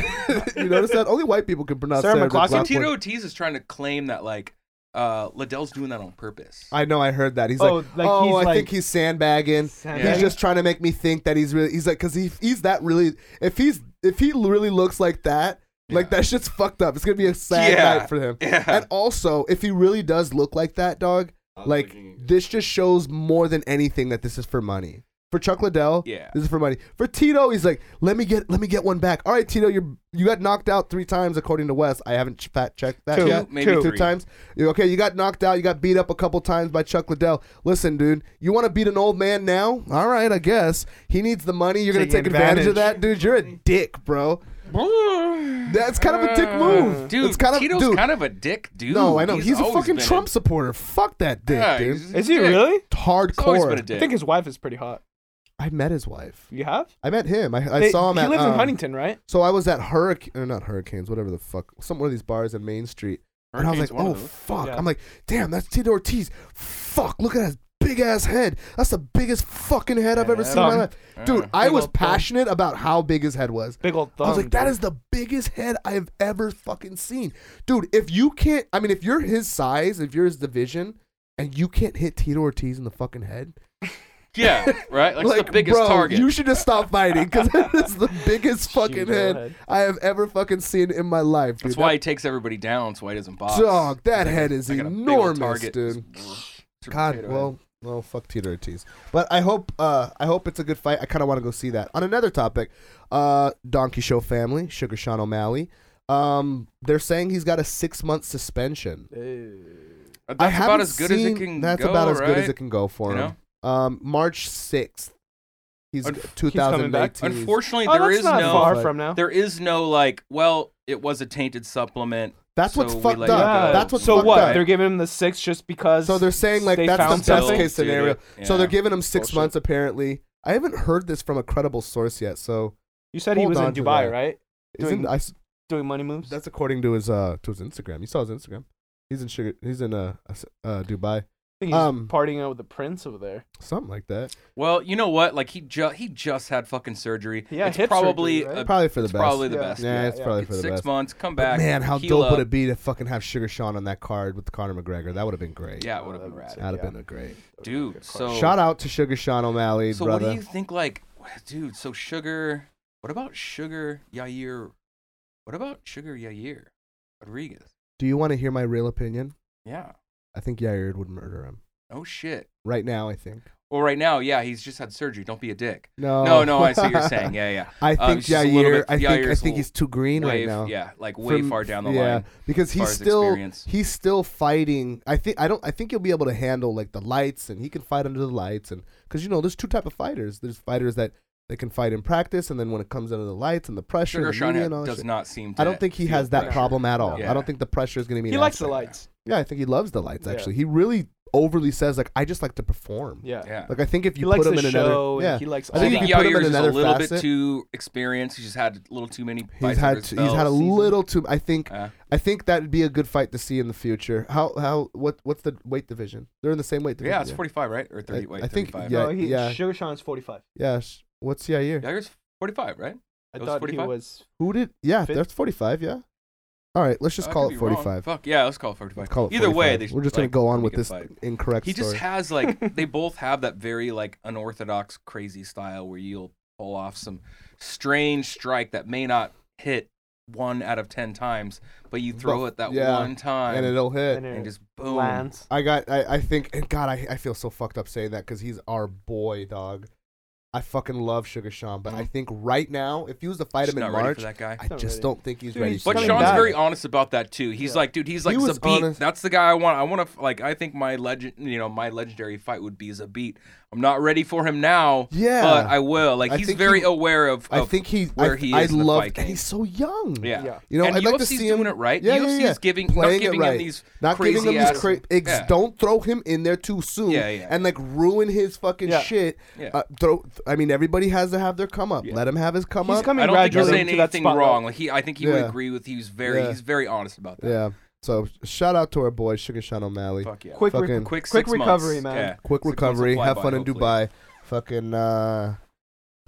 [SPEAKER 6] you notice that? Only white people can pronounce
[SPEAKER 7] Sarah
[SPEAKER 6] Sarah
[SPEAKER 7] McLachlan?
[SPEAKER 6] McLaughlin.
[SPEAKER 2] So Tito Ortiz is trying to claim that like uh Liddell's doing that on purpose.
[SPEAKER 6] I know I heard that. He's
[SPEAKER 7] Oh,
[SPEAKER 6] like,
[SPEAKER 7] like
[SPEAKER 6] oh,
[SPEAKER 7] he's
[SPEAKER 6] I
[SPEAKER 7] like-
[SPEAKER 6] think he's sandbagging. He's
[SPEAKER 7] Sandbagging?
[SPEAKER 6] just trying to make me think that he's really. He's like, because he, he's that really. If he's if he really looks like that, like that shit's fucked up. It's gonna be a sad
[SPEAKER 2] Yeah.
[SPEAKER 6] night for him.
[SPEAKER 2] Yeah.
[SPEAKER 6] And also, if he really does look like that, dog, like this just shows more than anything that this is for money. For Chuck Liddell,
[SPEAKER 2] Yeah.
[SPEAKER 6] this is for money. For Tito, he's like, let me get let me get one back. All right, Tito, you you got knocked out three times according to Wes. I haven't ch- fact checked that
[SPEAKER 7] Two,
[SPEAKER 6] yet.
[SPEAKER 2] maybe
[SPEAKER 6] two
[SPEAKER 2] three.
[SPEAKER 6] times. You- Okay, you got knocked out. You got beat up a couple times by Chuck Liddell. Listen, dude, you want to beat an old man now? All right, I guess he needs the money. You're gonna
[SPEAKER 7] Take
[SPEAKER 6] take, advantage. of that,
[SPEAKER 7] advantage.
[SPEAKER 6] dude. You're a dick, bro. That's kind of a dick move.
[SPEAKER 2] Uh, Dude,
[SPEAKER 6] it's kind of
[SPEAKER 2] Tito's
[SPEAKER 6] dude.
[SPEAKER 2] kind of a dick dude.
[SPEAKER 6] no, I know he's, a
[SPEAKER 2] always
[SPEAKER 6] fucking
[SPEAKER 2] been
[SPEAKER 6] Trump supporter. Fuck that dick,
[SPEAKER 2] Yeah,
[SPEAKER 6] dude.
[SPEAKER 2] he's a
[SPEAKER 7] Is he
[SPEAKER 2] dick.
[SPEAKER 7] really?
[SPEAKER 2] He's always
[SPEAKER 6] Hardcore.
[SPEAKER 2] been a
[SPEAKER 7] I
[SPEAKER 2] dick.
[SPEAKER 7] think his wife is pretty hot.
[SPEAKER 6] I met his wife.
[SPEAKER 7] You have?
[SPEAKER 6] I met him. I, I
[SPEAKER 7] They-
[SPEAKER 6] saw him
[SPEAKER 7] He
[SPEAKER 6] at.
[SPEAKER 7] lives in
[SPEAKER 6] um,
[SPEAKER 7] Huntington, right?
[SPEAKER 6] So I was at Hurricane, or not Hurricanes, whatever the fuck, some one of these bars in Main Street, and I was
[SPEAKER 2] Hurricane's
[SPEAKER 6] like,
[SPEAKER 2] one
[SPEAKER 6] oh
[SPEAKER 2] of those.
[SPEAKER 6] fuck!
[SPEAKER 7] Yeah.
[SPEAKER 6] I'm like, damn, that's Tito Ortiz. Fuck, look at his big ass head. That's the biggest fucking head I've ever seen in my
[SPEAKER 7] Thumb.
[SPEAKER 6] life, dude.
[SPEAKER 2] Yeah.
[SPEAKER 6] I
[SPEAKER 7] Big
[SPEAKER 6] was
[SPEAKER 7] old thumb.
[SPEAKER 6] passionate about how big his head was.
[SPEAKER 7] Big old thumb.
[SPEAKER 6] I was like, that
[SPEAKER 7] dude.
[SPEAKER 6] is the biggest head I've ever fucking seen. Dude, if you can't, I mean, if you're his size, if you're his division, and you can't hit Tito Ortiz in the fucking head,
[SPEAKER 2] Yeah, right. Like, it's the biggest
[SPEAKER 6] bro,
[SPEAKER 2] target.
[SPEAKER 6] You should just stop fighting because it's the biggest fucking
[SPEAKER 7] Huge
[SPEAKER 6] head,
[SPEAKER 7] head.
[SPEAKER 6] I have ever fucking seen in my life. Dude.
[SPEAKER 2] That's why he takes everybody down. That's why he doesn't box.
[SPEAKER 6] That dog, that
[SPEAKER 2] Like a-
[SPEAKER 6] head is
[SPEAKER 2] like a big old
[SPEAKER 6] enormous,
[SPEAKER 2] target.
[SPEAKER 6] dude.
[SPEAKER 2] It's a
[SPEAKER 6] God,
[SPEAKER 2] potato
[SPEAKER 6] well, well, fuck Tito Ortiz. But I hope, uh, I hope it's a good fight. I kind of want to go see that. On another topic, uh, Donkey Show family, Sugar Sean O'Malley. Um, they're saying he's got a six month suspension.
[SPEAKER 2] head.
[SPEAKER 6] I
[SPEAKER 2] that's about
[SPEAKER 6] haven't
[SPEAKER 2] as good
[SPEAKER 6] seen-
[SPEAKER 2] as it can
[SPEAKER 6] That's
[SPEAKER 2] go.
[SPEAKER 6] about as
[SPEAKER 2] right?
[SPEAKER 6] good as it can go for
[SPEAKER 2] You
[SPEAKER 6] him. Um, March sixth. He's
[SPEAKER 2] Unf-
[SPEAKER 6] two thousand
[SPEAKER 7] back?
[SPEAKER 6] nineteen.
[SPEAKER 2] Unfortunately,
[SPEAKER 7] Oh,
[SPEAKER 2] there
[SPEAKER 7] that's
[SPEAKER 2] is
[SPEAKER 7] not
[SPEAKER 2] no,
[SPEAKER 7] far
[SPEAKER 6] But-
[SPEAKER 7] from now.
[SPEAKER 2] there is no like. Well, it was a tainted supplement.
[SPEAKER 6] That's
[SPEAKER 2] So
[SPEAKER 6] what's
[SPEAKER 2] we
[SPEAKER 6] fucked
[SPEAKER 2] let
[SPEAKER 6] up.
[SPEAKER 2] you
[SPEAKER 7] Yeah.
[SPEAKER 2] go.
[SPEAKER 6] That's what's
[SPEAKER 7] so
[SPEAKER 6] fucked
[SPEAKER 7] what?
[SPEAKER 6] up.
[SPEAKER 7] They're giving him the six just because.
[SPEAKER 6] so they're saying like
[SPEAKER 7] they
[SPEAKER 6] that's
[SPEAKER 7] found
[SPEAKER 6] the best
[SPEAKER 7] something.
[SPEAKER 6] case scenario.
[SPEAKER 2] Dude,
[SPEAKER 6] So they're
[SPEAKER 2] yeah.
[SPEAKER 6] giving him six
[SPEAKER 2] Bullshit.
[SPEAKER 6] months apparently. I haven't heard this from a credible source yet. So
[SPEAKER 7] You said he
[SPEAKER 6] Hold
[SPEAKER 7] was
[SPEAKER 6] on
[SPEAKER 7] in
[SPEAKER 6] to that.
[SPEAKER 7] Dubai, right?
[SPEAKER 6] isn't,
[SPEAKER 7] Doing-
[SPEAKER 6] I, s-
[SPEAKER 7] Doing money moves.
[SPEAKER 6] that's according to his uh to his Instagram. You saw his Instagram. He's in sugar. He's in uh, uh, s- uh Dubai,
[SPEAKER 7] I think he's
[SPEAKER 6] um,
[SPEAKER 7] partying out with the prince over there.
[SPEAKER 6] something like that.
[SPEAKER 2] Well, you know what? Like he just he just had fucking surgery.
[SPEAKER 7] Yeah,
[SPEAKER 2] it's
[SPEAKER 7] hip
[SPEAKER 2] probably
[SPEAKER 7] surgery, right?
[SPEAKER 2] a-
[SPEAKER 6] Probably for the
[SPEAKER 2] Uh, it's
[SPEAKER 6] best.
[SPEAKER 2] probably the
[SPEAKER 7] Yeah.
[SPEAKER 2] best.
[SPEAKER 6] yeah,
[SPEAKER 7] yeah,
[SPEAKER 6] it's
[SPEAKER 7] yeah.
[SPEAKER 6] probably
[SPEAKER 2] It's
[SPEAKER 6] for the
[SPEAKER 2] six
[SPEAKER 6] best.
[SPEAKER 2] months. Come
[SPEAKER 6] But
[SPEAKER 2] back.
[SPEAKER 6] man, how
[SPEAKER 2] heal
[SPEAKER 6] dope
[SPEAKER 2] up.
[SPEAKER 6] would it be to fucking have Sugar Sean on that card with Conor McGregor? That would have been great.
[SPEAKER 2] Yeah, it would have been
[SPEAKER 7] That'd
[SPEAKER 2] rad,
[SPEAKER 7] be
[SPEAKER 6] that'd have
[SPEAKER 7] Yeah.
[SPEAKER 6] been a great.
[SPEAKER 2] dude. So
[SPEAKER 6] Shout out to Sugar Sean O'Malley,
[SPEAKER 2] So
[SPEAKER 6] brother.
[SPEAKER 2] what do you think? Like, dude. So sugar. What about sugar Yair? What about sugar Yair Rodriguez?
[SPEAKER 6] do you want to hear my real opinion?
[SPEAKER 2] Yeah.
[SPEAKER 6] I think Yair would murder him
[SPEAKER 2] Oh shit.
[SPEAKER 6] right now. I think.
[SPEAKER 2] Well, right now, yeah, he's just had surgery. Don't be a dick.
[SPEAKER 6] No.
[SPEAKER 2] no, no. I see what you're saying. Yeah, yeah.
[SPEAKER 6] I
[SPEAKER 2] Um,
[SPEAKER 6] think
[SPEAKER 2] it's just a little
[SPEAKER 6] Jair.
[SPEAKER 2] bit-
[SPEAKER 6] I think I
[SPEAKER 2] Jair's
[SPEAKER 6] think he's too green
[SPEAKER 2] way,
[SPEAKER 6] right now.
[SPEAKER 2] Yeah, like way
[SPEAKER 6] From-
[SPEAKER 2] far down the
[SPEAKER 6] yeah,
[SPEAKER 2] line.
[SPEAKER 6] because
[SPEAKER 2] far
[SPEAKER 6] he's
[SPEAKER 2] as
[SPEAKER 6] still
[SPEAKER 2] experience.
[SPEAKER 6] he's still fighting. I think I don't. I think he'll be able to handle like the lights, and he can fight under the lights, and because you know there's two type of fighters. There's fighters that that can fight in practice, and then when it comes under the lights and the pressure,
[SPEAKER 2] Sugar
[SPEAKER 6] and the media and all
[SPEAKER 2] Sean
[SPEAKER 6] that
[SPEAKER 2] does
[SPEAKER 6] shit,
[SPEAKER 2] not seem. to
[SPEAKER 6] I don't think he
[SPEAKER 2] feel
[SPEAKER 6] has that
[SPEAKER 2] pressure.
[SPEAKER 6] problem at all.
[SPEAKER 2] Yeah.
[SPEAKER 6] I don't think the pressure is going to be.
[SPEAKER 7] He
[SPEAKER 6] an
[SPEAKER 7] likes the
[SPEAKER 6] aspect.
[SPEAKER 7] lights.
[SPEAKER 6] Yeah, I think he loves the lights.
[SPEAKER 7] Yeah.
[SPEAKER 6] Actually, he really overly says like, "I just like to perform."
[SPEAKER 7] Yeah.
[SPEAKER 2] Yeah.
[SPEAKER 6] Like I think if
[SPEAKER 7] He
[SPEAKER 6] you
[SPEAKER 7] likes
[SPEAKER 6] put him
[SPEAKER 7] the
[SPEAKER 6] in
[SPEAKER 7] show.
[SPEAKER 6] another, yeah,
[SPEAKER 7] and he likes.
[SPEAKER 6] I
[SPEAKER 7] All
[SPEAKER 2] I
[SPEAKER 6] think
[SPEAKER 2] think
[SPEAKER 6] if you
[SPEAKER 7] that.
[SPEAKER 6] put him
[SPEAKER 2] Yair
[SPEAKER 6] in
[SPEAKER 2] is a
[SPEAKER 6] another
[SPEAKER 2] little bit
[SPEAKER 6] facet-
[SPEAKER 2] too experienced. He's just had a little too many.
[SPEAKER 6] he's had
[SPEAKER 2] bites under his Uh,
[SPEAKER 6] he's had a
[SPEAKER 2] belt.
[SPEAKER 6] little too. I think
[SPEAKER 2] Yeah.
[SPEAKER 6] I think that'd be a good fight to see in the future. How how what what's the weight division? They're in the same weight division.
[SPEAKER 2] Yeah, it's 45, right? Or 30,
[SPEAKER 6] I-
[SPEAKER 2] wait,
[SPEAKER 6] I think-
[SPEAKER 2] 35.
[SPEAKER 6] yeah.
[SPEAKER 7] no, he,
[SPEAKER 6] yeah.
[SPEAKER 7] Sugar Sean's 45.
[SPEAKER 6] Yeah, sh- what's Yair?
[SPEAKER 2] Yair's 45, right?
[SPEAKER 7] I
[SPEAKER 2] It was
[SPEAKER 7] thought
[SPEAKER 2] 45?
[SPEAKER 7] he was.
[SPEAKER 6] Who did? Yeah,
[SPEAKER 7] Fif-
[SPEAKER 6] that's forty five. Yeah. All right, let's just
[SPEAKER 2] I
[SPEAKER 6] call
[SPEAKER 2] could
[SPEAKER 6] it
[SPEAKER 2] be wrong.
[SPEAKER 6] forty five.
[SPEAKER 2] Fuck yeah, let's call it 45.
[SPEAKER 6] Let's call it
[SPEAKER 2] Either way,
[SPEAKER 6] 45.
[SPEAKER 2] they
[SPEAKER 6] we're just
[SPEAKER 2] like,
[SPEAKER 6] gonna go on
[SPEAKER 2] make
[SPEAKER 6] with
[SPEAKER 2] it
[SPEAKER 6] this
[SPEAKER 2] fight.
[SPEAKER 6] incorrect
[SPEAKER 2] He just
[SPEAKER 6] story.
[SPEAKER 2] has like they both have that very like unorthodox crazy style where you'll pull off some strange strike that may not hit one out of 10 times, but you throw
[SPEAKER 6] But-
[SPEAKER 2] it that
[SPEAKER 6] yeah,
[SPEAKER 2] one time
[SPEAKER 6] and it'll hit.
[SPEAKER 7] And
[SPEAKER 2] and
[SPEAKER 7] it
[SPEAKER 2] just boom.
[SPEAKER 7] lands.
[SPEAKER 6] I got. I, I think. And God, I, I feel so fucked up saying that because he's our boy, dog. I fucking love Sugar Sean, but I think right now, if he was to fight
[SPEAKER 2] Just
[SPEAKER 6] him in
[SPEAKER 2] Mm-hmm. not ready
[SPEAKER 6] March,
[SPEAKER 2] for that guy.
[SPEAKER 6] I
[SPEAKER 7] Not
[SPEAKER 6] just
[SPEAKER 7] ready.
[SPEAKER 6] don't think he's
[SPEAKER 7] Dude,
[SPEAKER 6] ready.
[SPEAKER 7] he's
[SPEAKER 6] for
[SPEAKER 2] But
[SPEAKER 6] that.
[SPEAKER 7] coming
[SPEAKER 2] Sean's
[SPEAKER 7] back.
[SPEAKER 2] very honest about that too. He's like, dude, he's like
[SPEAKER 6] He was
[SPEAKER 2] Zabit.
[SPEAKER 6] honest.
[SPEAKER 2] That's the guy I want. I want to like. I think my legend, you know, my legendary fight would be Zabit. I'm not ready for him now.
[SPEAKER 6] Yeah.
[SPEAKER 2] but I will. Like
[SPEAKER 6] I
[SPEAKER 2] he's
[SPEAKER 6] think
[SPEAKER 2] very
[SPEAKER 6] he-
[SPEAKER 2] aware of,
[SPEAKER 6] I
[SPEAKER 2] of
[SPEAKER 6] think he.
[SPEAKER 2] where
[SPEAKER 6] I,
[SPEAKER 2] he
[SPEAKER 6] I
[SPEAKER 2] is in the
[SPEAKER 6] love.
[SPEAKER 2] fight
[SPEAKER 6] and
[SPEAKER 2] game.
[SPEAKER 6] he's so young.
[SPEAKER 2] Yeah.
[SPEAKER 7] Yeah.
[SPEAKER 6] You know,
[SPEAKER 2] and
[SPEAKER 6] I'd like to
[SPEAKER 2] UFC's
[SPEAKER 6] see him
[SPEAKER 2] doing it right.
[SPEAKER 6] Yeah,
[SPEAKER 2] UFC's
[SPEAKER 6] yeah, yeah.
[SPEAKER 2] giving
[SPEAKER 6] Playing
[SPEAKER 2] not giving
[SPEAKER 6] it right.
[SPEAKER 2] him these
[SPEAKER 6] not
[SPEAKER 2] crazy
[SPEAKER 6] giving him
[SPEAKER 2] ass,
[SPEAKER 6] these cra- ex-
[SPEAKER 2] yeah.
[SPEAKER 6] Don't throw him in there too soon.
[SPEAKER 2] Yeah, yeah.
[SPEAKER 6] And like ruin his fucking
[SPEAKER 7] Yeah.
[SPEAKER 6] shit.
[SPEAKER 2] Yeah.
[SPEAKER 6] Uh, throw. I mean, everybody has to have their come up. Let him have his come
[SPEAKER 7] He's
[SPEAKER 6] up.
[SPEAKER 7] coming
[SPEAKER 2] I don't think you're
[SPEAKER 7] gradually
[SPEAKER 2] saying
[SPEAKER 7] to that
[SPEAKER 2] anything
[SPEAKER 7] spotlight.
[SPEAKER 2] wrong. Like he, I think he would
[SPEAKER 6] Yeah.
[SPEAKER 2] agree with. He's very,
[SPEAKER 6] Yeah.
[SPEAKER 2] he's very honest about that.
[SPEAKER 6] yeah. So shout out to our boy Sugar Sean O'Malley.
[SPEAKER 2] Fuck yeah.
[SPEAKER 7] Quick,
[SPEAKER 6] Fucking-
[SPEAKER 7] re-
[SPEAKER 2] quick,
[SPEAKER 7] quick
[SPEAKER 2] six months.
[SPEAKER 7] recovery, man.
[SPEAKER 2] Yeah.
[SPEAKER 6] Quick
[SPEAKER 2] Six months
[SPEAKER 6] recovery.
[SPEAKER 2] will fly
[SPEAKER 6] Have
[SPEAKER 2] by,
[SPEAKER 6] fun in
[SPEAKER 2] hopefully.
[SPEAKER 6] Dubai. Fucking. uh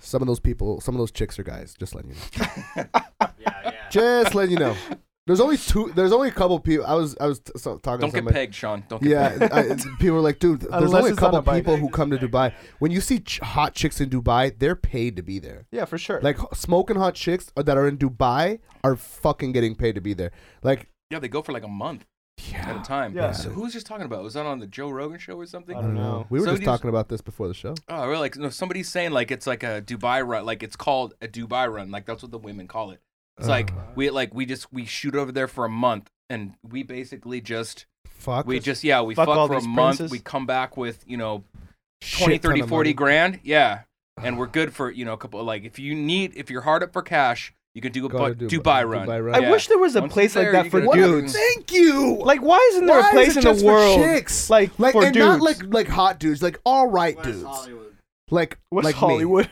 [SPEAKER 6] some of those people, some of those chicks are guys. Just letting you know.
[SPEAKER 8] Yeah, yeah.
[SPEAKER 6] Just letting you know. There's only two. There's only a couple people. I was I was t- so, talking.
[SPEAKER 2] Don't
[SPEAKER 6] to
[SPEAKER 2] get
[SPEAKER 6] somebody.
[SPEAKER 2] pegged, Sean. Don't get
[SPEAKER 6] Yeah,
[SPEAKER 2] pegged.
[SPEAKER 6] I, it's- people are like, dude, there's
[SPEAKER 7] Unless
[SPEAKER 6] only a
[SPEAKER 7] it's on
[SPEAKER 6] couple
[SPEAKER 7] a bike.
[SPEAKER 6] people who come to Dubai. When you see ch- hot chicks in Dubai, they're paid to be there.
[SPEAKER 7] Yeah, for sure.
[SPEAKER 6] Like h- smoking hot chicks that are in Dubai are fucking getting paid to be there. Like,
[SPEAKER 2] Yeah, they go for like a month at a
[SPEAKER 6] yeah,
[SPEAKER 2] time.
[SPEAKER 7] Yeah.
[SPEAKER 2] So who was just talking about? Was that on the Joe Rogan show or something?
[SPEAKER 7] I don't know.
[SPEAKER 6] We were
[SPEAKER 2] So
[SPEAKER 6] just
[SPEAKER 2] these-
[SPEAKER 6] talking about this before the show.
[SPEAKER 2] Oh, really? Like, no, somebody's saying like it's like a Dubai run, like it's called a Dubai run, like that's what the women call it. It's
[SPEAKER 6] Uh.
[SPEAKER 2] like we like we just we shoot over there for a month, and we basically just
[SPEAKER 6] Fuck.
[SPEAKER 2] we just yeah we
[SPEAKER 7] Fuck
[SPEAKER 2] fuck,
[SPEAKER 7] all
[SPEAKER 2] for a
[SPEAKER 7] these
[SPEAKER 2] month.
[SPEAKER 7] princes.
[SPEAKER 2] We come back with you know
[SPEAKER 6] Shit
[SPEAKER 2] 20,
[SPEAKER 6] ton
[SPEAKER 2] 30,
[SPEAKER 6] of
[SPEAKER 2] 40
[SPEAKER 6] money.
[SPEAKER 2] grand, yeah, and we're good for you know a couple. Like if you need if you're hard up for cash, you can do a
[SPEAKER 6] Go to
[SPEAKER 2] bu-
[SPEAKER 6] Dubai-
[SPEAKER 2] Dubai, run.
[SPEAKER 6] Dubai run.
[SPEAKER 7] I
[SPEAKER 2] Yeah.
[SPEAKER 7] wish there was a
[SPEAKER 2] Once
[SPEAKER 7] place
[SPEAKER 2] you're
[SPEAKER 7] like
[SPEAKER 2] there,
[SPEAKER 7] that
[SPEAKER 2] you
[SPEAKER 7] for
[SPEAKER 2] can-
[SPEAKER 7] dudes.
[SPEAKER 6] Thank you.
[SPEAKER 7] Like, why isn't there
[SPEAKER 6] Why
[SPEAKER 7] a
[SPEAKER 6] is it
[SPEAKER 7] place in the
[SPEAKER 6] just for
[SPEAKER 7] world
[SPEAKER 6] chicks?
[SPEAKER 7] like
[SPEAKER 6] like
[SPEAKER 7] for
[SPEAKER 6] and
[SPEAKER 7] dudes?
[SPEAKER 6] not like like hot dudes, like all right
[SPEAKER 8] West
[SPEAKER 6] dudes,
[SPEAKER 8] Hollywood.
[SPEAKER 6] like
[SPEAKER 7] West
[SPEAKER 6] like me.
[SPEAKER 7] Hollywood?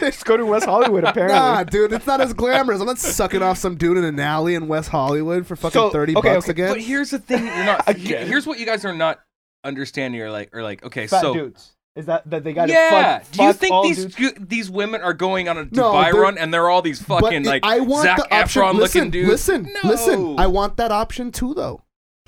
[SPEAKER 7] Just go to West Hollywood. Apparently,
[SPEAKER 6] Nah, dude, it's not as glamorous. I'm not sucking off some dude in an alley in West Hollywood for fucking
[SPEAKER 7] So,
[SPEAKER 6] thirty
[SPEAKER 7] okay,
[SPEAKER 6] bucks
[SPEAKER 7] okay,
[SPEAKER 6] again.
[SPEAKER 2] But here's the thing, you're not.
[SPEAKER 7] Again.
[SPEAKER 2] Here's what you guys are not understanding, or like or like okay,
[SPEAKER 7] fat
[SPEAKER 2] so.
[SPEAKER 7] dudes. Is that that they got?
[SPEAKER 2] yeah.
[SPEAKER 7] Fuck,
[SPEAKER 2] Do you
[SPEAKER 7] fuck all
[SPEAKER 2] think these
[SPEAKER 7] dudes?
[SPEAKER 2] gu- these women are going on a
[SPEAKER 6] No,
[SPEAKER 2] Dubai
[SPEAKER 6] they're-
[SPEAKER 2] run and they're all these fucking
[SPEAKER 6] it-
[SPEAKER 2] like
[SPEAKER 6] I want
[SPEAKER 2] Zac
[SPEAKER 6] the option.
[SPEAKER 2] Efron
[SPEAKER 6] listen,
[SPEAKER 2] looking dudes?
[SPEAKER 6] Listen,
[SPEAKER 2] no.
[SPEAKER 6] listen. I want that option too, though.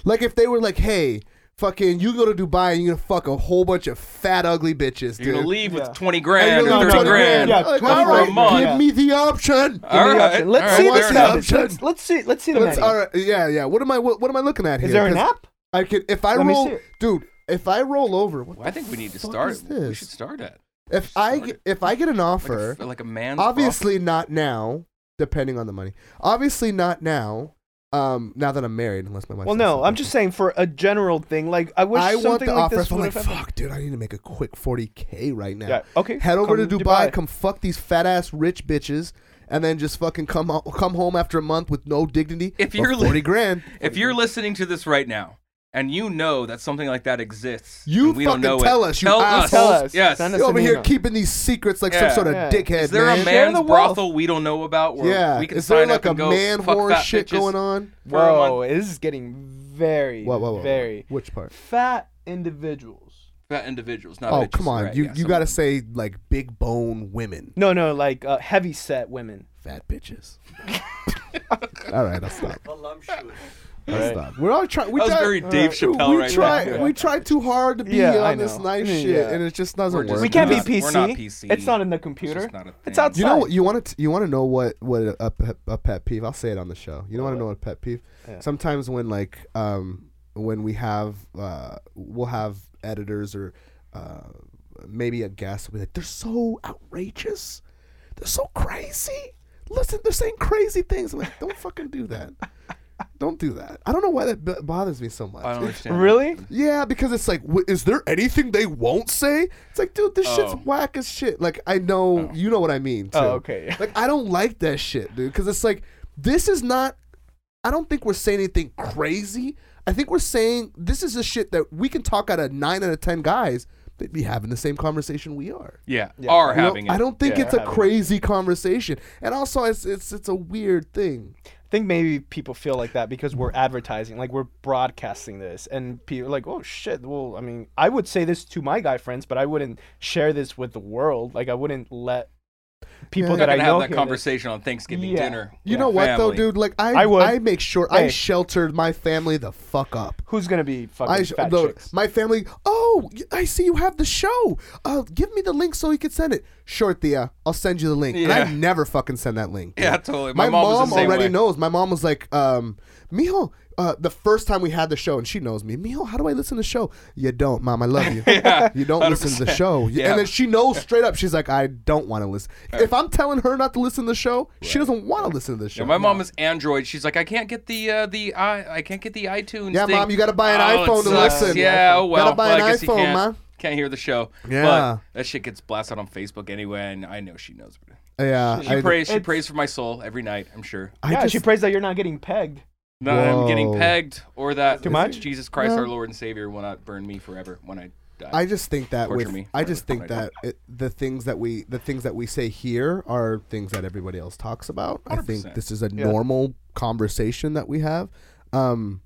[SPEAKER 6] Like if they were like, "Hey, fucking, you go to Dubai and you're gonna fuck a whole bunch of fat, ugly bitches, dude."
[SPEAKER 2] You're gonna leave
[SPEAKER 7] Yeah.
[SPEAKER 2] with twenty
[SPEAKER 6] And you're
[SPEAKER 2] grand
[SPEAKER 6] gonna
[SPEAKER 2] or
[SPEAKER 7] leave
[SPEAKER 6] leave
[SPEAKER 2] thirty
[SPEAKER 7] 20 grand.
[SPEAKER 2] grand.
[SPEAKER 7] Yeah,
[SPEAKER 6] Like,
[SPEAKER 7] 20
[SPEAKER 6] all
[SPEAKER 2] grand.
[SPEAKER 6] right,
[SPEAKER 2] For a month.
[SPEAKER 6] give me the option.
[SPEAKER 2] All
[SPEAKER 7] Give me the
[SPEAKER 2] right,
[SPEAKER 7] option. Let's
[SPEAKER 2] all right,
[SPEAKER 6] what's
[SPEAKER 7] see what's
[SPEAKER 2] fair enough.
[SPEAKER 6] happening.
[SPEAKER 7] happening. Let's, let's see. Let's see the
[SPEAKER 6] Let's,
[SPEAKER 7] menu.
[SPEAKER 6] all right, yeah, yeah. What am I? What, what am I looking at here?
[SPEAKER 7] Is there an
[SPEAKER 6] 'Cause
[SPEAKER 7] app?
[SPEAKER 6] I could, if I
[SPEAKER 7] Let me see
[SPEAKER 6] roll,
[SPEAKER 7] it.
[SPEAKER 6] dude. If I roll over, what
[SPEAKER 2] Well, I
[SPEAKER 6] the
[SPEAKER 2] think we need to
[SPEAKER 6] fuck
[SPEAKER 2] start.
[SPEAKER 6] is
[SPEAKER 2] We
[SPEAKER 6] this?
[SPEAKER 2] should start at
[SPEAKER 6] If I
[SPEAKER 2] Started.
[SPEAKER 6] get- if I get an
[SPEAKER 2] like a,
[SPEAKER 6] offer,
[SPEAKER 2] f- like a man's.
[SPEAKER 6] obviously not now, depending on the money. Obviously not now. Um, now that I'm married, unless my wife.
[SPEAKER 7] Well,
[SPEAKER 6] says
[SPEAKER 7] no,
[SPEAKER 6] something.
[SPEAKER 7] I'm just saying for a general thing. Like I wish
[SPEAKER 6] I
[SPEAKER 7] something
[SPEAKER 6] want the
[SPEAKER 7] like
[SPEAKER 6] offer.
[SPEAKER 7] this
[SPEAKER 6] so I'm
[SPEAKER 7] would
[SPEAKER 6] like,
[SPEAKER 7] have happened.
[SPEAKER 6] fuck, dude, I need to make a quick 40k right now.
[SPEAKER 7] Yeah. Okay.
[SPEAKER 6] Head over to
[SPEAKER 7] come
[SPEAKER 6] Dubai, come fuck these fat ass rich bitches, and then just fucking come o- come home after a month with no dignity.
[SPEAKER 2] If
[SPEAKER 6] for
[SPEAKER 2] you're li-
[SPEAKER 6] 40 grand,
[SPEAKER 2] Off. If you're listening to this right now and you know that something like that exists,
[SPEAKER 6] You
[SPEAKER 2] and we don't
[SPEAKER 6] fucking
[SPEAKER 2] know
[SPEAKER 6] tell
[SPEAKER 2] it,
[SPEAKER 6] us, you
[SPEAKER 2] tell us.
[SPEAKER 6] assholes.
[SPEAKER 7] Tell us.
[SPEAKER 2] Yes.
[SPEAKER 7] Send us
[SPEAKER 6] you're over
[SPEAKER 7] an
[SPEAKER 6] here
[SPEAKER 7] email.
[SPEAKER 6] keeping these secrets like
[SPEAKER 2] Yeah.
[SPEAKER 6] some sort of
[SPEAKER 7] Yeah.
[SPEAKER 6] dickhead.
[SPEAKER 2] Is there
[SPEAKER 6] man.
[SPEAKER 2] a
[SPEAKER 7] Share the wealth.
[SPEAKER 2] man's brothel we don't know about? Where
[SPEAKER 6] Yeah.
[SPEAKER 2] we can
[SPEAKER 6] Is there
[SPEAKER 2] sign
[SPEAKER 6] like
[SPEAKER 2] up and
[SPEAKER 6] a
[SPEAKER 2] go
[SPEAKER 6] man
[SPEAKER 2] fuck
[SPEAKER 6] whore
[SPEAKER 2] fat
[SPEAKER 6] shit
[SPEAKER 2] bitches
[SPEAKER 6] going on?
[SPEAKER 2] for a month?
[SPEAKER 7] Whoa, this is getting very,
[SPEAKER 6] Whoa, whoa, whoa, whoa.
[SPEAKER 7] very
[SPEAKER 6] Which part?
[SPEAKER 7] fat individuals.
[SPEAKER 2] Fat individuals, not
[SPEAKER 6] Oh
[SPEAKER 2] bitches,
[SPEAKER 6] come on,
[SPEAKER 2] right,
[SPEAKER 6] you
[SPEAKER 2] yeah,
[SPEAKER 6] you
[SPEAKER 2] some
[SPEAKER 6] gotta
[SPEAKER 2] of
[SPEAKER 6] say
[SPEAKER 2] them.
[SPEAKER 6] like big bone women,
[SPEAKER 7] No, no, like uh, heavy set women.
[SPEAKER 6] fat bitches. all right, I'll stop.
[SPEAKER 8] Voluptuous.
[SPEAKER 6] I'll stop. We're all trying. We
[SPEAKER 2] That was
[SPEAKER 6] try,
[SPEAKER 2] very Dave Chappelle
[SPEAKER 6] we
[SPEAKER 2] right
[SPEAKER 6] try,
[SPEAKER 2] there.
[SPEAKER 6] We try too hard to be
[SPEAKER 7] Yeah, I
[SPEAKER 6] on this
[SPEAKER 7] know.
[SPEAKER 6] nice
[SPEAKER 7] Yeah.
[SPEAKER 6] shit, and it just doesn't
[SPEAKER 2] We're just
[SPEAKER 6] work.
[SPEAKER 7] We can't
[SPEAKER 2] not-
[SPEAKER 7] be PC.
[SPEAKER 2] we're not PC.
[SPEAKER 7] It's not in the
[SPEAKER 2] It's
[SPEAKER 7] computer.
[SPEAKER 2] just
[SPEAKER 7] It's,
[SPEAKER 2] not a thing.
[SPEAKER 7] outside.
[SPEAKER 6] You know what? You want to you want to know what what a, a, pet- a pet peeve? I'll say it on the show. You don't want to know what a pet peeve?
[SPEAKER 7] Yeah.
[SPEAKER 6] Sometimes when like um when we have uh we'll have editors or uh maybe a guest will be like, they're so outrageous, they're so crazy. Listen, they're saying crazy things. I'm like, don't fucking do that. Don't do that. I don't know why that b- bothers me so much.
[SPEAKER 2] I don't understand.
[SPEAKER 7] Really?
[SPEAKER 6] Yeah, because it's like, wh- is there anything they won't say? It's like, dude, this shit's
[SPEAKER 2] Oh.
[SPEAKER 6] whack as shit. Like, I know, you know what I mean. Too.
[SPEAKER 7] Oh, okay, yeah.
[SPEAKER 6] Like, I don't like that shit, dude, because it's like, this is not, I don't think we're saying anything crazy. I think we're saying this is the shit that we can talk out of nine out of 10 guys that be having the same conversation we are.
[SPEAKER 2] Yeah, are
[SPEAKER 6] You know,
[SPEAKER 2] having it.
[SPEAKER 6] I don't think
[SPEAKER 7] Yeah,
[SPEAKER 6] it's a
[SPEAKER 7] having it.
[SPEAKER 6] crazy conversation. And also, it's, it's, it's a weird thing.
[SPEAKER 7] I think maybe people feel like that because we're advertising, like we're broadcasting this, and people are like, oh shit. Well, I mean, I would say this to my guy friends, but I wouldn't share this with the world. Like I wouldn't let people
[SPEAKER 6] Yeah.
[SPEAKER 2] We're
[SPEAKER 7] that
[SPEAKER 2] not
[SPEAKER 7] I
[SPEAKER 2] gonna
[SPEAKER 7] know
[SPEAKER 2] have that
[SPEAKER 7] hear this.
[SPEAKER 2] conversation on Thanksgiving
[SPEAKER 7] Yeah.
[SPEAKER 2] dinner.
[SPEAKER 6] You know what though,
[SPEAKER 2] Family.
[SPEAKER 6] dude? Like I,
[SPEAKER 7] I
[SPEAKER 6] I,
[SPEAKER 7] would.
[SPEAKER 6] make sure I
[SPEAKER 7] Hey.
[SPEAKER 6] sheltered my family the fuck up.
[SPEAKER 7] Who's gonna be fucking
[SPEAKER 6] I sh-
[SPEAKER 7] fat
[SPEAKER 6] though,
[SPEAKER 7] chicks?
[SPEAKER 6] my family. Oh, y- I see you have the show. Uh, give me the link so he can send it. Sure, Thea, I'll send you the link. And I
[SPEAKER 2] Yeah.
[SPEAKER 6] never fucking send that link. dude.
[SPEAKER 2] Yeah, totally.
[SPEAKER 6] My,
[SPEAKER 2] My
[SPEAKER 6] mom,
[SPEAKER 2] mom was the same
[SPEAKER 6] already
[SPEAKER 2] way.
[SPEAKER 6] knows. My mom was like, um, Mijo, uh, the first time we had the show, and she knows me. Mijo, how do I listen to the show? You don't, mom. I love you. you don't listen to the
[SPEAKER 2] 100%.
[SPEAKER 6] show. You-
[SPEAKER 2] Yeah.
[SPEAKER 6] And then she knows straight up. She's like, I don't want to listen. If I'm telling her not to listen to the show, she doesn't want to listen to the show.
[SPEAKER 2] Yeah, my mom is Android. She's like, I can't get the uh, the I I can't get the iTunes.
[SPEAKER 6] Yeah,
[SPEAKER 2] thing.
[SPEAKER 6] Mom, you gotta buy an
[SPEAKER 2] Oh, it
[SPEAKER 6] iPhone to
[SPEAKER 2] sucks.
[SPEAKER 6] listen.
[SPEAKER 2] Yeah, oh, well,
[SPEAKER 6] Gotta buy
[SPEAKER 2] well,
[SPEAKER 6] an
[SPEAKER 2] I guess you
[SPEAKER 6] iPhone,
[SPEAKER 2] can't,
[SPEAKER 6] man.
[SPEAKER 2] Can't hear the show.
[SPEAKER 6] Yeah.
[SPEAKER 2] but that shit gets blasted on Facebook anyway, and I know she knows.
[SPEAKER 6] Yeah,
[SPEAKER 2] She prays. She
[SPEAKER 7] It's-
[SPEAKER 2] prays for my soul every night. I'm sure.
[SPEAKER 6] I
[SPEAKER 7] yeah,
[SPEAKER 6] just-
[SPEAKER 7] she prays that you're not getting pegged.
[SPEAKER 2] That I'm getting
[SPEAKER 6] Whoa.
[SPEAKER 2] pegged, or that
[SPEAKER 7] Too much?
[SPEAKER 2] Jesus Christ,
[SPEAKER 6] No.
[SPEAKER 2] our Lord and Savior, will not burn me forever when I die.
[SPEAKER 6] I just think that
[SPEAKER 2] Torture
[SPEAKER 6] with,
[SPEAKER 2] me.
[SPEAKER 6] I just think
[SPEAKER 2] I
[SPEAKER 6] that
[SPEAKER 2] don't.
[SPEAKER 6] it, the things that we the things that we say here are things that everybody else talks about. I think
[SPEAKER 2] 100%.
[SPEAKER 6] this is a normal conversation that we have. Um,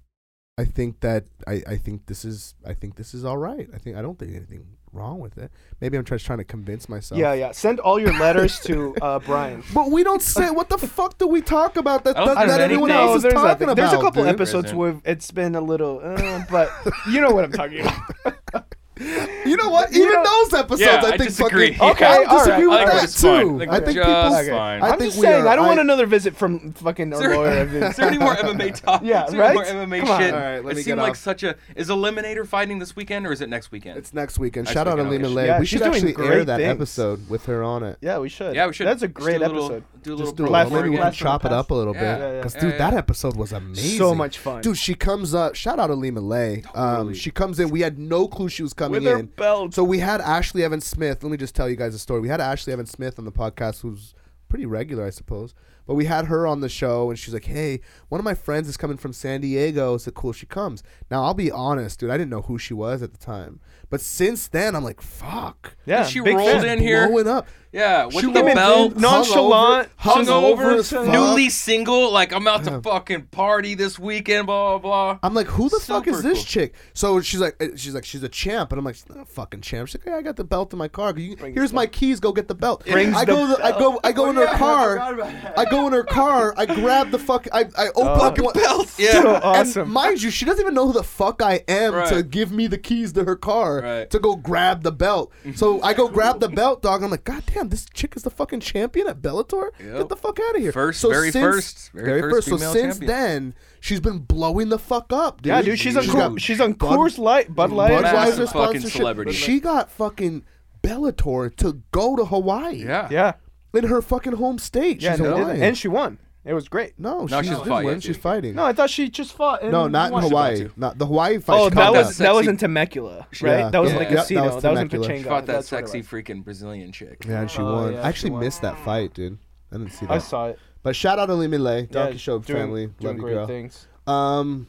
[SPEAKER 6] I think that I, I think this is I think this is all right. I think I don't think anything wrong with it. Maybe I'm just trying to convince myself.
[SPEAKER 7] Yeah, yeah. Send all your letters to uh, Brian.
[SPEAKER 6] But we don't say what the fuck do we talk about that,
[SPEAKER 2] I
[SPEAKER 6] that,
[SPEAKER 2] don't think
[SPEAKER 6] that
[SPEAKER 2] there's
[SPEAKER 6] everyone
[SPEAKER 2] anything.
[SPEAKER 6] else is
[SPEAKER 7] there's
[SPEAKER 6] talking
[SPEAKER 7] nothing.
[SPEAKER 6] about?
[SPEAKER 7] There's a couple
[SPEAKER 6] dude.
[SPEAKER 7] episodes
[SPEAKER 2] Prison.
[SPEAKER 7] where it's been a little, uh, but you know what I'm talking about.
[SPEAKER 6] You know what?
[SPEAKER 7] You
[SPEAKER 6] Even
[SPEAKER 7] know-
[SPEAKER 6] those episodes,
[SPEAKER 2] Yeah,
[SPEAKER 6] I
[SPEAKER 2] I
[SPEAKER 6] think
[SPEAKER 2] disagree.
[SPEAKER 6] fucking.
[SPEAKER 7] Okay,
[SPEAKER 6] I don't
[SPEAKER 7] all right.
[SPEAKER 6] disagree with
[SPEAKER 2] I think
[SPEAKER 6] that
[SPEAKER 2] it's fine.
[SPEAKER 6] too.
[SPEAKER 2] I think
[SPEAKER 6] I think
[SPEAKER 2] just
[SPEAKER 6] people.
[SPEAKER 2] Okay. fine.
[SPEAKER 6] I
[SPEAKER 7] I'm
[SPEAKER 6] think
[SPEAKER 7] just
[SPEAKER 6] we
[SPEAKER 7] saying,
[SPEAKER 6] are-
[SPEAKER 7] I don't want
[SPEAKER 6] I-
[SPEAKER 7] another visit from fucking a
[SPEAKER 2] Is there-
[SPEAKER 7] lawyer.
[SPEAKER 2] Is there any more MMA talk?
[SPEAKER 7] Yeah,
[SPEAKER 2] Is there any
[SPEAKER 7] right?
[SPEAKER 2] More MMA
[SPEAKER 7] Come on.
[SPEAKER 2] shit.
[SPEAKER 6] All right, let me
[SPEAKER 2] it
[SPEAKER 6] get
[SPEAKER 2] seemed
[SPEAKER 6] off.
[SPEAKER 2] like such a. Is Eliminator fighting this weekend or is it next weekend?
[SPEAKER 6] It's next weekend.
[SPEAKER 2] Next
[SPEAKER 6] Shout out
[SPEAKER 2] weekend,
[SPEAKER 6] Alina
[SPEAKER 2] okay.
[SPEAKER 6] Lay.
[SPEAKER 7] Yeah,
[SPEAKER 6] we
[SPEAKER 7] she's
[SPEAKER 6] should
[SPEAKER 7] doing
[SPEAKER 6] actually air
[SPEAKER 7] great
[SPEAKER 6] that
[SPEAKER 7] things.
[SPEAKER 6] episode with her on it.
[SPEAKER 7] Yeah, we should.
[SPEAKER 2] yeah, we should.
[SPEAKER 7] That's a
[SPEAKER 2] just do
[SPEAKER 7] great
[SPEAKER 2] little-
[SPEAKER 7] episode.
[SPEAKER 2] Do a little
[SPEAKER 6] Just do a
[SPEAKER 7] promo
[SPEAKER 6] little
[SPEAKER 7] Last-
[SPEAKER 2] promo
[SPEAKER 6] maybe
[SPEAKER 2] again.
[SPEAKER 6] we'll
[SPEAKER 7] last
[SPEAKER 6] chop it
[SPEAKER 7] little
[SPEAKER 6] up a little
[SPEAKER 2] Yeah,
[SPEAKER 6] bit.
[SPEAKER 7] yeah, yeah.
[SPEAKER 6] Cause
[SPEAKER 2] Yeah,
[SPEAKER 6] dude,
[SPEAKER 2] yeah.
[SPEAKER 6] that episode was amazing.
[SPEAKER 7] So much fun.
[SPEAKER 6] Dude, she comes up. Shout out Alina Lay. Um,
[SPEAKER 2] Totally.
[SPEAKER 6] she comes in. We had no clue she was coming
[SPEAKER 7] With her
[SPEAKER 6] in.
[SPEAKER 7] belt.
[SPEAKER 6] So we had Ashley Evan Smith. Let me just tell you guys a story. We had Ashley Evan Smith on the podcast, who's pretty regular, I suppose. But we had her on the show, and she's like, "Hey, one of my friends is coming from San Diego. Is it cool if she comes?" Now I'll be honest, dude. I didn't know who she was at the time, but since then I'm like, "Fuck."
[SPEAKER 7] Yeah,
[SPEAKER 2] she
[SPEAKER 7] big
[SPEAKER 2] rolled
[SPEAKER 7] fan.
[SPEAKER 2] in here.
[SPEAKER 6] blowing up.
[SPEAKER 2] Yeah, with
[SPEAKER 6] She
[SPEAKER 2] the
[SPEAKER 6] walked in,
[SPEAKER 2] belt.
[SPEAKER 6] hung
[SPEAKER 7] nonchalant,
[SPEAKER 6] over-
[SPEAKER 2] hungover,
[SPEAKER 6] hungover as fuck.
[SPEAKER 2] newly single. Like I'm out to fucking party this weekend. Blah blah. blah.
[SPEAKER 6] I'm like, who the fuck
[SPEAKER 2] Super
[SPEAKER 6] is this
[SPEAKER 2] cool.
[SPEAKER 6] chick? So she's like, uh, she's like, she's a champ, and I'm like, she's not a fucking champ. She's like, yeah, I got the belt in my car. You- here's my keys. Go get the belt.
[SPEAKER 7] Brings
[SPEAKER 6] I
[SPEAKER 7] the
[SPEAKER 6] go, I go, I go in her car.
[SPEAKER 8] forgot about that.
[SPEAKER 6] I go in her car. I grab the fuck. I, I open up.
[SPEAKER 2] Belt. Yeah.
[SPEAKER 7] Oh. So
[SPEAKER 6] And
[SPEAKER 7] awesome.
[SPEAKER 6] mind you, she doesn't even know who the fuck I am
[SPEAKER 2] Right.
[SPEAKER 6] to give me the keys to her car
[SPEAKER 2] Right. Mhm.
[SPEAKER 6] to go grab the belt. So I go grab the belt, dog. And I'm like, God damn, this chick is the fucking champion at Bellator. Get
[SPEAKER 2] Yep.
[SPEAKER 6] the fuck out of here.
[SPEAKER 2] First-
[SPEAKER 6] so
[SPEAKER 2] very
[SPEAKER 6] since,
[SPEAKER 2] first- very first
[SPEAKER 6] So
[SPEAKER 2] female
[SPEAKER 6] since
[SPEAKER 2] champion.
[SPEAKER 6] then, she's been blowing the fuck up, dude.
[SPEAKER 7] yeah, dude, she's on
[SPEAKER 2] She's
[SPEAKER 7] Coor-
[SPEAKER 2] got
[SPEAKER 7] she's on
[SPEAKER 6] Bud-
[SPEAKER 7] Coors Light, Bud Light.
[SPEAKER 2] Massive
[SPEAKER 6] Budweiser
[SPEAKER 2] fucking
[SPEAKER 6] sponsorship.
[SPEAKER 2] celebrity.
[SPEAKER 6] She got fucking Bellator to go to Hawaii.
[SPEAKER 2] Yeah.
[SPEAKER 7] Yeah,
[SPEAKER 6] In her fucking home state.
[SPEAKER 7] yeah,
[SPEAKER 6] she's
[SPEAKER 7] and,
[SPEAKER 6] Hawaiian.
[SPEAKER 7] and she won. It was great.
[SPEAKER 6] no,
[SPEAKER 2] No,
[SPEAKER 6] she
[SPEAKER 2] she's
[SPEAKER 6] didn't
[SPEAKER 2] Hawaiian,
[SPEAKER 6] win.
[SPEAKER 2] dude.
[SPEAKER 6] She's fighting.
[SPEAKER 7] No, I thought she just fought. and
[SPEAKER 6] No, not in
[SPEAKER 7] won.
[SPEAKER 6] Hawaii. Not the Hawaii fight.
[SPEAKER 7] Oh,
[SPEAKER 6] she
[SPEAKER 7] that
[SPEAKER 6] called
[SPEAKER 7] was
[SPEAKER 6] out.
[SPEAKER 7] that was
[SPEAKER 2] Sexy.
[SPEAKER 7] in Temecula, right?
[SPEAKER 6] Yeah.
[SPEAKER 7] That
[SPEAKER 6] Yeah.
[SPEAKER 7] was in the
[SPEAKER 6] Yep, that
[SPEAKER 7] casino.
[SPEAKER 6] was
[SPEAKER 7] That was in
[SPEAKER 6] Temecula. She
[SPEAKER 7] Pachanga.
[SPEAKER 2] She fought that
[SPEAKER 7] That's what it
[SPEAKER 2] sexy
[SPEAKER 7] was.
[SPEAKER 2] freaking Brazilian chick.
[SPEAKER 6] Yeah, and she
[SPEAKER 7] Oh,
[SPEAKER 6] won.
[SPEAKER 7] yeah,
[SPEAKER 6] I actually
[SPEAKER 7] she won.
[SPEAKER 6] missed that fight, dude. I didn't see that.
[SPEAKER 7] I saw it.
[SPEAKER 6] But shout out to Lee Millet,
[SPEAKER 7] Yeah,
[SPEAKER 6] Donkey Show
[SPEAKER 7] doing-
[SPEAKER 6] family.
[SPEAKER 7] doing
[SPEAKER 6] Love you,
[SPEAKER 7] great
[SPEAKER 6] girl.
[SPEAKER 7] things.
[SPEAKER 6] Um,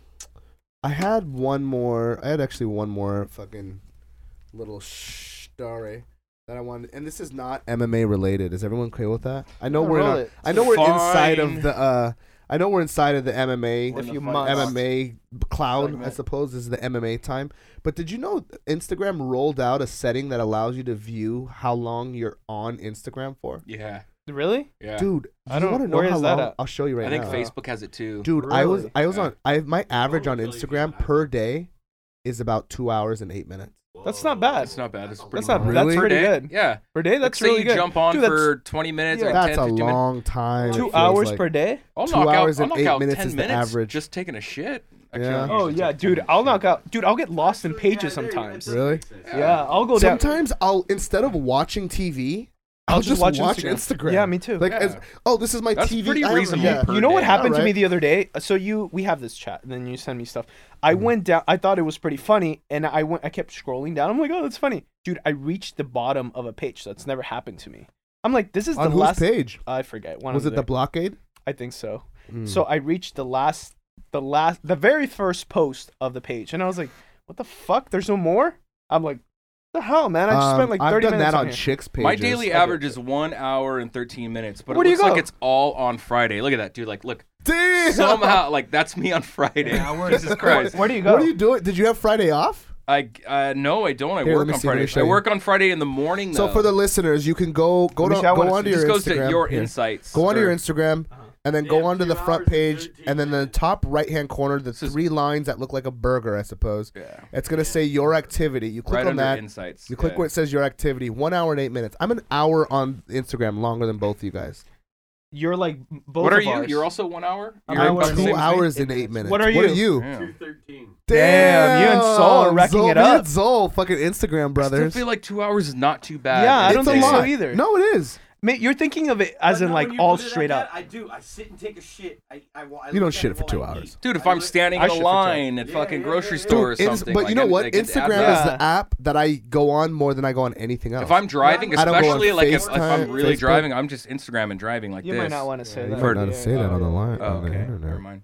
[SPEAKER 6] I had one more. I had actually one more fucking little story that I wanted, and this is not MMA related. Is everyone cool with that? I know
[SPEAKER 7] Yeah,
[SPEAKER 6] we're in
[SPEAKER 7] roll
[SPEAKER 6] a-
[SPEAKER 7] it.
[SPEAKER 6] I know we're inside
[SPEAKER 2] Fine.
[SPEAKER 6] of the. uh I know we're inside of the MMA.
[SPEAKER 7] If you must.
[SPEAKER 6] MMA cloud, I
[SPEAKER 8] Segment.
[SPEAKER 6] suppose, is the MMA time. But did you know Instagram rolled out a setting that allows you to view how long you're on Instagram for?
[SPEAKER 2] Yeah.
[SPEAKER 7] Really?
[SPEAKER 2] Yeah.
[SPEAKER 6] Dude,
[SPEAKER 7] I
[SPEAKER 6] you
[SPEAKER 7] don't-
[SPEAKER 6] want to know
[SPEAKER 7] where
[SPEAKER 6] how
[SPEAKER 7] is that
[SPEAKER 6] long?
[SPEAKER 7] at?
[SPEAKER 6] I'll show you right
[SPEAKER 2] I think
[SPEAKER 6] now.
[SPEAKER 2] Facebook has it too.
[SPEAKER 6] Dude, I was
[SPEAKER 7] Really?
[SPEAKER 6] I was
[SPEAKER 2] Yeah.
[SPEAKER 6] on I my average on
[SPEAKER 8] really good.
[SPEAKER 6] Instagram per day is about two hours and eight minutes.
[SPEAKER 7] That's not bad.
[SPEAKER 2] It's not bad. It's pretty
[SPEAKER 7] That's not.
[SPEAKER 6] Really?
[SPEAKER 7] That's pretty
[SPEAKER 2] Per day?
[SPEAKER 7] good.
[SPEAKER 2] Yeah.
[SPEAKER 7] Per day, that's
[SPEAKER 2] Let's say
[SPEAKER 7] really
[SPEAKER 2] you
[SPEAKER 7] good.
[SPEAKER 2] jump on
[SPEAKER 7] Dude, that's
[SPEAKER 2] for 20 minutes
[SPEAKER 7] Yeah.
[SPEAKER 2] or 10,
[SPEAKER 6] That's a
[SPEAKER 2] 15 minutes.
[SPEAKER 6] long time. it
[SPEAKER 7] two
[SPEAKER 6] feels
[SPEAKER 7] hours
[SPEAKER 6] like.
[SPEAKER 7] per day.
[SPEAKER 2] I'll
[SPEAKER 6] Two
[SPEAKER 2] knock
[SPEAKER 6] hours
[SPEAKER 2] out,
[SPEAKER 6] and
[SPEAKER 2] I'll knock
[SPEAKER 6] eight
[SPEAKER 2] out
[SPEAKER 6] minutes
[SPEAKER 2] 10
[SPEAKER 6] is the
[SPEAKER 2] minutes
[SPEAKER 6] average.
[SPEAKER 2] just taking a shit. Actually,
[SPEAKER 6] Yeah.
[SPEAKER 2] I don't
[SPEAKER 7] Oh
[SPEAKER 2] usually
[SPEAKER 7] yeah,
[SPEAKER 2] take
[SPEAKER 7] dude,
[SPEAKER 2] time.
[SPEAKER 7] I'll knock out. Dude, I'll get lost in
[SPEAKER 8] Yeah,
[SPEAKER 7] pages
[SPEAKER 8] there you go.
[SPEAKER 7] sometimes.
[SPEAKER 8] That
[SPEAKER 6] Really?
[SPEAKER 8] makes sense.
[SPEAKER 7] Yeah, I'll go down.
[SPEAKER 6] Sometimes I'll instead of watching TV, I'll, just, watch, Instagram.
[SPEAKER 7] Yeah, me too.
[SPEAKER 6] Like, as, oh, this is my
[SPEAKER 2] That's
[SPEAKER 6] TV.
[SPEAKER 2] pretty
[SPEAKER 6] I have-
[SPEAKER 2] reasonable.
[SPEAKER 6] yeah.
[SPEAKER 2] per
[SPEAKER 7] you know what
[SPEAKER 2] day.
[SPEAKER 7] happened to me
[SPEAKER 6] Alright.
[SPEAKER 7] the other day? Uh, So you, we have this chat, and then you send me stuff. I went down. I thought it was pretty funny, and I went. I kept scrolling down. I'm like, oh, that's funny, dude. I reached the bottom of a page. That's never happened to me. I'm like, this is
[SPEAKER 6] On
[SPEAKER 7] the
[SPEAKER 6] whose
[SPEAKER 7] last.
[SPEAKER 6] page?
[SPEAKER 7] I forget. One
[SPEAKER 6] Was
[SPEAKER 7] of
[SPEAKER 6] it the blockade?
[SPEAKER 7] I think so. So I reached the last, the last, the very first post of the page, and I was like, "What the fuck? There's no more." I'm like, "The hell, man! I just
[SPEAKER 6] Um,
[SPEAKER 7] spent like 30
[SPEAKER 6] I've done
[SPEAKER 7] minutes
[SPEAKER 6] that on,
[SPEAKER 7] on here."
[SPEAKER 6] chicks pages.
[SPEAKER 2] My daily average is one hour and thirteen minutes, but
[SPEAKER 7] Where
[SPEAKER 2] it
[SPEAKER 7] do you
[SPEAKER 2] looks like
[SPEAKER 7] go?
[SPEAKER 2] it's all on Friday. Look at that, dude. Like, look,
[SPEAKER 6] Damn.
[SPEAKER 2] somehow, like that's me on Friday. Jesus Christ.
[SPEAKER 7] Where do you go?
[SPEAKER 6] What are you doing? Did you have Friday off?
[SPEAKER 2] I uh, no, I don't. I
[SPEAKER 6] Here, let
[SPEAKER 2] work
[SPEAKER 6] me
[SPEAKER 2] on
[SPEAKER 6] see, let me
[SPEAKER 2] Friday.
[SPEAKER 6] show
[SPEAKER 2] I
[SPEAKER 6] you.
[SPEAKER 2] work on Friday in the morning. Though.
[SPEAKER 6] So for the listeners, you can go go to,
[SPEAKER 7] Michelle, I wanna
[SPEAKER 6] go
[SPEAKER 7] see-
[SPEAKER 6] onto
[SPEAKER 2] this
[SPEAKER 6] your
[SPEAKER 2] goes
[SPEAKER 6] Instagram.
[SPEAKER 2] to your
[SPEAKER 6] Here.
[SPEAKER 2] insights.
[SPEAKER 6] Go onto
[SPEAKER 2] or-
[SPEAKER 6] your Instagram
[SPEAKER 2] Uh-huh.
[SPEAKER 6] and then go
[SPEAKER 8] Damn,
[SPEAKER 6] onto the
[SPEAKER 8] two
[SPEAKER 6] front
[SPEAKER 8] hours and
[SPEAKER 6] page
[SPEAKER 8] 13
[SPEAKER 6] and then the
[SPEAKER 8] minutes.
[SPEAKER 6] top right hand corner, the
[SPEAKER 2] is-
[SPEAKER 6] three lines that look like a burger, I suppose.
[SPEAKER 2] Yeah.
[SPEAKER 6] It's gonna say your activity. You click
[SPEAKER 2] right
[SPEAKER 6] on
[SPEAKER 2] under
[SPEAKER 6] that.
[SPEAKER 2] insights.
[SPEAKER 6] You click
[SPEAKER 2] yeah.
[SPEAKER 6] where it says your activity. One hour and eight minutes. I'm an hour on Instagram longer than both of you guys.
[SPEAKER 7] You're like both
[SPEAKER 2] What are
[SPEAKER 7] of
[SPEAKER 2] you?
[SPEAKER 7] ours.
[SPEAKER 2] You're also one hour.
[SPEAKER 7] I'm
[SPEAKER 2] You're
[SPEAKER 7] hour
[SPEAKER 2] about
[SPEAKER 7] and
[SPEAKER 2] the
[SPEAKER 6] Two
[SPEAKER 2] same as me?
[SPEAKER 6] hours and eight minutes.
[SPEAKER 7] What are you?
[SPEAKER 2] Yeah.
[SPEAKER 8] 213.
[SPEAKER 7] Damn, you and Zol are wrecking
[SPEAKER 6] Zol-
[SPEAKER 7] it
[SPEAKER 6] me and
[SPEAKER 7] up.
[SPEAKER 6] Zol, fucking Instagram
[SPEAKER 2] I still
[SPEAKER 6] brothers.
[SPEAKER 2] feel like two hours is not too bad.
[SPEAKER 7] Yeah, I don't
[SPEAKER 6] It's a
[SPEAKER 7] think so
[SPEAKER 6] lot.
[SPEAKER 7] either.
[SPEAKER 6] No, it is.
[SPEAKER 7] Ma- you're thinking of it as
[SPEAKER 8] But
[SPEAKER 7] in
[SPEAKER 8] no,
[SPEAKER 7] like
[SPEAKER 8] when you
[SPEAKER 7] all
[SPEAKER 8] put it like
[SPEAKER 7] straight
[SPEAKER 8] that,
[SPEAKER 7] up.
[SPEAKER 8] I do. I sit and take a shit. I, I, wa- I
[SPEAKER 6] You don't
[SPEAKER 8] look at
[SPEAKER 6] shit for
[SPEAKER 8] while
[SPEAKER 6] two
[SPEAKER 8] I
[SPEAKER 6] hours.
[SPEAKER 8] eat.
[SPEAKER 2] Dude, if
[SPEAKER 8] I
[SPEAKER 2] I'm
[SPEAKER 8] look-
[SPEAKER 2] standing
[SPEAKER 7] I
[SPEAKER 2] in a
[SPEAKER 7] should forget.
[SPEAKER 2] line at
[SPEAKER 8] Yeah,
[SPEAKER 2] fucking
[SPEAKER 8] yeah,
[SPEAKER 2] grocery
[SPEAKER 8] yeah,
[SPEAKER 2] store or
[SPEAKER 6] Dude, Ins-
[SPEAKER 2] something,
[SPEAKER 6] but
[SPEAKER 2] like,
[SPEAKER 6] you know
[SPEAKER 2] I'm-
[SPEAKER 6] what?
[SPEAKER 2] like, it's
[SPEAKER 6] Instagram
[SPEAKER 2] admin.
[SPEAKER 6] is
[SPEAKER 7] Yeah.
[SPEAKER 6] the app that I go on more than I go on anything else.
[SPEAKER 2] If I'm driving,
[SPEAKER 6] I don't go on
[SPEAKER 2] especially like if, if I'm
[SPEAKER 6] FaceTime,
[SPEAKER 2] really
[SPEAKER 6] Facebook.
[SPEAKER 2] driving, I'm just Instagram and driving like
[SPEAKER 7] You
[SPEAKER 2] this.
[SPEAKER 7] might not want to say that.
[SPEAKER 2] might
[SPEAKER 7] Yeah,
[SPEAKER 2] not
[SPEAKER 7] yeah,
[SPEAKER 6] say that on the line.
[SPEAKER 2] Oh, okay. Never mind.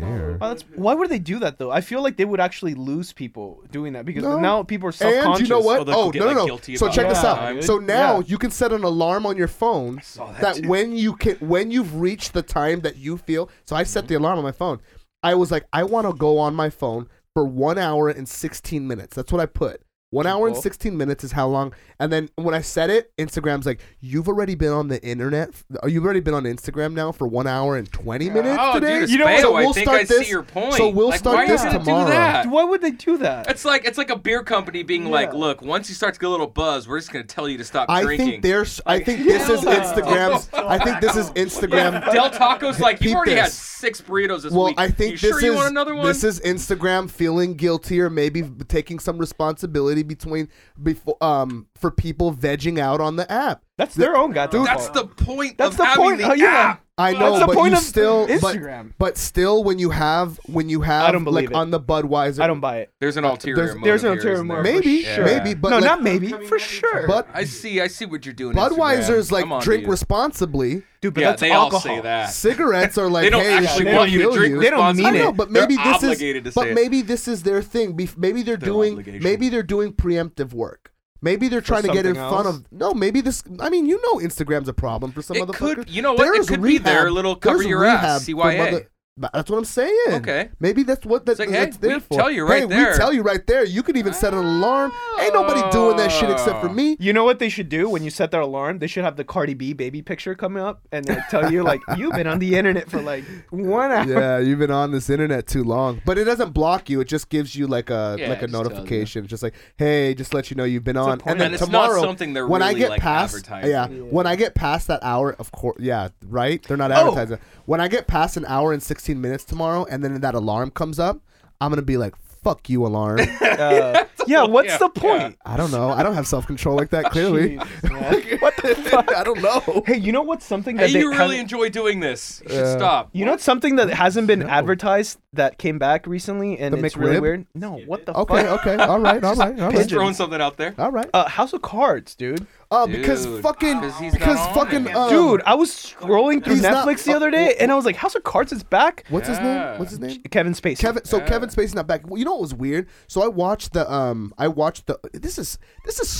[SPEAKER 7] Wow, that's, why would they do that though? I feel like they would actually lose people doing that because
[SPEAKER 6] No.
[SPEAKER 7] now people are self-conscious.
[SPEAKER 6] And you know what?
[SPEAKER 2] they
[SPEAKER 6] Oh,
[SPEAKER 2] could get,
[SPEAKER 6] no,
[SPEAKER 2] like,
[SPEAKER 6] no, no.
[SPEAKER 2] guilty
[SPEAKER 6] So
[SPEAKER 2] about
[SPEAKER 6] check
[SPEAKER 7] it.
[SPEAKER 6] this
[SPEAKER 7] Yeah,
[SPEAKER 6] out.
[SPEAKER 7] dude.
[SPEAKER 6] So now
[SPEAKER 7] Yeah.
[SPEAKER 6] you can set an alarm on your phone
[SPEAKER 2] saw that
[SPEAKER 6] that
[SPEAKER 2] too.
[SPEAKER 6] when you can, when you've reached the time that you feel. So I set
[SPEAKER 2] Mm-hmm.
[SPEAKER 6] the alarm on my phone. I was like, I want to go on my phone for one hour and sixteen minutes. That's what I put. One hour and
[SPEAKER 7] Cool.
[SPEAKER 6] sixteen minutes is how long. And then when I set it, Instagram's like, you've already been on the internet. Or you've already been on Instagram now for one hour and twenty minutes
[SPEAKER 2] Oh,
[SPEAKER 6] today.
[SPEAKER 2] dude, you know,
[SPEAKER 6] So
[SPEAKER 2] I
[SPEAKER 6] we'll
[SPEAKER 2] think
[SPEAKER 6] start
[SPEAKER 2] I
[SPEAKER 6] this-
[SPEAKER 2] see your point.
[SPEAKER 6] So we'll
[SPEAKER 2] Like, why
[SPEAKER 6] start
[SPEAKER 2] are you
[SPEAKER 6] this
[SPEAKER 2] gonna
[SPEAKER 6] tomorrow.
[SPEAKER 2] Do that?
[SPEAKER 7] Why would they do that?
[SPEAKER 2] It's like it's like a beer company being like, look, once you start to get a little buzz, we're just gonna tell you to stop
[SPEAKER 6] I
[SPEAKER 2] drinking.
[SPEAKER 6] think there's. I think this is
[SPEAKER 7] Yeah.
[SPEAKER 6] Instagram's. I think this is Instagram.
[SPEAKER 2] Del Taco's like,
[SPEAKER 6] Peep
[SPEAKER 2] you already had
[SPEAKER 6] this.
[SPEAKER 2] six burritos this
[SPEAKER 6] Well,
[SPEAKER 2] week.
[SPEAKER 6] I
[SPEAKER 2] you
[SPEAKER 6] think
[SPEAKER 2] sure
[SPEAKER 6] this
[SPEAKER 2] you want
[SPEAKER 6] is
[SPEAKER 2] another one?
[SPEAKER 6] this is Instagram feeling guilty or maybe taking some responsibility between before um for people vegging out on the app.
[SPEAKER 7] That's their own goddamn
[SPEAKER 6] Dude,
[SPEAKER 2] That's
[SPEAKER 7] fault.
[SPEAKER 2] the point
[SPEAKER 7] That's
[SPEAKER 2] of
[SPEAKER 7] the
[SPEAKER 2] having
[SPEAKER 7] point.
[SPEAKER 2] the
[SPEAKER 7] Oh, yeah.
[SPEAKER 2] app.
[SPEAKER 6] I know,
[SPEAKER 7] That's the
[SPEAKER 6] but
[SPEAKER 7] point
[SPEAKER 6] you
[SPEAKER 7] of
[SPEAKER 6] still but-
[SPEAKER 7] Instagram.
[SPEAKER 6] But, still, when you have when you have
[SPEAKER 7] I don't
[SPEAKER 6] like
[SPEAKER 7] believe it.
[SPEAKER 6] on the Budweiser,
[SPEAKER 7] I don't buy it.
[SPEAKER 2] There's an ulterior
[SPEAKER 6] There's-
[SPEAKER 2] motive
[SPEAKER 7] there's an
[SPEAKER 2] here,
[SPEAKER 7] ulterior
[SPEAKER 2] isn't there?
[SPEAKER 7] motive.
[SPEAKER 6] maybe
[SPEAKER 2] For sure.
[SPEAKER 6] maybe, but
[SPEAKER 7] no,
[SPEAKER 6] like,
[SPEAKER 7] not maybe for sure.
[SPEAKER 6] but
[SPEAKER 2] I see. I see what you're doing.
[SPEAKER 6] Budweiser's
[SPEAKER 2] Instagram.
[SPEAKER 6] like
[SPEAKER 2] Come on,
[SPEAKER 6] drink
[SPEAKER 2] dude.
[SPEAKER 6] responsibly.
[SPEAKER 7] dude, but
[SPEAKER 2] Yeah,
[SPEAKER 7] that's
[SPEAKER 2] they
[SPEAKER 7] alcohol.
[SPEAKER 2] all say that.
[SPEAKER 6] Cigarettes are like
[SPEAKER 2] They don't
[SPEAKER 6] hey,
[SPEAKER 2] actually
[SPEAKER 6] we
[SPEAKER 2] want
[SPEAKER 6] can
[SPEAKER 2] you to
[SPEAKER 6] kill
[SPEAKER 2] drink
[SPEAKER 7] They don't mean
[SPEAKER 2] responsibly.
[SPEAKER 6] I know,
[SPEAKER 7] it.
[SPEAKER 6] but maybe
[SPEAKER 2] They're
[SPEAKER 6] this
[SPEAKER 2] obligated
[SPEAKER 6] is.
[SPEAKER 2] to
[SPEAKER 6] But
[SPEAKER 2] say it.
[SPEAKER 6] maybe this is their thing. Bef- Maybe they're
[SPEAKER 2] Their
[SPEAKER 6] doing.
[SPEAKER 2] obligation.
[SPEAKER 6] Maybe they're doing preemptive work. Maybe they're trying to get in
[SPEAKER 7] something
[SPEAKER 6] front
[SPEAKER 7] else?
[SPEAKER 6] of. No, maybe this. I mean, you know, Instagram's a problem for some
[SPEAKER 2] It
[SPEAKER 6] motherfuckers.
[SPEAKER 2] could- you know what? It
[SPEAKER 6] There's
[SPEAKER 2] could be their
[SPEAKER 6] rehab-
[SPEAKER 2] little cover
[SPEAKER 6] there's
[SPEAKER 2] your ass,
[SPEAKER 6] rehab for
[SPEAKER 2] CYA.
[SPEAKER 6] but that's what I'm saying.
[SPEAKER 2] Okay.
[SPEAKER 6] Maybe that's what that,
[SPEAKER 2] It's like, hey,
[SPEAKER 6] that's there
[SPEAKER 2] we
[SPEAKER 6] for.
[SPEAKER 2] tell you right
[SPEAKER 6] hey,
[SPEAKER 2] there.
[SPEAKER 6] We tell you right there. You could even set an alarm. Ain't nobody doing that shit except for me.
[SPEAKER 7] You know what they should do when you set their alarm? They should have the Cardi B baby picture coming up and like, tell you like you've been on the internet for like one hour.
[SPEAKER 6] yeah, you've been on this internet too long. But it doesn't block you. It just gives you like a
[SPEAKER 2] Yeah,
[SPEAKER 6] like a
[SPEAKER 2] it just tells you.
[SPEAKER 6] notification, just like hey, just let you know you've been on.
[SPEAKER 7] point.
[SPEAKER 6] And then
[SPEAKER 2] And it's not
[SPEAKER 6] tomorrow,
[SPEAKER 2] something they're
[SPEAKER 6] when I
[SPEAKER 2] really,
[SPEAKER 6] get
[SPEAKER 2] like,
[SPEAKER 6] past, yeah,
[SPEAKER 2] advertising.
[SPEAKER 6] when I get past that hour, of course, yeah, right. They're
[SPEAKER 2] Oh!
[SPEAKER 6] not advertising. When I get past an hour and sixteen minutes tomorrow, and then that alarm comes up, I'm gonna be like, "Fuck you, alarm."
[SPEAKER 7] Uh, yeah, what's
[SPEAKER 2] yeah,
[SPEAKER 7] the point?
[SPEAKER 6] I don't know. I don't have self control like that. Clearly,
[SPEAKER 7] Jesus, man.
[SPEAKER 6] what the fuck? I don't know.
[SPEAKER 7] Hey, you know what's something that
[SPEAKER 2] Hey,
[SPEAKER 7] they
[SPEAKER 2] you really
[SPEAKER 7] kinda-
[SPEAKER 2] enjoy doing this. You should stop.
[SPEAKER 7] you know what's something that hasn't been advertised that came back recently and
[SPEAKER 6] The
[SPEAKER 7] it's really
[SPEAKER 6] McRib?
[SPEAKER 7] weird. No, what the
[SPEAKER 6] Okay,
[SPEAKER 7] fuck?
[SPEAKER 6] okay, all right, all right, all
[SPEAKER 2] Just
[SPEAKER 6] right,
[SPEAKER 7] pigeon.
[SPEAKER 2] throwing something out there.
[SPEAKER 6] all right.
[SPEAKER 7] Uh, House of Cards, dude.
[SPEAKER 6] Oh, because
[SPEAKER 2] Dude,
[SPEAKER 6] fucking,
[SPEAKER 2] 'cause he's not
[SPEAKER 6] because
[SPEAKER 2] on
[SPEAKER 6] fucking,
[SPEAKER 2] it.
[SPEAKER 6] um,
[SPEAKER 7] Dude, I was scrolling through
[SPEAKER 6] He's not-
[SPEAKER 7] Netflix the other day and I was like, House of Cards is back.
[SPEAKER 6] What's his name?
[SPEAKER 2] Yeah.
[SPEAKER 6] What's his name?
[SPEAKER 7] Kevin Spacey.
[SPEAKER 6] Kevin. So Kevin Spacey's not back. Well, you know what was weird? So I watched the um. I watched the. This is this is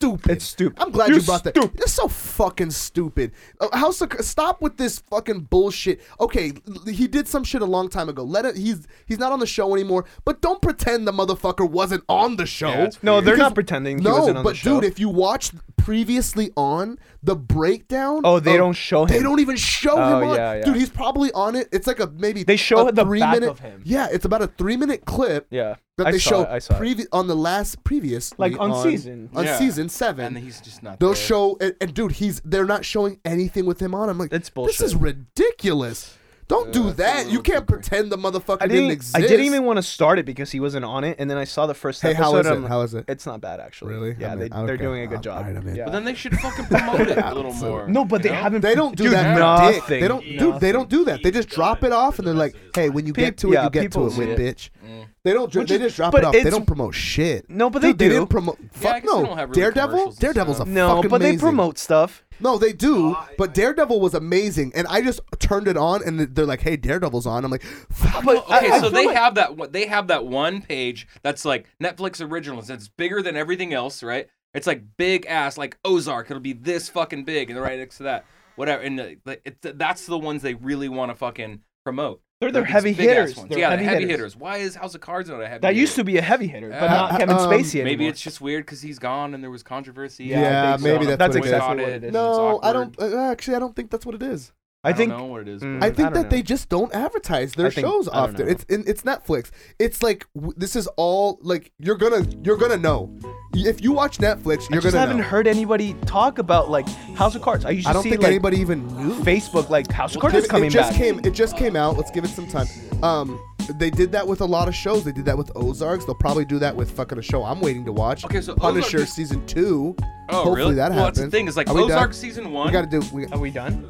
[SPEAKER 6] stupid.
[SPEAKER 7] It's stupid.
[SPEAKER 6] I'm glad
[SPEAKER 7] You're
[SPEAKER 6] you brought that.
[SPEAKER 7] stupid.
[SPEAKER 6] This is so fucking stupid. Uh, House of, Ca- stop with this fucking bullshit. Okay, l- he did some shit a long time ago. Let it. He's he's not on the show anymore. But don't pretend the motherfucker wasn't on the show.
[SPEAKER 2] it's
[SPEAKER 7] No, they're
[SPEAKER 6] Because-
[SPEAKER 7] not pretending he
[SPEAKER 6] no,
[SPEAKER 7] wasn't on
[SPEAKER 6] but
[SPEAKER 7] the show.
[SPEAKER 6] dude, if you watched previously on the breakdown,
[SPEAKER 7] Oh, they
[SPEAKER 6] of-
[SPEAKER 7] don't show
[SPEAKER 6] They
[SPEAKER 7] him.
[SPEAKER 6] don't even show
[SPEAKER 7] Oh,
[SPEAKER 6] him on.
[SPEAKER 7] yeah, yeah.
[SPEAKER 6] Dude, he's probably on it. It's like a maybe
[SPEAKER 7] They show
[SPEAKER 6] a
[SPEAKER 7] the
[SPEAKER 6] three
[SPEAKER 7] back
[SPEAKER 6] minute.
[SPEAKER 7] of him.
[SPEAKER 6] Yeah, it's about a three minute clip.
[SPEAKER 7] yeah,
[SPEAKER 6] That
[SPEAKER 7] I
[SPEAKER 6] they
[SPEAKER 7] saw
[SPEAKER 6] show
[SPEAKER 7] it, I saw it.
[SPEAKER 6] previ- on the last previous
[SPEAKER 7] Like, on season.
[SPEAKER 6] on
[SPEAKER 2] Yeah.
[SPEAKER 6] season seven.
[SPEAKER 2] And he's just not.
[SPEAKER 6] They'll
[SPEAKER 2] there.
[SPEAKER 6] show and, and dude, he's they're not showing anything with him on. I'm like,
[SPEAKER 7] It's
[SPEAKER 6] This is
[SPEAKER 7] bullshit.
[SPEAKER 6] ridiculous. Don't do
[SPEAKER 2] that's a
[SPEAKER 6] that. You
[SPEAKER 2] little
[SPEAKER 6] can't
[SPEAKER 2] deeper.
[SPEAKER 6] pretend the motherfucker
[SPEAKER 7] I
[SPEAKER 6] didn't,
[SPEAKER 7] didn't.
[SPEAKER 6] exist.
[SPEAKER 7] I didn't even want to start it because he wasn't on it, and then I saw the first
[SPEAKER 6] Hey,
[SPEAKER 7] episode.
[SPEAKER 6] how is
[SPEAKER 7] and I'm
[SPEAKER 6] it?
[SPEAKER 7] like,
[SPEAKER 6] How is it?
[SPEAKER 7] It's not bad actually.
[SPEAKER 6] Really?
[SPEAKER 7] Yeah,
[SPEAKER 6] I'm
[SPEAKER 7] they,
[SPEAKER 6] in.
[SPEAKER 7] they're
[SPEAKER 6] Okay.
[SPEAKER 7] doing a
[SPEAKER 6] I'm-
[SPEAKER 7] good job.
[SPEAKER 6] alright, I'm in.
[SPEAKER 7] Yeah.
[SPEAKER 6] But
[SPEAKER 2] But then they should fucking promote it a little more.
[SPEAKER 7] no, but they
[SPEAKER 2] you know?
[SPEAKER 7] haven't.
[SPEAKER 6] They don't do
[SPEAKER 7] Dude,
[SPEAKER 6] that for
[SPEAKER 7] nothing.
[SPEAKER 6] dick. They don't do. They
[SPEAKER 7] Nothing.
[SPEAKER 6] don't do that. They just drop it off and they're like, "Hey, when you get
[SPEAKER 7] Peop-
[SPEAKER 6] to it,
[SPEAKER 7] yeah,
[SPEAKER 6] you get to
[SPEAKER 7] people
[SPEAKER 6] it, with
[SPEAKER 7] see
[SPEAKER 6] bitch."
[SPEAKER 2] Mm.
[SPEAKER 6] They don't. dr-
[SPEAKER 7] Which
[SPEAKER 6] They
[SPEAKER 7] is-
[SPEAKER 6] just drop
[SPEAKER 7] but
[SPEAKER 6] it off. They
[SPEAKER 7] it's-
[SPEAKER 6] don't promote shit.
[SPEAKER 7] No, but they
[SPEAKER 6] Dude, They
[SPEAKER 7] do.
[SPEAKER 6] didn't promote.
[SPEAKER 2] I
[SPEAKER 6] Fuck
[SPEAKER 2] guess they
[SPEAKER 6] no.
[SPEAKER 2] don't have really
[SPEAKER 6] Daredevil.
[SPEAKER 2] commercials and
[SPEAKER 6] Daredevil's a
[SPEAKER 2] stuff.
[SPEAKER 7] No,
[SPEAKER 6] fucking
[SPEAKER 7] but they
[SPEAKER 6] amazing.
[SPEAKER 7] promote stuff.
[SPEAKER 6] No, they do. But Daredevil was amazing, and I just turned it on, and they're like, "Hey, Daredevil's on." I'm like, "Fuck."
[SPEAKER 7] But uh,
[SPEAKER 2] Okay,
[SPEAKER 7] I, I
[SPEAKER 2] so
[SPEAKER 7] feel
[SPEAKER 2] they
[SPEAKER 7] like-
[SPEAKER 2] have that. one- They have that one page that's like Netflix originals. It's bigger than everything else, right? It's like big ass, like Ozark. It'll be this fucking big, and right next to that, whatever. And uh, like, it, that's the ones they really want to fucking promote.
[SPEAKER 7] They're their
[SPEAKER 2] These
[SPEAKER 7] heavy
[SPEAKER 2] big-ass
[SPEAKER 7] hitters.
[SPEAKER 2] ones.
[SPEAKER 7] They're
[SPEAKER 2] yeah,
[SPEAKER 7] heavy
[SPEAKER 2] the heavy
[SPEAKER 7] hitters.
[SPEAKER 2] hitters. Why is House of Cards not a heavy?
[SPEAKER 7] that
[SPEAKER 2] hitter?
[SPEAKER 7] used to be a heavy hitter, but
[SPEAKER 2] Uh,
[SPEAKER 7] not Kevin
[SPEAKER 6] um,
[SPEAKER 7] Spacey anymore.
[SPEAKER 2] Maybe it's just weird because he's gone and there was controversy.
[SPEAKER 7] Yeah,
[SPEAKER 6] Yeah,
[SPEAKER 7] I think
[SPEAKER 6] maybe
[SPEAKER 7] so.
[SPEAKER 6] that's what
[SPEAKER 7] that's
[SPEAKER 6] it is.
[SPEAKER 7] exactly what it is.
[SPEAKER 6] No,
[SPEAKER 2] It's
[SPEAKER 6] I don't. uh, Actually, I don't think that's what it is.
[SPEAKER 2] I,
[SPEAKER 7] I think
[SPEAKER 2] don't know what it is.
[SPEAKER 7] Mm.
[SPEAKER 2] but-
[SPEAKER 6] I
[SPEAKER 7] I
[SPEAKER 6] think
[SPEAKER 7] don't
[SPEAKER 6] that they
[SPEAKER 7] know.
[SPEAKER 6] just don't advertise their
[SPEAKER 7] I think-
[SPEAKER 6] shows
[SPEAKER 7] I don't
[SPEAKER 6] often.
[SPEAKER 7] know.
[SPEAKER 6] It's in, it's Netflix. It's like w- this is all like you're gonna you're gonna know if you watch Netflix. You're
[SPEAKER 7] I just
[SPEAKER 6] gonna
[SPEAKER 7] haven't
[SPEAKER 6] know.
[SPEAKER 7] heard anybody talk about like House of Cards. I used to
[SPEAKER 6] I don't
[SPEAKER 7] see
[SPEAKER 6] think
[SPEAKER 7] like
[SPEAKER 6] anybody even knew.
[SPEAKER 7] Facebook like House of Cards
[SPEAKER 6] Give
[SPEAKER 7] is
[SPEAKER 6] it-
[SPEAKER 7] coming
[SPEAKER 6] it just
[SPEAKER 7] back.
[SPEAKER 6] came. It just came out. Let's give it some time. Um, they did that with a lot of shows. They did that with Ozarks. They'll probably do that with fucking a show I'm waiting to watch.
[SPEAKER 2] Okay, so
[SPEAKER 6] Punisher
[SPEAKER 2] Ozark-
[SPEAKER 6] season two.
[SPEAKER 2] Oh,
[SPEAKER 6] Hopefully
[SPEAKER 2] really?
[SPEAKER 6] that
[SPEAKER 2] Well,
[SPEAKER 6] happens.
[SPEAKER 2] that's the thing. Is like
[SPEAKER 6] Are we done?
[SPEAKER 2] Ozark season one.
[SPEAKER 6] We gotta do. We,
[SPEAKER 7] Are we done?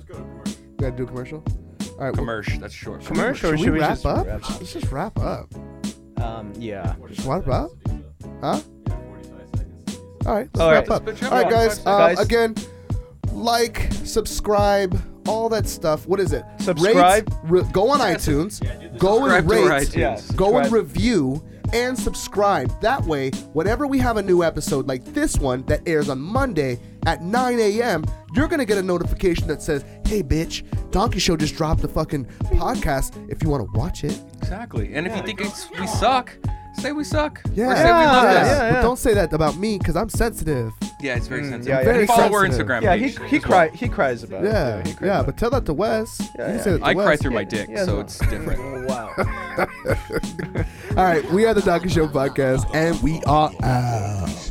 [SPEAKER 6] we gotta do a commercial. All right, well,
[SPEAKER 2] commercial. That's short.
[SPEAKER 6] should we-
[SPEAKER 7] Commercial or
[SPEAKER 6] Should,
[SPEAKER 7] should
[SPEAKER 6] we
[SPEAKER 7] we
[SPEAKER 6] wrap
[SPEAKER 7] just
[SPEAKER 6] up?
[SPEAKER 7] wrap up?
[SPEAKER 6] Let's just wrap up.
[SPEAKER 7] Um, yeah.
[SPEAKER 6] Just wrap up. Huh? All right. Let's
[SPEAKER 7] All
[SPEAKER 6] wrap
[SPEAKER 7] right.
[SPEAKER 6] up.
[SPEAKER 2] Let's put you
[SPEAKER 6] All right,
[SPEAKER 2] on.
[SPEAKER 6] guys.
[SPEAKER 2] Let's
[SPEAKER 6] Um,
[SPEAKER 7] guys.
[SPEAKER 6] Again, like, subscribe, all that stuff. What is it? Rate,
[SPEAKER 7] Subscribe.
[SPEAKER 6] re- go on iTunes. go and
[SPEAKER 2] Subscribe to our
[SPEAKER 6] rate.
[SPEAKER 2] iTunes.
[SPEAKER 7] Yeah.
[SPEAKER 6] go and
[SPEAKER 7] subscribe.
[SPEAKER 6] review and subscribe. That way, whenever we have a new episode like this one that airs on Monday at 9 a.m., you're gonna get a notification that says, "Hey, bitch, Donkey Show just dropped a fucking podcast. If you want to watch it,
[SPEAKER 2] Exactly. And if you think it's, we suck, say we suck.
[SPEAKER 6] yeah,
[SPEAKER 2] Or say we love
[SPEAKER 6] yeah, Oh,
[SPEAKER 2] this.
[SPEAKER 7] yeah,
[SPEAKER 6] But
[SPEAKER 7] yeah.
[SPEAKER 6] don't say that about me because I'm sensitive.
[SPEAKER 2] Yeah, it's very sensitive.
[SPEAKER 7] yeah, yeah.
[SPEAKER 6] Very
[SPEAKER 2] Very Follow our
[SPEAKER 6] sensitive.
[SPEAKER 2] Instagram
[SPEAKER 7] Yeah, he
[SPEAKER 2] page.
[SPEAKER 7] he cry he cries about
[SPEAKER 6] Yeah,
[SPEAKER 7] it. he
[SPEAKER 6] yeah,
[SPEAKER 7] cried about
[SPEAKER 6] but tell that to Wes. You can
[SPEAKER 7] yeah.
[SPEAKER 6] say that to
[SPEAKER 2] I cry
[SPEAKER 6] Wes.
[SPEAKER 2] through my dick,
[SPEAKER 7] yeah,
[SPEAKER 2] so
[SPEAKER 7] no.
[SPEAKER 2] it's different.
[SPEAKER 7] it. Wow.
[SPEAKER 6] All right, we are the Donkey Show podcast, and we are out.